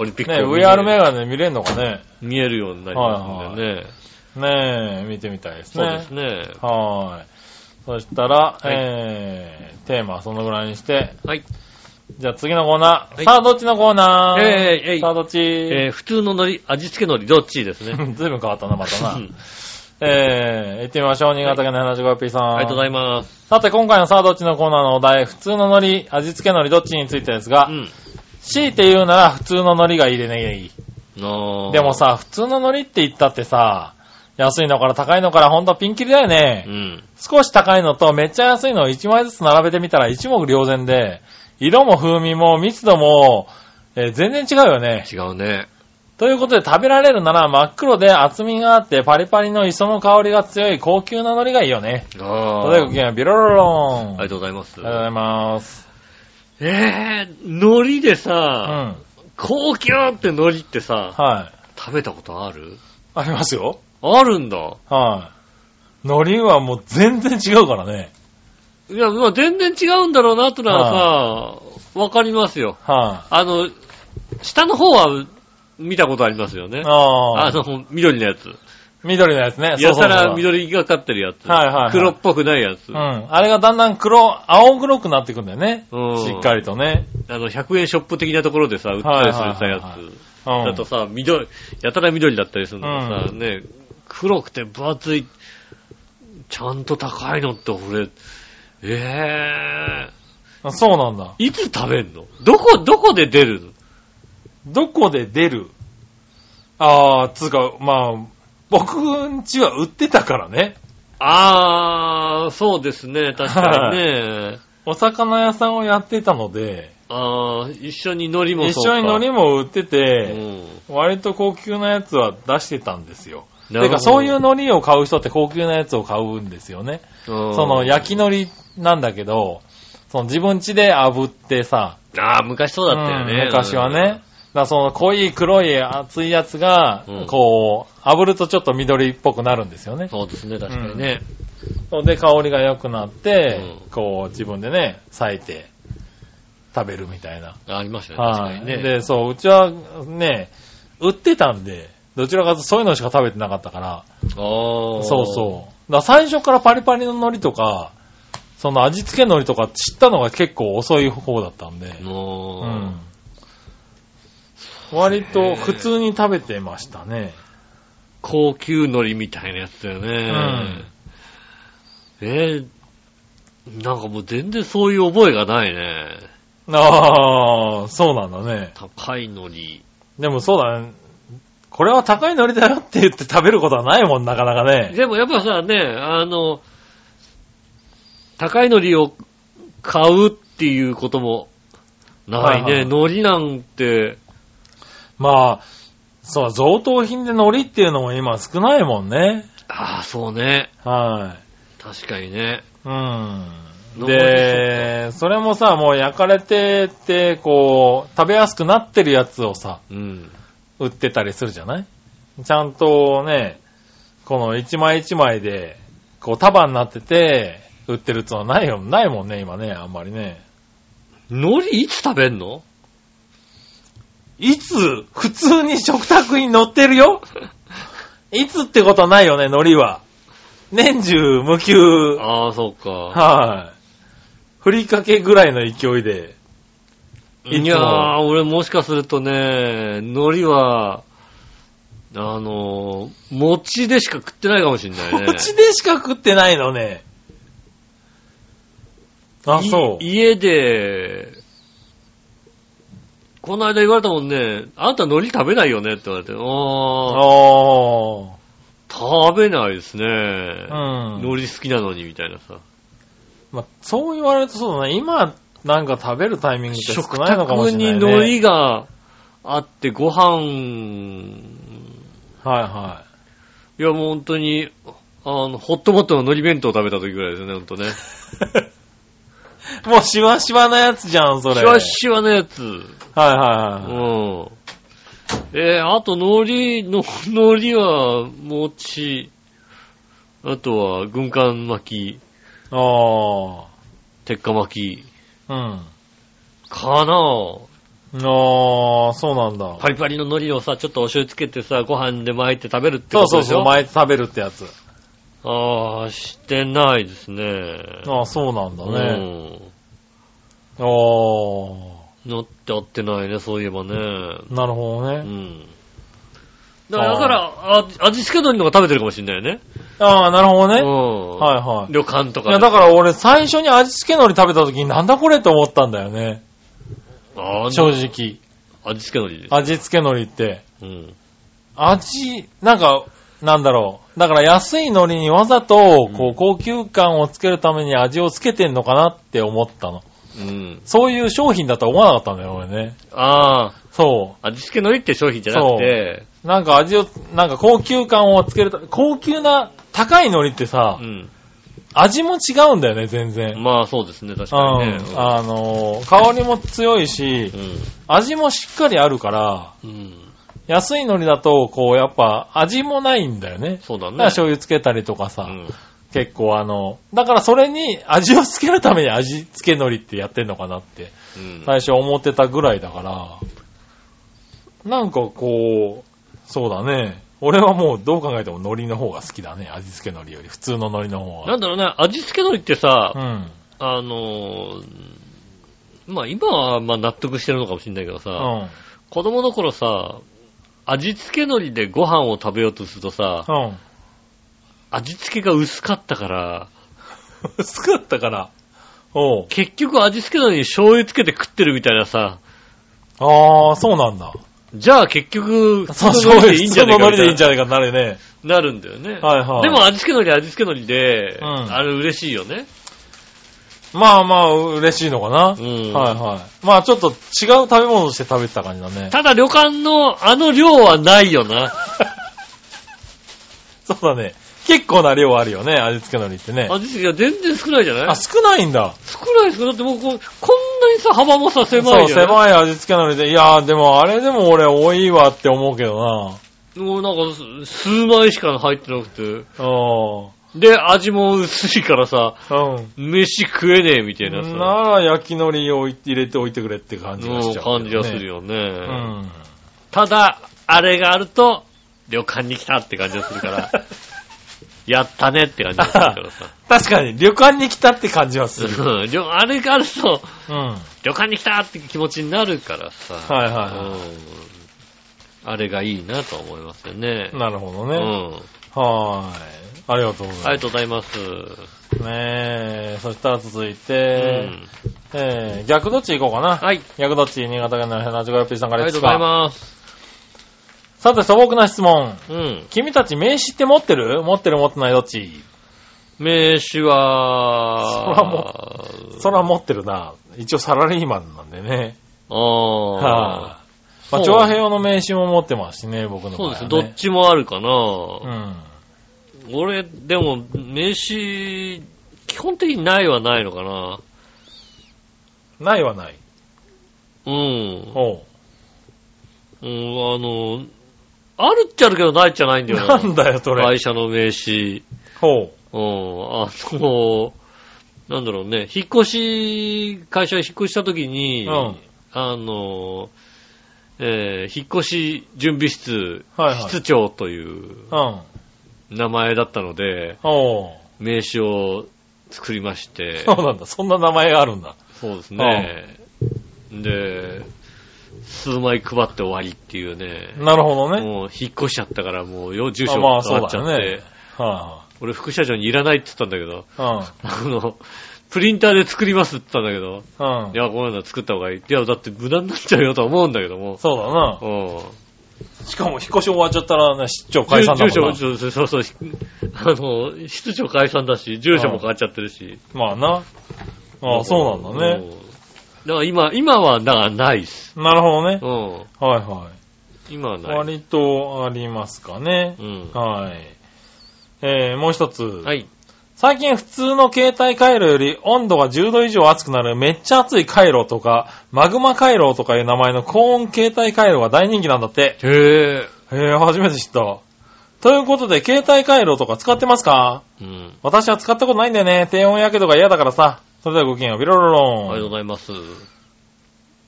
Speaker 2: オリンピックを見,、
Speaker 3: VR メガネ見れるのかね。
Speaker 2: 見えるようになりますんでね。
Speaker 3: ねえ、見てみたいです
Speaker 2: そ
Speaker 3: ね。
Speaker 2: うですね。
Speaker 3: はーい。そしたら、
Speaker 2: はい
Speaker 3: えー、テーマはそのぐらいにして、
Speaker 2: はい。
Speaker 3: じゃあ次のコーナー。
Speaker 2: はい
Speaker 3: さあ、どっちのコーナ
Speaker 2: え
Speaker 3: ー
Speaker 2: ーえい
Speaker 3: さあ、どっち、
Speaker 2: えー普通の海苔、味付け海苔、どっち ですね。うん
Speaker 3: ずいぶん変わったな、また
Speaker 2: あ
Speaker 3: な
Speaker 2: り。
Speaker 3: えー、行ってみましょう。新潟県の 75P さん。
Speaker 2: がとうござ
Speaker 3: い
Speaker 2: います。
Speaker 3: ます。さて、今回のさあ、どっちのコーナーのお題、普通の海苔、味付け海苔どっちについてですが、
Speaker 2: うん。
Speaker 3: 強いて言うなら普通の海苔がいいでね、いい。
Speaker 2: あー
Speaker 3: でも、さ、普通の海苔って言ったってさ、安いのから高いのからほんとピンキリだよね。
Speaker 2: うん。
Speaker 3: 少し高いのとめっちゃ安いのを1枚ずつ並べてみたら一目瞭然で、色も風味も密度も、えー全然違うよね。
Speaker 2: 違うね。
Speaker 3: ということで食べられるなら真っ黒で厚みがあってパリパリの磯の香りが強い高級な海苔がいいよね。
Speaker 2: あ
Speaker 3: お
Speaker 2: あ。
Speaker 3: でこ
Speaker 2: あ
Speaker 3: きはビロロロン。
Speaker 2: り
Speaker 3: あ
Speaker 2: が
Speaker 3: り
Speaker 2: とうございます
Speaker 3: が。とうございます。
Speaker 2: えー、海苔で
Speaker 3: う
Speaker 2: さ、
Speaker 3: ん。
Speaker 2: 高級って海苔ってさ、
Speaker 3: はい。
Speaker 2: 食べたことある
Speaker 3: ありますよ。
Speaker 2: あるんだ。
Speaker 3: はい。海苔はもう全然違うからね。
Speaker 2: いや、まあ全然違うんだろうな、とならさ、わかりますよ。
Speaker 3: は
Speaker 2: あの、下の方は見たことありますよね
Speaker 3: い。。あ
Speaker 2: あ
Speaker 3: あ。
Speaker 2: の、緑のやつ。
Speaker 3: 緑のやつね。
Speaker 2: や
Speaker 3: そうそ
Speaker 2: た
Speaker 3: うそう
Speaker 2: ら緑がかってるやつ。
Speaker 3: はいはいはい
Speaker 2: 黒っぽくないやつ。
Speaker 3: うん。あれがだんだん黒、青黒くなってくんだよね。
Speaker 2: うん
Speaker 3: しっかりとね。
Speaker 2: あの、100円ショップ的なところでさ、売ったりするさ
Speaker 3: はいはい
Speaker 2: や
Speaker 3: はいはい
Speaker 2: つ。
Speaker 3: うん。
Speaker 2: だとさ、緑、やたら緑だったりするのがさ、ね、黒くて分厚い、ちゃんと高いのって俺、ええ
Speaker 3: あそうなんだ。
Speaker 2: いつ食べんのどこ、どこで出るの
Speaker 3: どこで出るああ、つうか、まあ、僕んちは売ってたからね。
Speaker 2: あー、そうですね、確かに ね。
Speaker 3: お魚屋さんをやってたので、
Speaker 2: あー、一緒に海苔も
Speaker 3: 一
Speaker 2: そう
Speaker 3: 緒
Speaker 2: か
Speaker 3: に海苔も売って
Speaker 2: う
Speaker 3: て、
Speaker 2: ん。
Speaker 3: 割と高級なやつは出してたんですよ。
Speaker 2: なる
Speaker 3: て
Speaker 2: ほど
Speaker 3: か、そういう海苔を買う人って高級なやつを買うんですよね。
Speaker 2: そ
Speaker 3: その焼き海苔なんだけど、その自分家で炙ってさ、
Speaker 2: ああ、昔そうだったよね。
Speaker 3: うん昔はね。だからその濃い黒い熱いやつが
Speaker 2: うん、
Speaker 3: こう、炙るとちょっと緑っぽくなるんですよね
Speaker 2: うん。。そうですね、確かにね。
Speaker 3: で、香りが良くなって、
Speaker 2: うん
Speaker 3: こう自分でね、裂いて食べるみたいな。
Speaker 2: ありましたね、確
Speaker 3: は
Speaker 2: か
Speaker 3: い。
Speaker 2: にね。
Speaker 3: で、そう、うちはね、売ってたんで、どちらかというとそういうのしか食べてなかったから、
Speaker 2: ああ。
Speaker 3: そうそう。だから最初からパリパリの海苔とか、その味付け海苔とか知ったのが結構遅い方だったんで、う
Speaker 2: もう、
Speaker 3: ん。割と普通に食べてましたね。
Speaker 2: 高級海苔みたいなやつだよね。えーなんかもう全然そういう覚えがないね。
Speaker 3: ああ、そうなんだね。
Speaker 2: 高い海苔。
Speaker 3: でもそうだね。これは高い海苔だよって言って食べることはないもん、なかなかね。
Speaker 2: でもやっぱさ、ね、あの、高い海苔を買うっていうこともない
Speaker 3: はいはい
Speaker 2: ね。海苔なんて、
Speaker 3: まあ、そう、贈答品で海苔っていうのも今少ないもんね。
Speaker 2: ああ、そうね。
Speaker 3: は
Speaker 2: 確かにね。
Speaker 3: い。うん。で、それもさ、もう焼かれてって、こう、食べやすくなってるやつをさ、
Speaker 2: うん。
Speaker 3: 売ってたりするじゃないちゃんとね、この一枚一枚で、こう束になってて、売ってるってのはないよ、ないもんね、今ね、あんまりね。
Speaker 2: 海苔いつ食べん の
Speaker 3: いつ、普通に食卓に乗ってるよいつってことはないよね、海苔は。年中無休。はい、
Speaker 2: ああ、そうか。
Speaker 3: ふりかけぐらいの勢いで。いつも
Speaker 2: いやー、俺もしかするとね、海苔は、あのー、餅でしか食ってないかもしんないね。
Speaker 3: こっちでしか食ってないのね。あ、
Speaker 2: い
Speaker 3: そう。
Speaker 2: 家で、この間言われたもんね、あんた海苔食べないよねって言われて、あー、
Speaker 3: あ
Speaker 2: 食べないですね。
Speaker 3: あ。うん。
Speaker 2: 海苔好きなのにみたいなさ。
Speaker 3: まあ、そう言われるとそうだね。今、なんか食べるタイミングって少
Speaker 2: 食
Speaker 3: ないのかも
Speaker 2: 卓
Speaker 3: しれ
Speaker 2: に
Speaker 3: ない、ね。
Speaker 2: 海苔があってご飯、
Speaker 3: はいはい
Speaker 2: やもう本当に、あの、ホットモットの海苔弁当を食べた時ぐらいですね、ほんとね。
Speaker 3: い。もうシワシワなやつじゃん、それ。
Speaker 2: シワシワのやつ。
Speaker 3: はいは
Speaker 2: う
Speaker 3: いはい。
Speaker 2: ん。えーあと海苔、の 海苔は餅、あとは軍艦巻き、
Speaker 3: あ
Speaker 2: 鉄火巻き、
Speaker 3: あ。
Speaker 2: かなぁ。
Speaker 3: うん。ああ、そうなんだ。
Speaker 2: パリパリの海苔をさ、ちょっとお醤油つけてさ、ご飯で巻いて食べるってこ
Speaker 3: そう
Speaker 2: と
Speaker 3: そう
Speaker 2: でし
Speaker 3: そう、
Speaker 2: ょ
Speaker 3: 毎日食べるってやつ。
Speaker 2: ああ、してないですね。
Speaker 3: ああ、そうなんだね。
Speaker 2: ね。
Speaker 3: ああ、
Speaker 2: 乗って合ってないね、そういえばね。
Speaker 3: なるほど
Speaker 2: う
Speaker 3: ね。
Speaker 2: ん。だから、だからあ味付け海苔の方が食べてるかもしれないね。
Speaker 3: ああ、なるほど
Speaker 2: う
Speaker 3: ね。
Speaker 2: ん。
Speaker 3: はいはい。
Speaker 2: 旅館と
Speaker 3: い
Speaker 2: かで。
Speaker 3: や、だから俺最初に味付け海苔食べた時になんだこれって思ったんだよね。
Speaker 2: あー
Speaker 3: 正直。
Speaker 2: 味付け海苔です。
Speaker 3: 味付け海苔って。
Speaker 2: うん。
Speaker 3: 味、なんか、なんだろう。だから安い海苔にわざと、こ
Speaker 2: うん
Speaker 3: う、高級感をつけるために味をつけてんのかなって思ったの。
Speaker 2: うん。
Speaker 3: そういう商品だとは思わなかったんだよ、俺ね。
Speaker 2: あ
Speaker 3: そ
Speaker 2: あ、味付け海苔って商品じゃなくて、
Speaker 3: う。なんか味を、なんか高級感をつけるた、高級な、高い海苔ってさ
Speaker 2: う、ん。
Speaker 3: 味も違うんだよね、全然。
Speaker 2: まあそうですね、確
Speaker 3: う
Speaker 2: か
Speaker 3: ん。
Speaker 2: にね。
Speaker 3: あのー、香りも強いし、味もしっかりあるから、
Speaker 2: うん。うん。
Speaker 3: 安い海苔だと、こう、やっぱ味もないんだよね。
Speaker 2: そうだ
Speaker 3: だ
Speaker 2: ね
Speaker 3: から。醤油つけたりとかさ、
Speaker 2: うん
Speaker 3: 結構あの、だからそれに味をつけるために味付け海苔ってやってんのかなって、
Speaker 2: うん。
Speaker 3: 最初思ってたぐらいだから、なんかこう、そうだね。俺はもうどう考えても海苔の方が好きだね。味付け海苔より。普通の海苔の方
Speaker 2: な
Speaker 3: が。
Speaker 2: んだろうね、味付け海苔ってさ、
Speaker 3: うん。
Speaker 2: あのー、まあ今はまあ納得してるのかもしれないけどさ、
Speaker 3: うん。
Speaker 2: 子供の頃さ、味付け海苔でご飯を食べようとするとさ、
Speaker 3: うん。
Speaker 2: 味付けが薄かったから、
Speaker 3: 薄かったから。おう。
Speaker 2: 結局味付け海苔に醤油つけて食ってるみたいなさ、
Speaker 3: ああ、そうなんだ。
Speaker 2: じゃあ結局、普通
Speaker 3: そう、
Speaker 2: の
Speaker 3: 醤
Speaker 2: 海苔で
Speaker 3: 油
Speaker 2: いいん
Speaker 3: 普
Speaker 2: じゃ
Speaker 3: 通
Speaker 2: ね
Speaker 3: の
Speaker 2: えかみ
Speaker 3: 海
Speaker 2: た
Speaker 3: 苔でいい
Speaker 2: い
Speaker 3: んじゃないかなるよね。
Speaker 2: な、なるんだよね。
Speaker 3: はいはい
Speaker 2: でも味付け海苔味付け海苔で、
Speaker 3: うん
Speaker 2: あれ嬉しいよね。
Speaker 3: まあまあ、嬉しいのかな。
Speaker 2: うん
Speaker 3: はいはい。まあちょっと違う食べ物として食べてた感じだね。
Speaker 2: ただ旅館のあの量はないよな。
Speaker 3: そうだね。結構な量あるよね、味付け海苔ってね。
Speaker 2: 味付けが全然少ないじゃない
Speaker 3: あ、少ないんだ。
Speaker 2: 少ないですかだってもうこうこんなにさ、幅もさ、狭
Speaker 3: そ、
Speaker 2: いうじゃん。
Speaker 3: 狭い味付け海苔で。いやー、でもあれでも俺多いわって思うけどな。
Speaker 2: もうなんかす、数枚しか入ってなく
Speaker 3: う
Speaker 2: て。で、味も薄いからさ、
Speaker 3: ん。うん。
Speaker 2: 飯食えねえみたいなさ、
Speaker 3: なら焼き海苔を入れておいてくれって感じが
Speaker 2: う
Speaker 3: し
Speaker 2: ん
Speaker 3: ちゃう、
Speaker 2: 感じがする
Speaker 3: よ。
Speaker 2: よね。
Speaker 3: うん。
Speaker 2: ただ、あれがあると、旅館に来たって感じがする から、やったねって感じがするからさ。
Speaker 3: 確かに、旅館に来たって感じはする。
Speaker 2: うん旅あれがあると、
Speaker 3: うん。はい
Speaker 2: 旅館に来たって気持ちになるからさ、
Speaker 3: はい
Speaker 2: うん
Speaker 3: は
Speaker 2: あれがいいなと思いますよね
Speaker 3: い。。なるほど
Speaker 2: う
Speaker 3: ね。
Speaker 2: ん
Speaker 3: はーい。ありがとうござ
Speaker 2: ありが
Speaker 3: いま
Speaker 2: とうございます。
Speaker 3: す。ねえ、そしたら続い
Speaker 2: うん
Speaker 3: て、えー、逆どっち行こうかな。
Speaker 2: はい。
Speaker 3: 逆どっち、新潟県のヘナジゴヨッピーさん
Speaker 2: あ
Speaker 3: か
Speaker 2: り
Speaker 3: ら
Speaker 2: が
Speaker 3: で
Speaker 2: とう
Speaker 3: す
Speaker 2: ござい
Speaker 3: か。
Speaker 2: ます。
Speaker 3: さて、素朴な質問。
Speaker 2: うん。
Speaker 3: 君たち名刺って持ってる持ってる持ってないどっち
Speaker 2: 名刺は、
Speaker 3: そら持ってるな。一応サラリーマンなんでね。
Speaker 2: ああ、
Speaker 3: はぁ、ま
Speaker 2: そ
Speaker 3: あ、
Speaker 2: う
Speaker 3: 調和平和の名刺も持ってますしね、僕の場合
Speaker 2: そう
Speaker 3: は、
Speaker 2: で
Speaker 3: ね。
Speaker 2: すね。どっちもあるかな、
Speaker 3: うん。
Speaker 2: 俺、でも、名刺基本的にないはないのかな。
Speaker 3: ないはない。
Speaker 2: うん。
Speaker 3: おう。
Speaker 2: うん、あの、あるっちゃあるけどないっちゃないんだよ
Speaker 3: なんだよ、それ。
Speaker 2: 会社の名刺。
Speaker 3: ほ
Speaker 2: うん、あの、なんだろうね、引っ越し、会社に引っ越した時
Speaker 3: う。う
Speaker 2: に、
Speaker 3: ん。
Speaker 2: あの、えー引っ越し準備室、
Speaker 3: はいはい
Speaker 2: 室長という
Speaker 3: うん。
Speaker 2: 名前だったので、
Speaker 3: おう。
Speaker 2: 名刺を作りま して、
Speaker 3: そうなんだ。そんな名前があるんだ。
Speaker 2: そうですね。で、数枚配って終わりっていうね。
Speaker 3: なるほどね。
Speaker 2: もう引っ越しちゃったから、もうよ住所
Speaker 3: あ
Speaker 2: 変
Speaker 3: ま
Speaker 2: わ
Speaker 3: あ
Speaker 2: っちゃって、
Speaker 3: そうだよねは
Speaker 2: 俺副社長にいらないって言ったんだけど、
Speaker 3: いはい
Speaker 2: あの、プリンターで作りますって言ったんだけど、
Speaker 3: うん。うん
Speaker 2: い。や、こういうの作った方がいい。いや、だって無駄になっちゃうよとは思うんだけども。
Speaker 3: そうだな。
Speaker 2: うん。
Speaker 3: しかも引っ越し終わっちゃったらね、出張解散だ
Speaker 2: 住
Speaker 3: も
Speaker 2: 所
Speaker 3: んな。
Speaker 2: そうそうそう、あの、室長解散だし、住所も変わっちゃってるし。
Speaker 3: まあな。ああ、そうなんだ
Speaker 2: う
Speaker 3: ね。
Speaker 2: ん。だから今、今は、だからないっす。
Speaker 3: なるほどね
Speaker 2: う。ん。
Speaker 3: はいは。
Speaker 2: 今はいない。
Speaker 3: 割とありますかね
Speaker 2: う。ん。
Speaker 3: はい。えー、もう一つ。
Speaker 2: はい。
Speaker 3: 最近普通の携帯回路より温度が10度以上熱くなるめっちゃ熱い回路とか、マグマ回路とかいう名前の高温携帯回路が大人気なんだって。
Speaker 2: へえ。
Speaker 3: へえ、初めて知った。ということで、携帯回路とか使ってますか
Speaker 2: うん。
Speaker 3: 私は使ったことないんだよね。低温やけどが嫌だからさ。それではごきげんよう。ビロロ
Speaker 2: ありがとう
Speaker 3: ロン。
Speaker 2: ございます。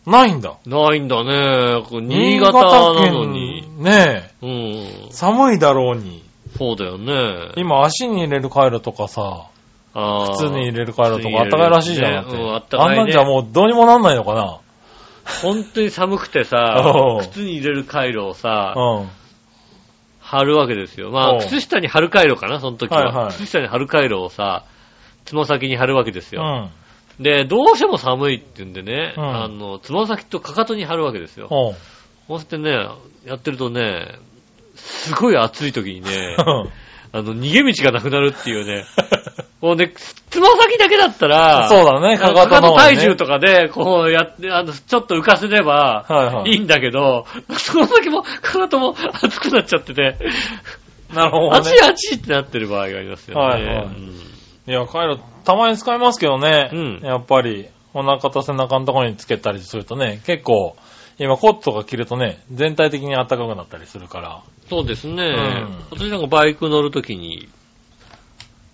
Speaker 3: ないんだ。
Speaker 2: ないんだね。これ新潟なのに。
Speaker 3: 新潟県。ね
Speaker 2: うん
Speaker 3: え。。寒いだろうに。
Speaker 2: そうだよね。
Speaker 3: 今足に入れる回路とかさ、
Speaker 2: あー
Speaker 3: 普通に入れる回
Speaker 2: 普
Speaker 3: 路とかあっ
Speaker 2: 通
Speaker 3: た
Speaker 2: に入れる
Speaker 3: かいらしいじゃん。だって
Speaker 2: うんあった
Speaker 3: あ
Speaker 2: か
Speaker 3: ん
Speaker 2: い
Speaker 3: なんじ
Speaker 2: ね。
Speaker 3: ゃもうどうにもなんないのかな。
Speaker 2: 本当に寒くてさ
Speaker 3: お、う
Speaker 2: 靴に入れる回路をさ、
Speaker 3: うん。
Speaker 2: 貼るわけですよ。ま
Speaker 3: お
Speaker 2: あ、
Speaker 3: う
Speaker 2: 靴下に貼る回路かな、その時は。
Speaker 3: はいはい
Speaker 2: 靴下に貼る回路をさ、つま先に貼るわけです
Speaker 3: う
Speaker 2: よ。
Speaker 3: ん。
Speaker 2: で、どうしても寒いって言うんでね、
Speaker 3: うん
Speaker 2: あの、つま先とかかとに貼るわけですよ。
Speaker 3: おう
Speaker 2: こうしてね、やってるとね、すごい暑い時に ね、 あの、逃げ道がなくなるっていうね。もうね、 つま先だけだったら、
Speaker 3: そうだね、かかとの方ね
Speaker 2: 体重とかで、こうやって、あの、ちょっと浮かせれば、
Speaker 3: はいはい
Speaker 2: いんだけど、その時も、かかとも熱くなっちゃってて、
Speaker 3: なるほど
Speaker 2: 熱
Speaker 3: ね
Speaker 2: い。熱いってなってる場合がありますよね。
Speaker 3: はいはい
Speaker 2: うん
Speaker 3: いや、カイロたまに使いますけどね。
Speaker 2: うん
Speaker 3: やっぱり、お腹と背中のところにつけたりするとね、結構、今コットとか着るとね、全体的に暖かくなったりするから。
Speaker 2: そうですね。
Speaker 3: ん
Speaker 2: 私なんかバイク乗るときに、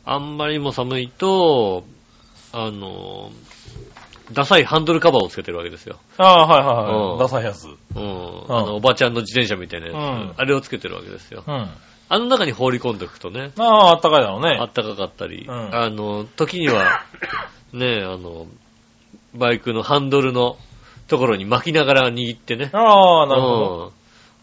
Speaker 2: あんまりにも寒いと、あの、ダサいハンドルカバーをつけてるわけですよ。
Speaker 3: ああ、はいはいは
Speaker 2: うん
Speaker 3: い。ダサいやつ。うん。
Speaker 2: うん。あの、おばちゃんの自転車みたいなやつ、
Speaker 3: うん
Speaker 2: あれをつけてるわけですよ。
Speaker 3: あ
Speaker 2: あの中に放り込んでおくとね、
Speaker 3: あ、暖かいだろう
Speaker 2: あ
Speaker 3: ね。
Speaker 2: ったかかったり、
Speaker 3: うん
Speaker 2: あの、時に は、ね、あの、バイクのハンドルのところに巻きながら握ってね、
Speaker 3: ああ、なるほど。
Speaker 2: うん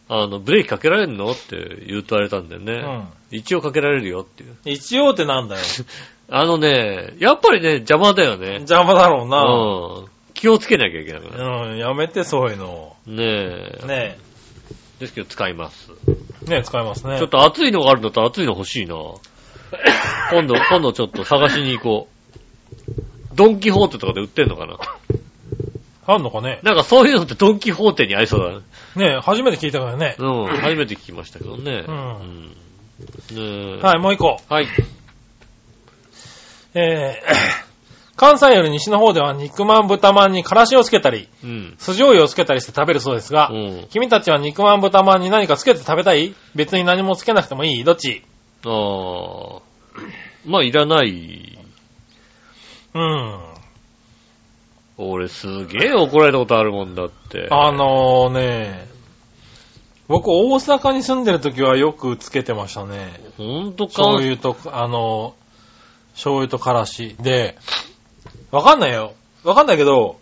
Speaker 2: あの、ブレーキかけられるのって言うとあれたんだよ
Speaker 3: う
Speaker 2: ね、
Speaker 3: ん。
Speaker 2: 一応かけられるよっていう。
Speaker 3: 一応ってなんだよ。
Speaker 2: あのね、やっぱりね、邪魔だよね。
Speaker 3: 邪魔だろうな。
Speaker 2: うん。気をつけなきゃいけないから。
Speaker 3: うん、やめてそういうの。
Speaker 2: ねえ。
Speaker 3: ね
Speaker 2: ですけど使います。
Speaker 3: え。ねえ、使いますね。
Speaker 2: ちょっと暑いのがあるんだったら暑いの欲しい な。今度、今度ちょっと探しに行こう。ドンキホーテとかで売ってんのかな
Speaker 3: あんのかね
Speaker 2: なんかそういうのってドンキホーテに合いそうだね。
Speaker 3: ねえ、初めて聞いたからね。
Speaker 2: うん、初めて聞きましたけどね。
Speaker 3: うん
Speaker 2: うんねえ
Speaker 3: はい、もう一個。
Speaker 2: はい。
Speaker 3: えー 関西より西の方では肉まん豚まんにからしをつけたり、
Speaker 2: うん。
Speaker 3: 酢醤油をつけたりして食べるそうですが、
Speaker 2: うん。
Speaker 3: 君たちは肉まん豚まんに何かつけて食べたい別に何もつけなくてもいいどっち
Speaker 2: ああ。まあ、いらない。
Speaker 3: うん。
Speaker 2: 俺すげえ怒られたことあるもんだって。
Speaker 3: あのね、僕大阪に住んでる時はよくつけてましたね。
Speaker 2: ほんとか
Speaker 3: 醤。油と、あの醤油とからし。で、わかんないよ。わかんないけど、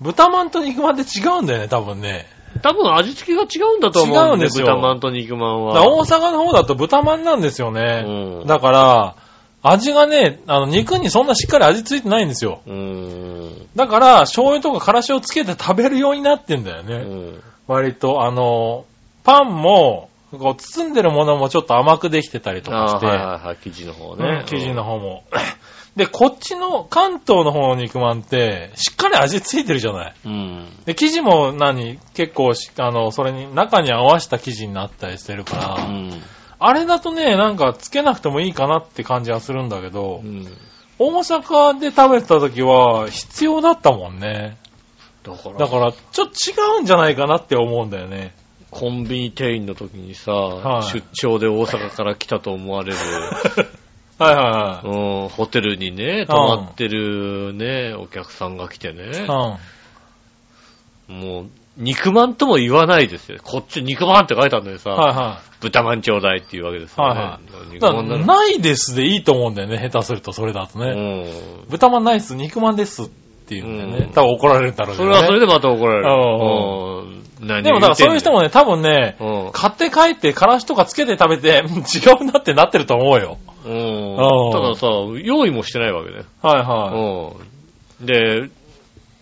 Speaker 3: 豚まんと肉まんって違うんだよね、多分ね。
Speaker 2: 多分味付けが違うんだと思うん
Speaker 3: 違うんですよ
Speaker 2: 豚まんと肉まん
Speaker 3: だから
Speaker 2: は。
Speaker 3: 大阪の方だと豚まんなんですよね。
Speaker 2: うん。
Speaker 3: だから、味がね、あの、肉にそんなしっかり味ついてないんですよ。
Speaker 2: うん。
Speaker 3: だから、醤油とかからしをつけて食べるようになってんだよ
Speaker 2: う
Speaker 3: ね。
Speaker 2: ん。
Speaker 3: 割と、あの、パンも、こう、包んでるものもちょっと甘くできてたりとか
Speaker 2: あ
Speaker 3: し
Speaker 2: あー、
Speaker 3: て、
Speaker 2: はいはいはい、生地の方
Speaker 3: う
Speaker 2: ね
Speaker 3: ん。生地の方も。 で、こっちの、関東の方の肉まんって、しっかり味ついてるじゃない。
Speaker 2: うん。
Speaker 3: で、生地も何結構し、あの、それに、中に合わせた生地になったりしてるか
Speaker 2: う
Speaker 3: ら、
Speaker 2: ん。
Speaker 3: あれだとね、なんかつけなくてもいいかなって感じはするんだけど
Speaker 2: う、ん。
Speaker 3: 大阪で食べてた時は必要だったもんね。
Speaker 2: だから、
Speaker 3: だから、ちょっと違うんじゃないかなって思うんだよね。
Speaker 2: コンビニ店員の時にさ、
Speaker 3: はい
Speaker 2: 出張で大阪から来たと思わ れる、
Speaker 3: はいは
Speaker 2: うん、ホテルにね、泊まってるね、お客さんが来てね
Speaker 3: い、はい。
Speaker 2: もう、肉まんとも言わないですよ。こっち肉まんって書いてあるのにさ、
Speaker 3: うん。はいは
Speaker 2: 豚まんちょうだいっていうわけですよね。
Speaker 3: は
Speaker 2: 肉
Speaker 3: い。だ
Speaker 2: ま
Speaker 3: か
Speaker 2: んな
Speaker 3: ら
Speaker 2: ら、
Speaker 3: ないですでいいと思うんだよね、下手するとそれだと
Speaker 2: う
Speaker 3: ね。
Speaker 2: ん、
Speaker 3: 豚まんないです、肉まんですっていうんだよ
Speaker 2: うん
Speaker 3: ね。多分怒られるんだろうけ
Speaker 2: そ
Speaker 3: ど
Speaker 2: れ
Speaker 3: ね。
Speaker 2: はそれでまた怒られる。うん何
Speaker 3: でもだからそういう人もね、多分ね、
Speaker 2: も
Speaker 3: 買って帰って、からしとかつけて食べて、うん違うなってなってると思うよ。
Speaker 2: うん。
Speaker 3: う
Speaker 2: うんん。たださ、用意もしてないわけね。
Speaker 3: はいは
Speaker 2: うん。で、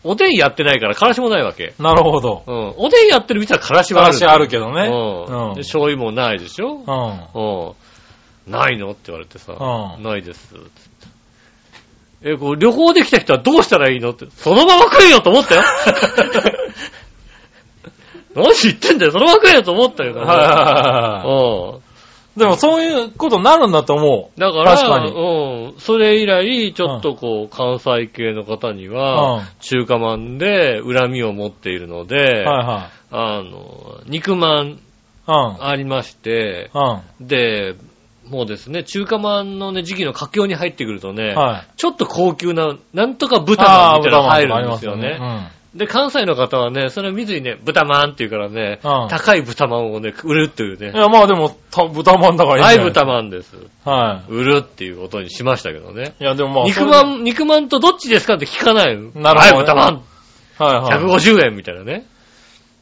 Speaker 2: おでんやってないから、からしもないわけ。
Speaker 3: い。なるほど。
Speaker 2: うん。おでんやってる店はからしはあ
Speaker 3: から
Speaker 2: る。
Speaker 3: しあるけどね。
Speaker 2: うん。で、醤油もないでしょ
Speaker 3: うん。うん。
Speaker 2: うん。ないのって言われてさ、
Speaker 3: うん
Speaker 2: ないです。つってえ、こう、旅行できた人はどうしたらいいのって、そのまま食えよと思 ったよ。何言ってんだよ、そのまま食えよと思ったよ。
Speaker 3: はいはいはいは
Speaker 2: うん。
Speaker 3: い。でもそういうことになるんだと思う。
Speaker 2: だから、
Speaker 3: 確かに
Speaker 2: うん。それ以来、ちょっとこう、関西系の方には、
Speaker 3: うん
Speaker 2: 中華まんで恨みを持っているので、
Speaker 3: はいは
Speaker 2: あの、肉まん
Speaker 3: い。
Speaker 2: ありまして、
Speaker 3: うん。うん。
Speaker 2: で、もうですね、中華まんのね、時期の佳境に入ってくるとね、
Speaker 3: はい。
Speaker 2: ちょっと高級な、なんとか豚
Speaker 3: あ
Speaker 2: まん
Speaker 3: あ
Speaker 2: みたいなのが入るんですよね。
Speaker 3: うん。
Speaker 2: で、関西の方はね、それを見ずにね、豚まんって言うからね、
Speaker 3: うん
Speaker 2: 高い豚まんをね、売るっていう
Speaker 3: い
Speaker 2: ね、
Speaker 3: や、まあでも、た豚まんだから
Speaker 2: はい
Speaker 3: い
Speaker 2: い
Speaker 3: んじゃ
Speaker 2: 豚
Speaker 3: ない
Speaker 2: まんです。
Speaker 3: は
Speaker 2: 売るっていうことにしましたけどね。
Speaker 3: い。いや、でもまあ。
Speaker 2: 肉
Speaker 3: そ
Speaker 2: まん、肉まんとどっちですかって聞かないの。
Speaker 3: なる
Speaker 2: はい、
Speaker 3: ほどね
Speaker 2: 豚まん。
Speaker 3: れで。はいはい。
Speaker 2: 150円みたいなね。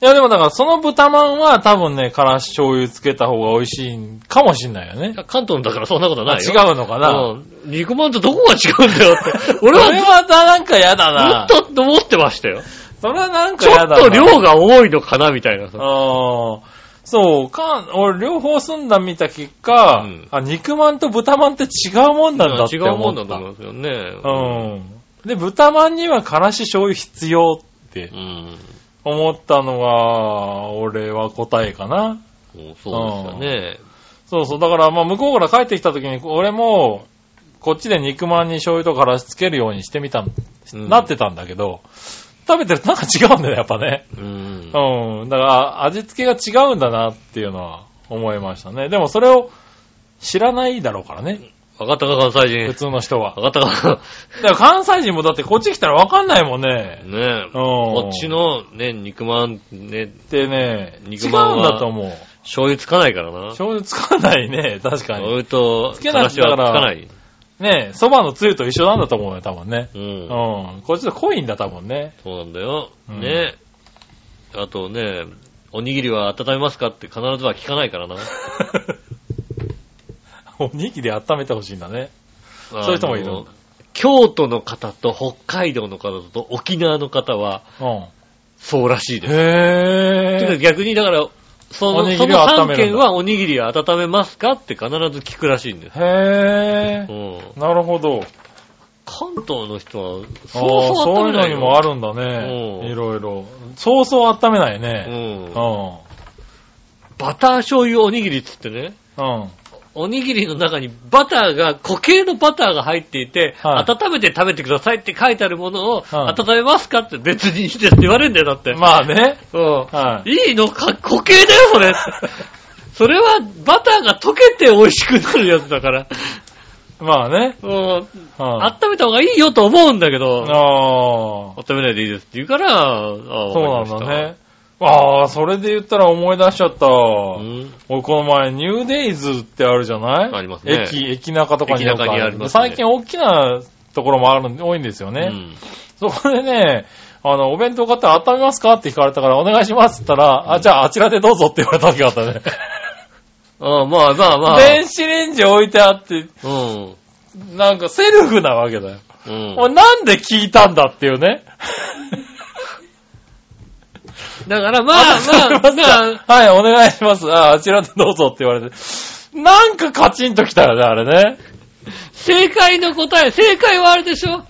Speaker 3: いや、でもだから、その豚まんは多分ね、からし醤油つけた方が美味しいんかもしんないよね。
Speaker 2: 関東のだからそんなことはないよ。
Speaker 3: 違うのかな。
Speaker 2: うん。肉まんとどこが違うんだよって。俺
Speaker 3: それ
Speaker 2: は
Speaker 3: はなんか嫌だな。
Speaker 2: ずっと思ってましたよ。
Speaker 3: それはなんか
Speaker 2: ちょ
Speaker 3: 嫌
Speaker 2: っ
Speaker 3: だな。
Speaker 2: と量が多いのかなみたいなさ。
Speaker 3: ああ。そうか、俺両方住んだ見た結果、
Speaker 2: うん
Speaker 3: あ、肉まんと豚まんって違うもんなんだって
Speaker 2: 違
Speaker 3: 思った。
Speaker 2: うもんだと思うんですよね。
Speaker 3: うん。で、豚まんにはからし醤油必要って
Speaker 2: うん。
Speaker 3: 思ったのが、俺は答えかな。
Speaker 2: うんそうですよね。
Speaker 3: そうそう。だから、まあ、向こうから帰ってきた時に、俺も、こっちで肉まんに醤油とからしつけるようにしてみた、
Speaker 2: うん
Speaker 3: なってたんだけど、食べてるとなんか違うんだよ、やっぱね。
Speaker 2: うん。
Speaker 3: うん。だから、味付けが違うんだなっていうのは思いましたね。でも、それを知らないだろうからね、
Speaker 2: わかったか、関西
Speaker 3: 普
Speaker 2: 人。
Speaker 3: 通の人は。
Speaker 2: わかったか。
Speaker 3: だから、関西人もだってこっち来たらわかんないもんね。
Speaker 2: ねえ。
Speaker 3: うん
Speaker 2: こっちの、ね、肉まん、ね、
Speaker 3: でね、違う
Speaker 2: 肉
Speaker 3: ん
Speaker 2: まんは
Speaker 3: だと思う。
Speaker 2: 醤油つかないからな。
Speaker 3: 醤油つかないね、確か
Speaker 2: 醤
Speaker 3: に。
Speaker 2: 油と、
Speaker 3: つけない
Speaker 2: からしはつかない。
Speaker 3: ねえ、蕎麦のつゆと一緒なんだと思うよ、多分ね。
Speaker 2: う。
Speaker 3: うんん。こっちと濃いんだ、多分ね。
Speaker 2: そうなんだよ。
Speaker 3: うん
Speaker 2: ね。あとね、おにぎりは温めますかって必ずは聞かないからな。
Speaker 3: おにぎり温めてほしいんだね。
Speaker 2: そう
Speaker 3: いう人もいる
Speaker 2: 京都の方と北海道の方と沖縄の方は
Speaker 3: うん。
Speaker 2: そうらしいです。
Speaker 3: へ
Speaker 2: てか
Speaker 3: ぇ
Speaker 2: 逆にだから、そ
Speaker 3: お
Speaker 2: の
Speaker 3: に
Speaker 2: そ
Speaker 3: ぎり
Speaker 2: の
Speaker 3: は温
Speaker 2: 3
Speaker 3: めるんだ
Speaker 2: 県はおにぎりは温めますかって必ず聞くらしいんです。
Speaker 3: ー。へ
Speaker 2: う
Speaker 3: ぇ
Speaker 2: ん、
Speaker 3: ー。なるほど。
Speaker 2: 関東の人は、
Speaker 3: あ
Speaker 2: そう
Speaker 3: ー
Speaker 2: そう
Speaker 3: そう
Speaker 2: 温め
Speaker 3: いう
Speaker 2: な
Speaker 3: の
Speaker 2: い
Speaker 3: に
Speaker 2: よ
Speaker 3: もあるんだね。
Speaker 2: うん
Speaker 3: いろいろ。そうそう温めないうね。うん
Speaker 2: ん。。バター醤油おにぎりっつってね。
Speaker 3: うん。
Speaker 2: おにぎりの中にバターが、固形のバターが入っていて、
Speaker 3: はい
Speaker 2: 温めて食べてくださいって書いてあるものを、
Speaker 3: はい
Speaker 2: 温めますかって別にいいですって言われるんだよ、だって。
Speaker 3: まあね。
Speaker 2: うん。
Speaker 3: はい。
Speaker 2: いいのか、固形だよ、それ。それは、バターが溶けて美味しくなるやつだから。
Speaker 3: まあね。
Speaker 2: うん。
Speaker 3: あ
Speaker 2: 温めた方がいいよと思うんだけど、
Speaker 3: あー。
Speaker 2: 温めないでいいですって言うから、あ
Speaker 3: そ
Speaker 2: わかりま
Speaker 3: うなん
Speaker 2: し
Speaker 3: だ
Speaker 2: た
Speaker 3: ね。ああ、それで言ったら思い出しちゃった。
Speaker 2: うん。
Speaker 3: 俺、この前、ニューデイズってあるじゃない
Speaker 2: ありますね
Speaker 3: 駅、駅中とかによく
Speaker 2: 駅中にありますね
Speaker 3: 最近大きなところもあるんで、多いんですよね。
Speaker 2: うん
Speaker 3: そこでね、あの、お弁当買ったら温めますかって聞かれたから、お願いしますって言ったら、あ、じゃああちらでどうぞって言われた時があったね。
Speaker 2: あまあまあまあ。
Speaker 3: 電子レンジ置いてあって、
Speaker 2: うん。
Speaker 3: なんかセルフなわけだよ。
Speaker 2: うん。
Speaker 3: 俺なんで聞いたんだっていうね。
Speaker 2: だからまあまあ まあ、
Speaker 3: はい、お願いします。あ、あちらでどうぞって言われて。なんかカチンときたよね、あれね。
Speaker 2: 正解の答え、正解はあれでしょ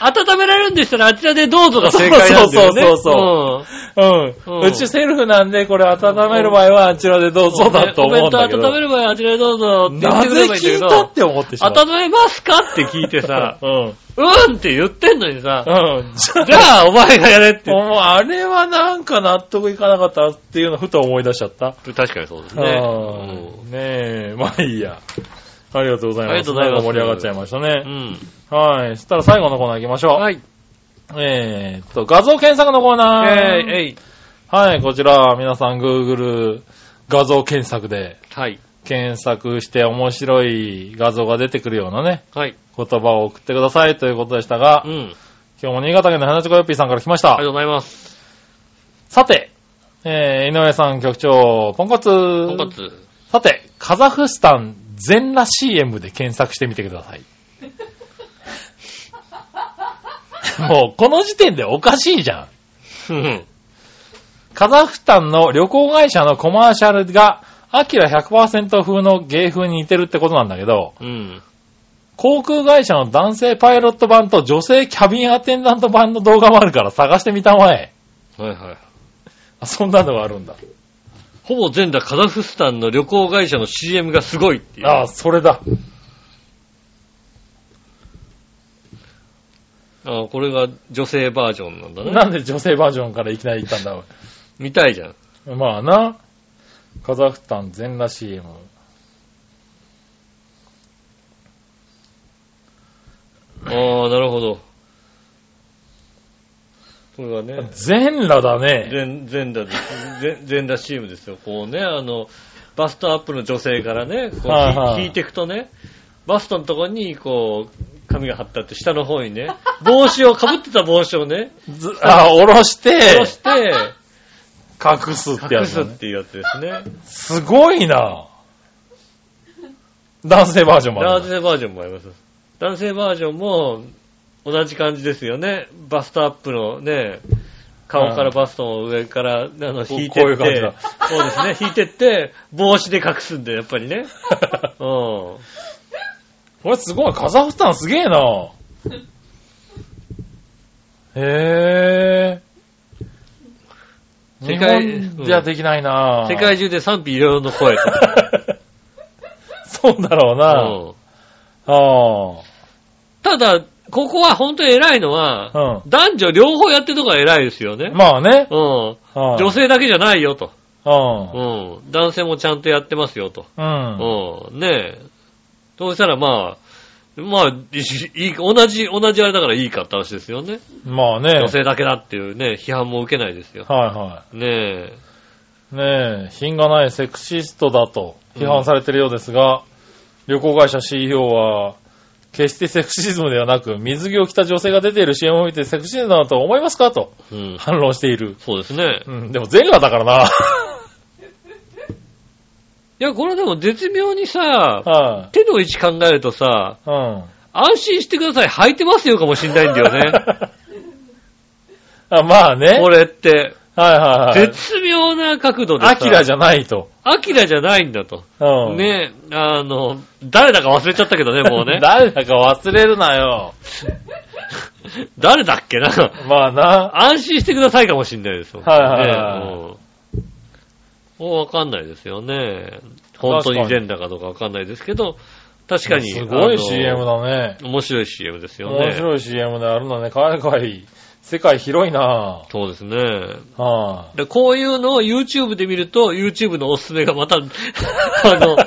Speaker 2: 温められるんでしたらあちらでどうぞが正解なんだよね。
Speaker 3: そうそうそううん。
Speaker 2: うん
Speaker 3: うちセルフなんで、これ温める場合はあちらでどうぞだと思うんだけ
Speaker 2: お弁
Speaker 3: ど。
Speaker 2: 当温める場合はあちらでどうぞって言っ
Speaker 3: な
Speaker 2: てくれ
Speaker 3: ぜ
Speaker 2: ばいいんだ
Speaker 3: 聞
Speaker 2: け
Speaker 3: いた
Speaker 2: ど
Speaker 3: っ、て思ってしまう。
Speaker 2: 温めますかって聞いて さ、
Speaker 3: うん。
Speaker 2: うんって言ってんのにさ、
Speaker 3: うん。じゃ
Speaker 2: じゃあお前がやれって
Speaker 3: あ、。もうあれはなんか納得いかなかったっていうのふと思い出しちゃった。
Speaker 2: 確かにそうですね。
Speaker 3: ねねえ、まあいいや。ありがとうございます。
Speaker 2: ありがとうございます
Speaker 3: なんか盛り上がっちゃいました
Speaker 2: う
Speaker 3: ね。
Speaker 2: ん。
Speaker 3: はい。そしたら最後のコーナー行きましょう。
Speaker 2: はい。
Speaker 3: えーっと、画像検索のコーナー。
Speaker 2: えい、えい。
Speaker 3: はい、こちら、皆さん Google 画像検索で
Speaker 2: はい。
Speaker 3: 検索して面白い画像が出てくるようなね、
Speaker 2: はい。
Speaker 3: 言葉を送ってくださいということでしたが
Speaker 2: う、ん。
Speaker 3: 今日も新潟県の花ちこよっぴーさんから来まし
Speaker 2: あ
Speaker 3: た
Speaker 2: りがと。うございます。
Speaker 3: さて、えー、井上さん局長、ポンコツ。
Speaker 2: とんかつ。
Speaker 3: さて、カザフスタン全裸 CM で検索してみてくだ さい。もう、この時点でおかしいじゃ
Speaker 2: う
Speaker 3: ん。
Speaker 2: ん。
Speaker 3: カザフスタンの旅行会社のコマーシャルが、アキラ100%風の芸風に似てるってことなんだけど、
Speaker 2: うん。
Speaker 3: 航空会社の男性パイロット版と女性キャビンアテンダント版の動画もあるから探してみたまえ。
Speaker 2: はいはい。
Speaker 3: あそんなのがあるんだ。
Speaker 2: ほぼ全裸カザフスタンの旅行会社の CM がすごいっていう。
Speaker 3: ああ、それだ。
Speaker 2: あこれが女性バージョンなんだね。
Speaker 3: なんで女性バージョンからいきなり行ったんだ、おい
Speaker 2: 見たいじゃん。
Speaker 3: まあな。カザフスタン全裸 CM。
Speaker 2: ああ、なるほど。これはね、
Speaker 3: 全裸だね。
Speaker 2: 全全裸です全全裸チームですよ。こうね、あの、バストアップの女性からね、こう
Speaker 3: はいはい
Speaker 2: 引いていくとね、バストのところに、こう、髪が張ったって、下の方にね、帽子を、かぶってた帽子をね、
Speaker 3: ずあ、下ろして、
Speaker 2: 下ろ して、
Speaker 3: 隠すってや
Speaker 2: 隠
Speaker 3: つ
Speaker 2: す
Speaker 3: だ
Speaker 2: っ
Speaker 3: ね、
Speaker 2: ていうやつですね。
Speaker 3: すごいな。男性バージョンもあ
Speaker 2: 男
Speaker 3: る。
Speaker 2: 性バージョンもあります。男性バージョンも同じ感じですよね。バストアップのね、顔からバストを上から、あの、
Speaker 3: こう
Speaker 2: 引いてって。
Speaker 3: こういう感じだ
Speaker 2: そうですね。引いてって、帽子で隠すんで、やっぱ りね。うん。
Speaker 3: これすごい。カザフスタンすげえな。へえ。
Speaker 2: 世界
Speaker 3: 日本じゃできないな。
Speaker 2: 世界中で賛否いろいろの声。
Speaker 3: そうだろう
Speaker 2: う
Speaker 3: な。
Speaker 2: ん。
Speaker 3: あ
Speaker 2: ただ、ここは本当に偉いのは、
Speaker 3: あ。
Speaker 2: 男女両方やってるとこが偉いですよ
Speaker 3: う
Speaker 2: ね
Speaker 3: ん。。まあね。
Speaker 2: うん。
Speaker 3: 女
Speaker 2: 女。性だけじゃないよと。
Speaker 3: うん。
Speaker 2: うん。男性もちゃんとやってますよと。
Speaker 3: うん。
Speaker 2: うん、ねえ。そうしたらまあ、まあ、いしいい、同じ、同じあれだからいいかって話ですよね。
Speaker 3: まあね。
Speaker 2: 女性だけだっていうね、批判も受けないですよ。
Speaker 3: はいは
Speaker 2: ねえ。
Speaker 3: い。ねえ、品がないセクシストだと批判されてるようですが、旅行会社 CEO は、決してセクシズムではなく、水着を着た女性が出ている CM を見てセクシズムだと思いますかと
Speaker 2: うん。
Speaker 3: 反論している。
Speaker 2: そうですね。
Speaker 3: うん、でも全裸だからな。
Speaker 2: いや、これでも絶妙にさ、
Speaker 3: は
Speaker 2: 手の位置考えるとさ、
Speaker 3: い。 うん。
Speaker 2: 安心してください、履いてますよかもしんないんだよね。
Speaker 3: あまあね。
Speaker 2: これって。
Speaker 3: はいはいはい。
Speaker 2: 絶妙な角度でさ。
Speaker 3: アキラじゃないと。
Speaker 2: アキラじゃないんだと。
Speaker 3: うん。
Speaker 2: ねえ、あの、誰だか忘れちゃったけどね、もうね。
Speaker 3: 誰 だか忘れるなよ。
Speaker 2: 誰だっけな。
Speaker 3: まあな。
Speaker 2: 安心してくださいかもしんないですもんね。
Speaker 3: はいはいはい
Speaker 2: うんもうわかんないですよね。本当に全裸かどうかわかんないですけど、確かに。
Speaker 3: すご
Speaker 2: あの
Speaker 3: い CM だね。
Speaker 2: 面白い CM ですよね。
Speaker 3: 面白い CM であるのね。海外、世界広いなぁ。
Speaker 2: そうですね。
Speaker 3: は
Speaker 2: で、こういうのを YouTube で見ると、YouTube のおすすめがまた、 あの、
Speaker 3: い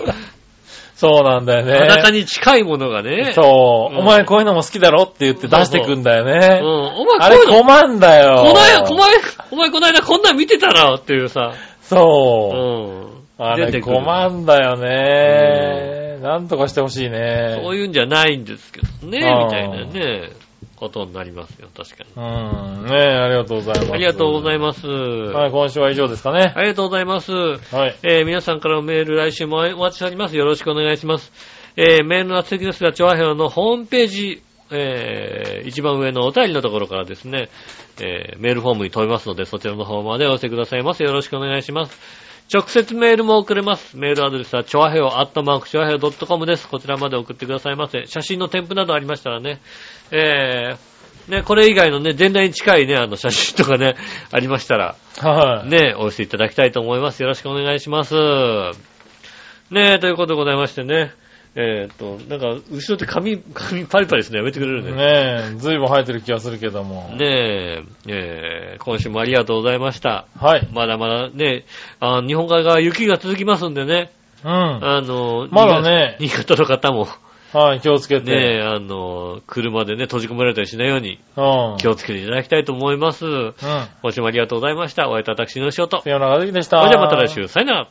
Speaker 3: そうなんだよね。
Speaker 2: 裸に近いものがね。。
Speaker 3: そうう、
Speaker 2: うん
Speaker 3: お前こういうのも好きだろって言って出してくんだ
Speaker 2: う
Speaker 3: よね
Speaker 2: ん。。お前
Speaker 3: あれ
Speaker 2: こういうの、
Speaker 3: 困んだよ。
Speaker 2: こないお前、お前この間こんなん見てたなっていうさ。う
Speaker 3: そう。
Speaker 2: ん。
Speaker 3: あ
Speaker 2: 出
Speaker 3: れ
Speaker 2: てくる
Speaker 3: 困んだよね。なんとかしてほしいね。
Speaker 2: そういうんじゃないんですけどね、
Speaker 3: あー
Speaker 2: みたいなね、ことになりますよ、確かに。
Speaker 3: うん。ねえ、ありがとうございます。
Speaker 2: ありがとうござい
Speaker 3: ま
Speaker 2: ます。
Speaker 3: はい、今週は以上ですかね。
Speaker 2: ありがとうございます。
Speaker 3: はい。
Speaker 2: えー皆さんからのメール来週もお待ちしております。よろしくお願いします。えーメールの宛先ですが、調和表のホームページ、えー一番上のお便りのところからですね、えーメールフォームに飛びますので、そちらの方までお寄せくださいませ。よろしくお願いします。直接メールも送れます。メールアドレスは、ちょわへよ、アットマーク、ちょわへよ .com です。こちらまで送ってくださいませ。写真の添付などありましたらね、えーね、これ以外のね、前代に近いね、あの、写真とかね、ありましたら、
Speaker 3: はい。
Speaker 2: ね、お寄せいただきたいと思います。よろしくお願いします。ねえ、ということでございましてね。えーっと、なんか、後ろって髪、髪パリパリですね。やめてくれるね。
Speaker 3: ねえ、ずいぶん生えてる気がするけども。
Speaker 2: ねえ、えー今週もありがとうございました。
Speaker 3: はい。
Speaker 2: まだまだね、あ日本海側雪が続きますんでね。
Speaker 3: うん。
Speaker 2: あの、
Speaker 3: まだね
Speaker 2: 新潟新潟の方も、
Speaker 3: はい、気をつけて。
Speaker 2: ねえ、あの、車でね、閉じ込められたりしないように
Speaker 3: うん。
Speaker 2: 気をつけていただきたいと思います。
Speaker 3: うん。
Speaker 2: 今週もありがとうございました。お会いいた私の仕事。
Speaker 3: さようなら、できでした。
Speaker 2: それではまた来週。さよなら。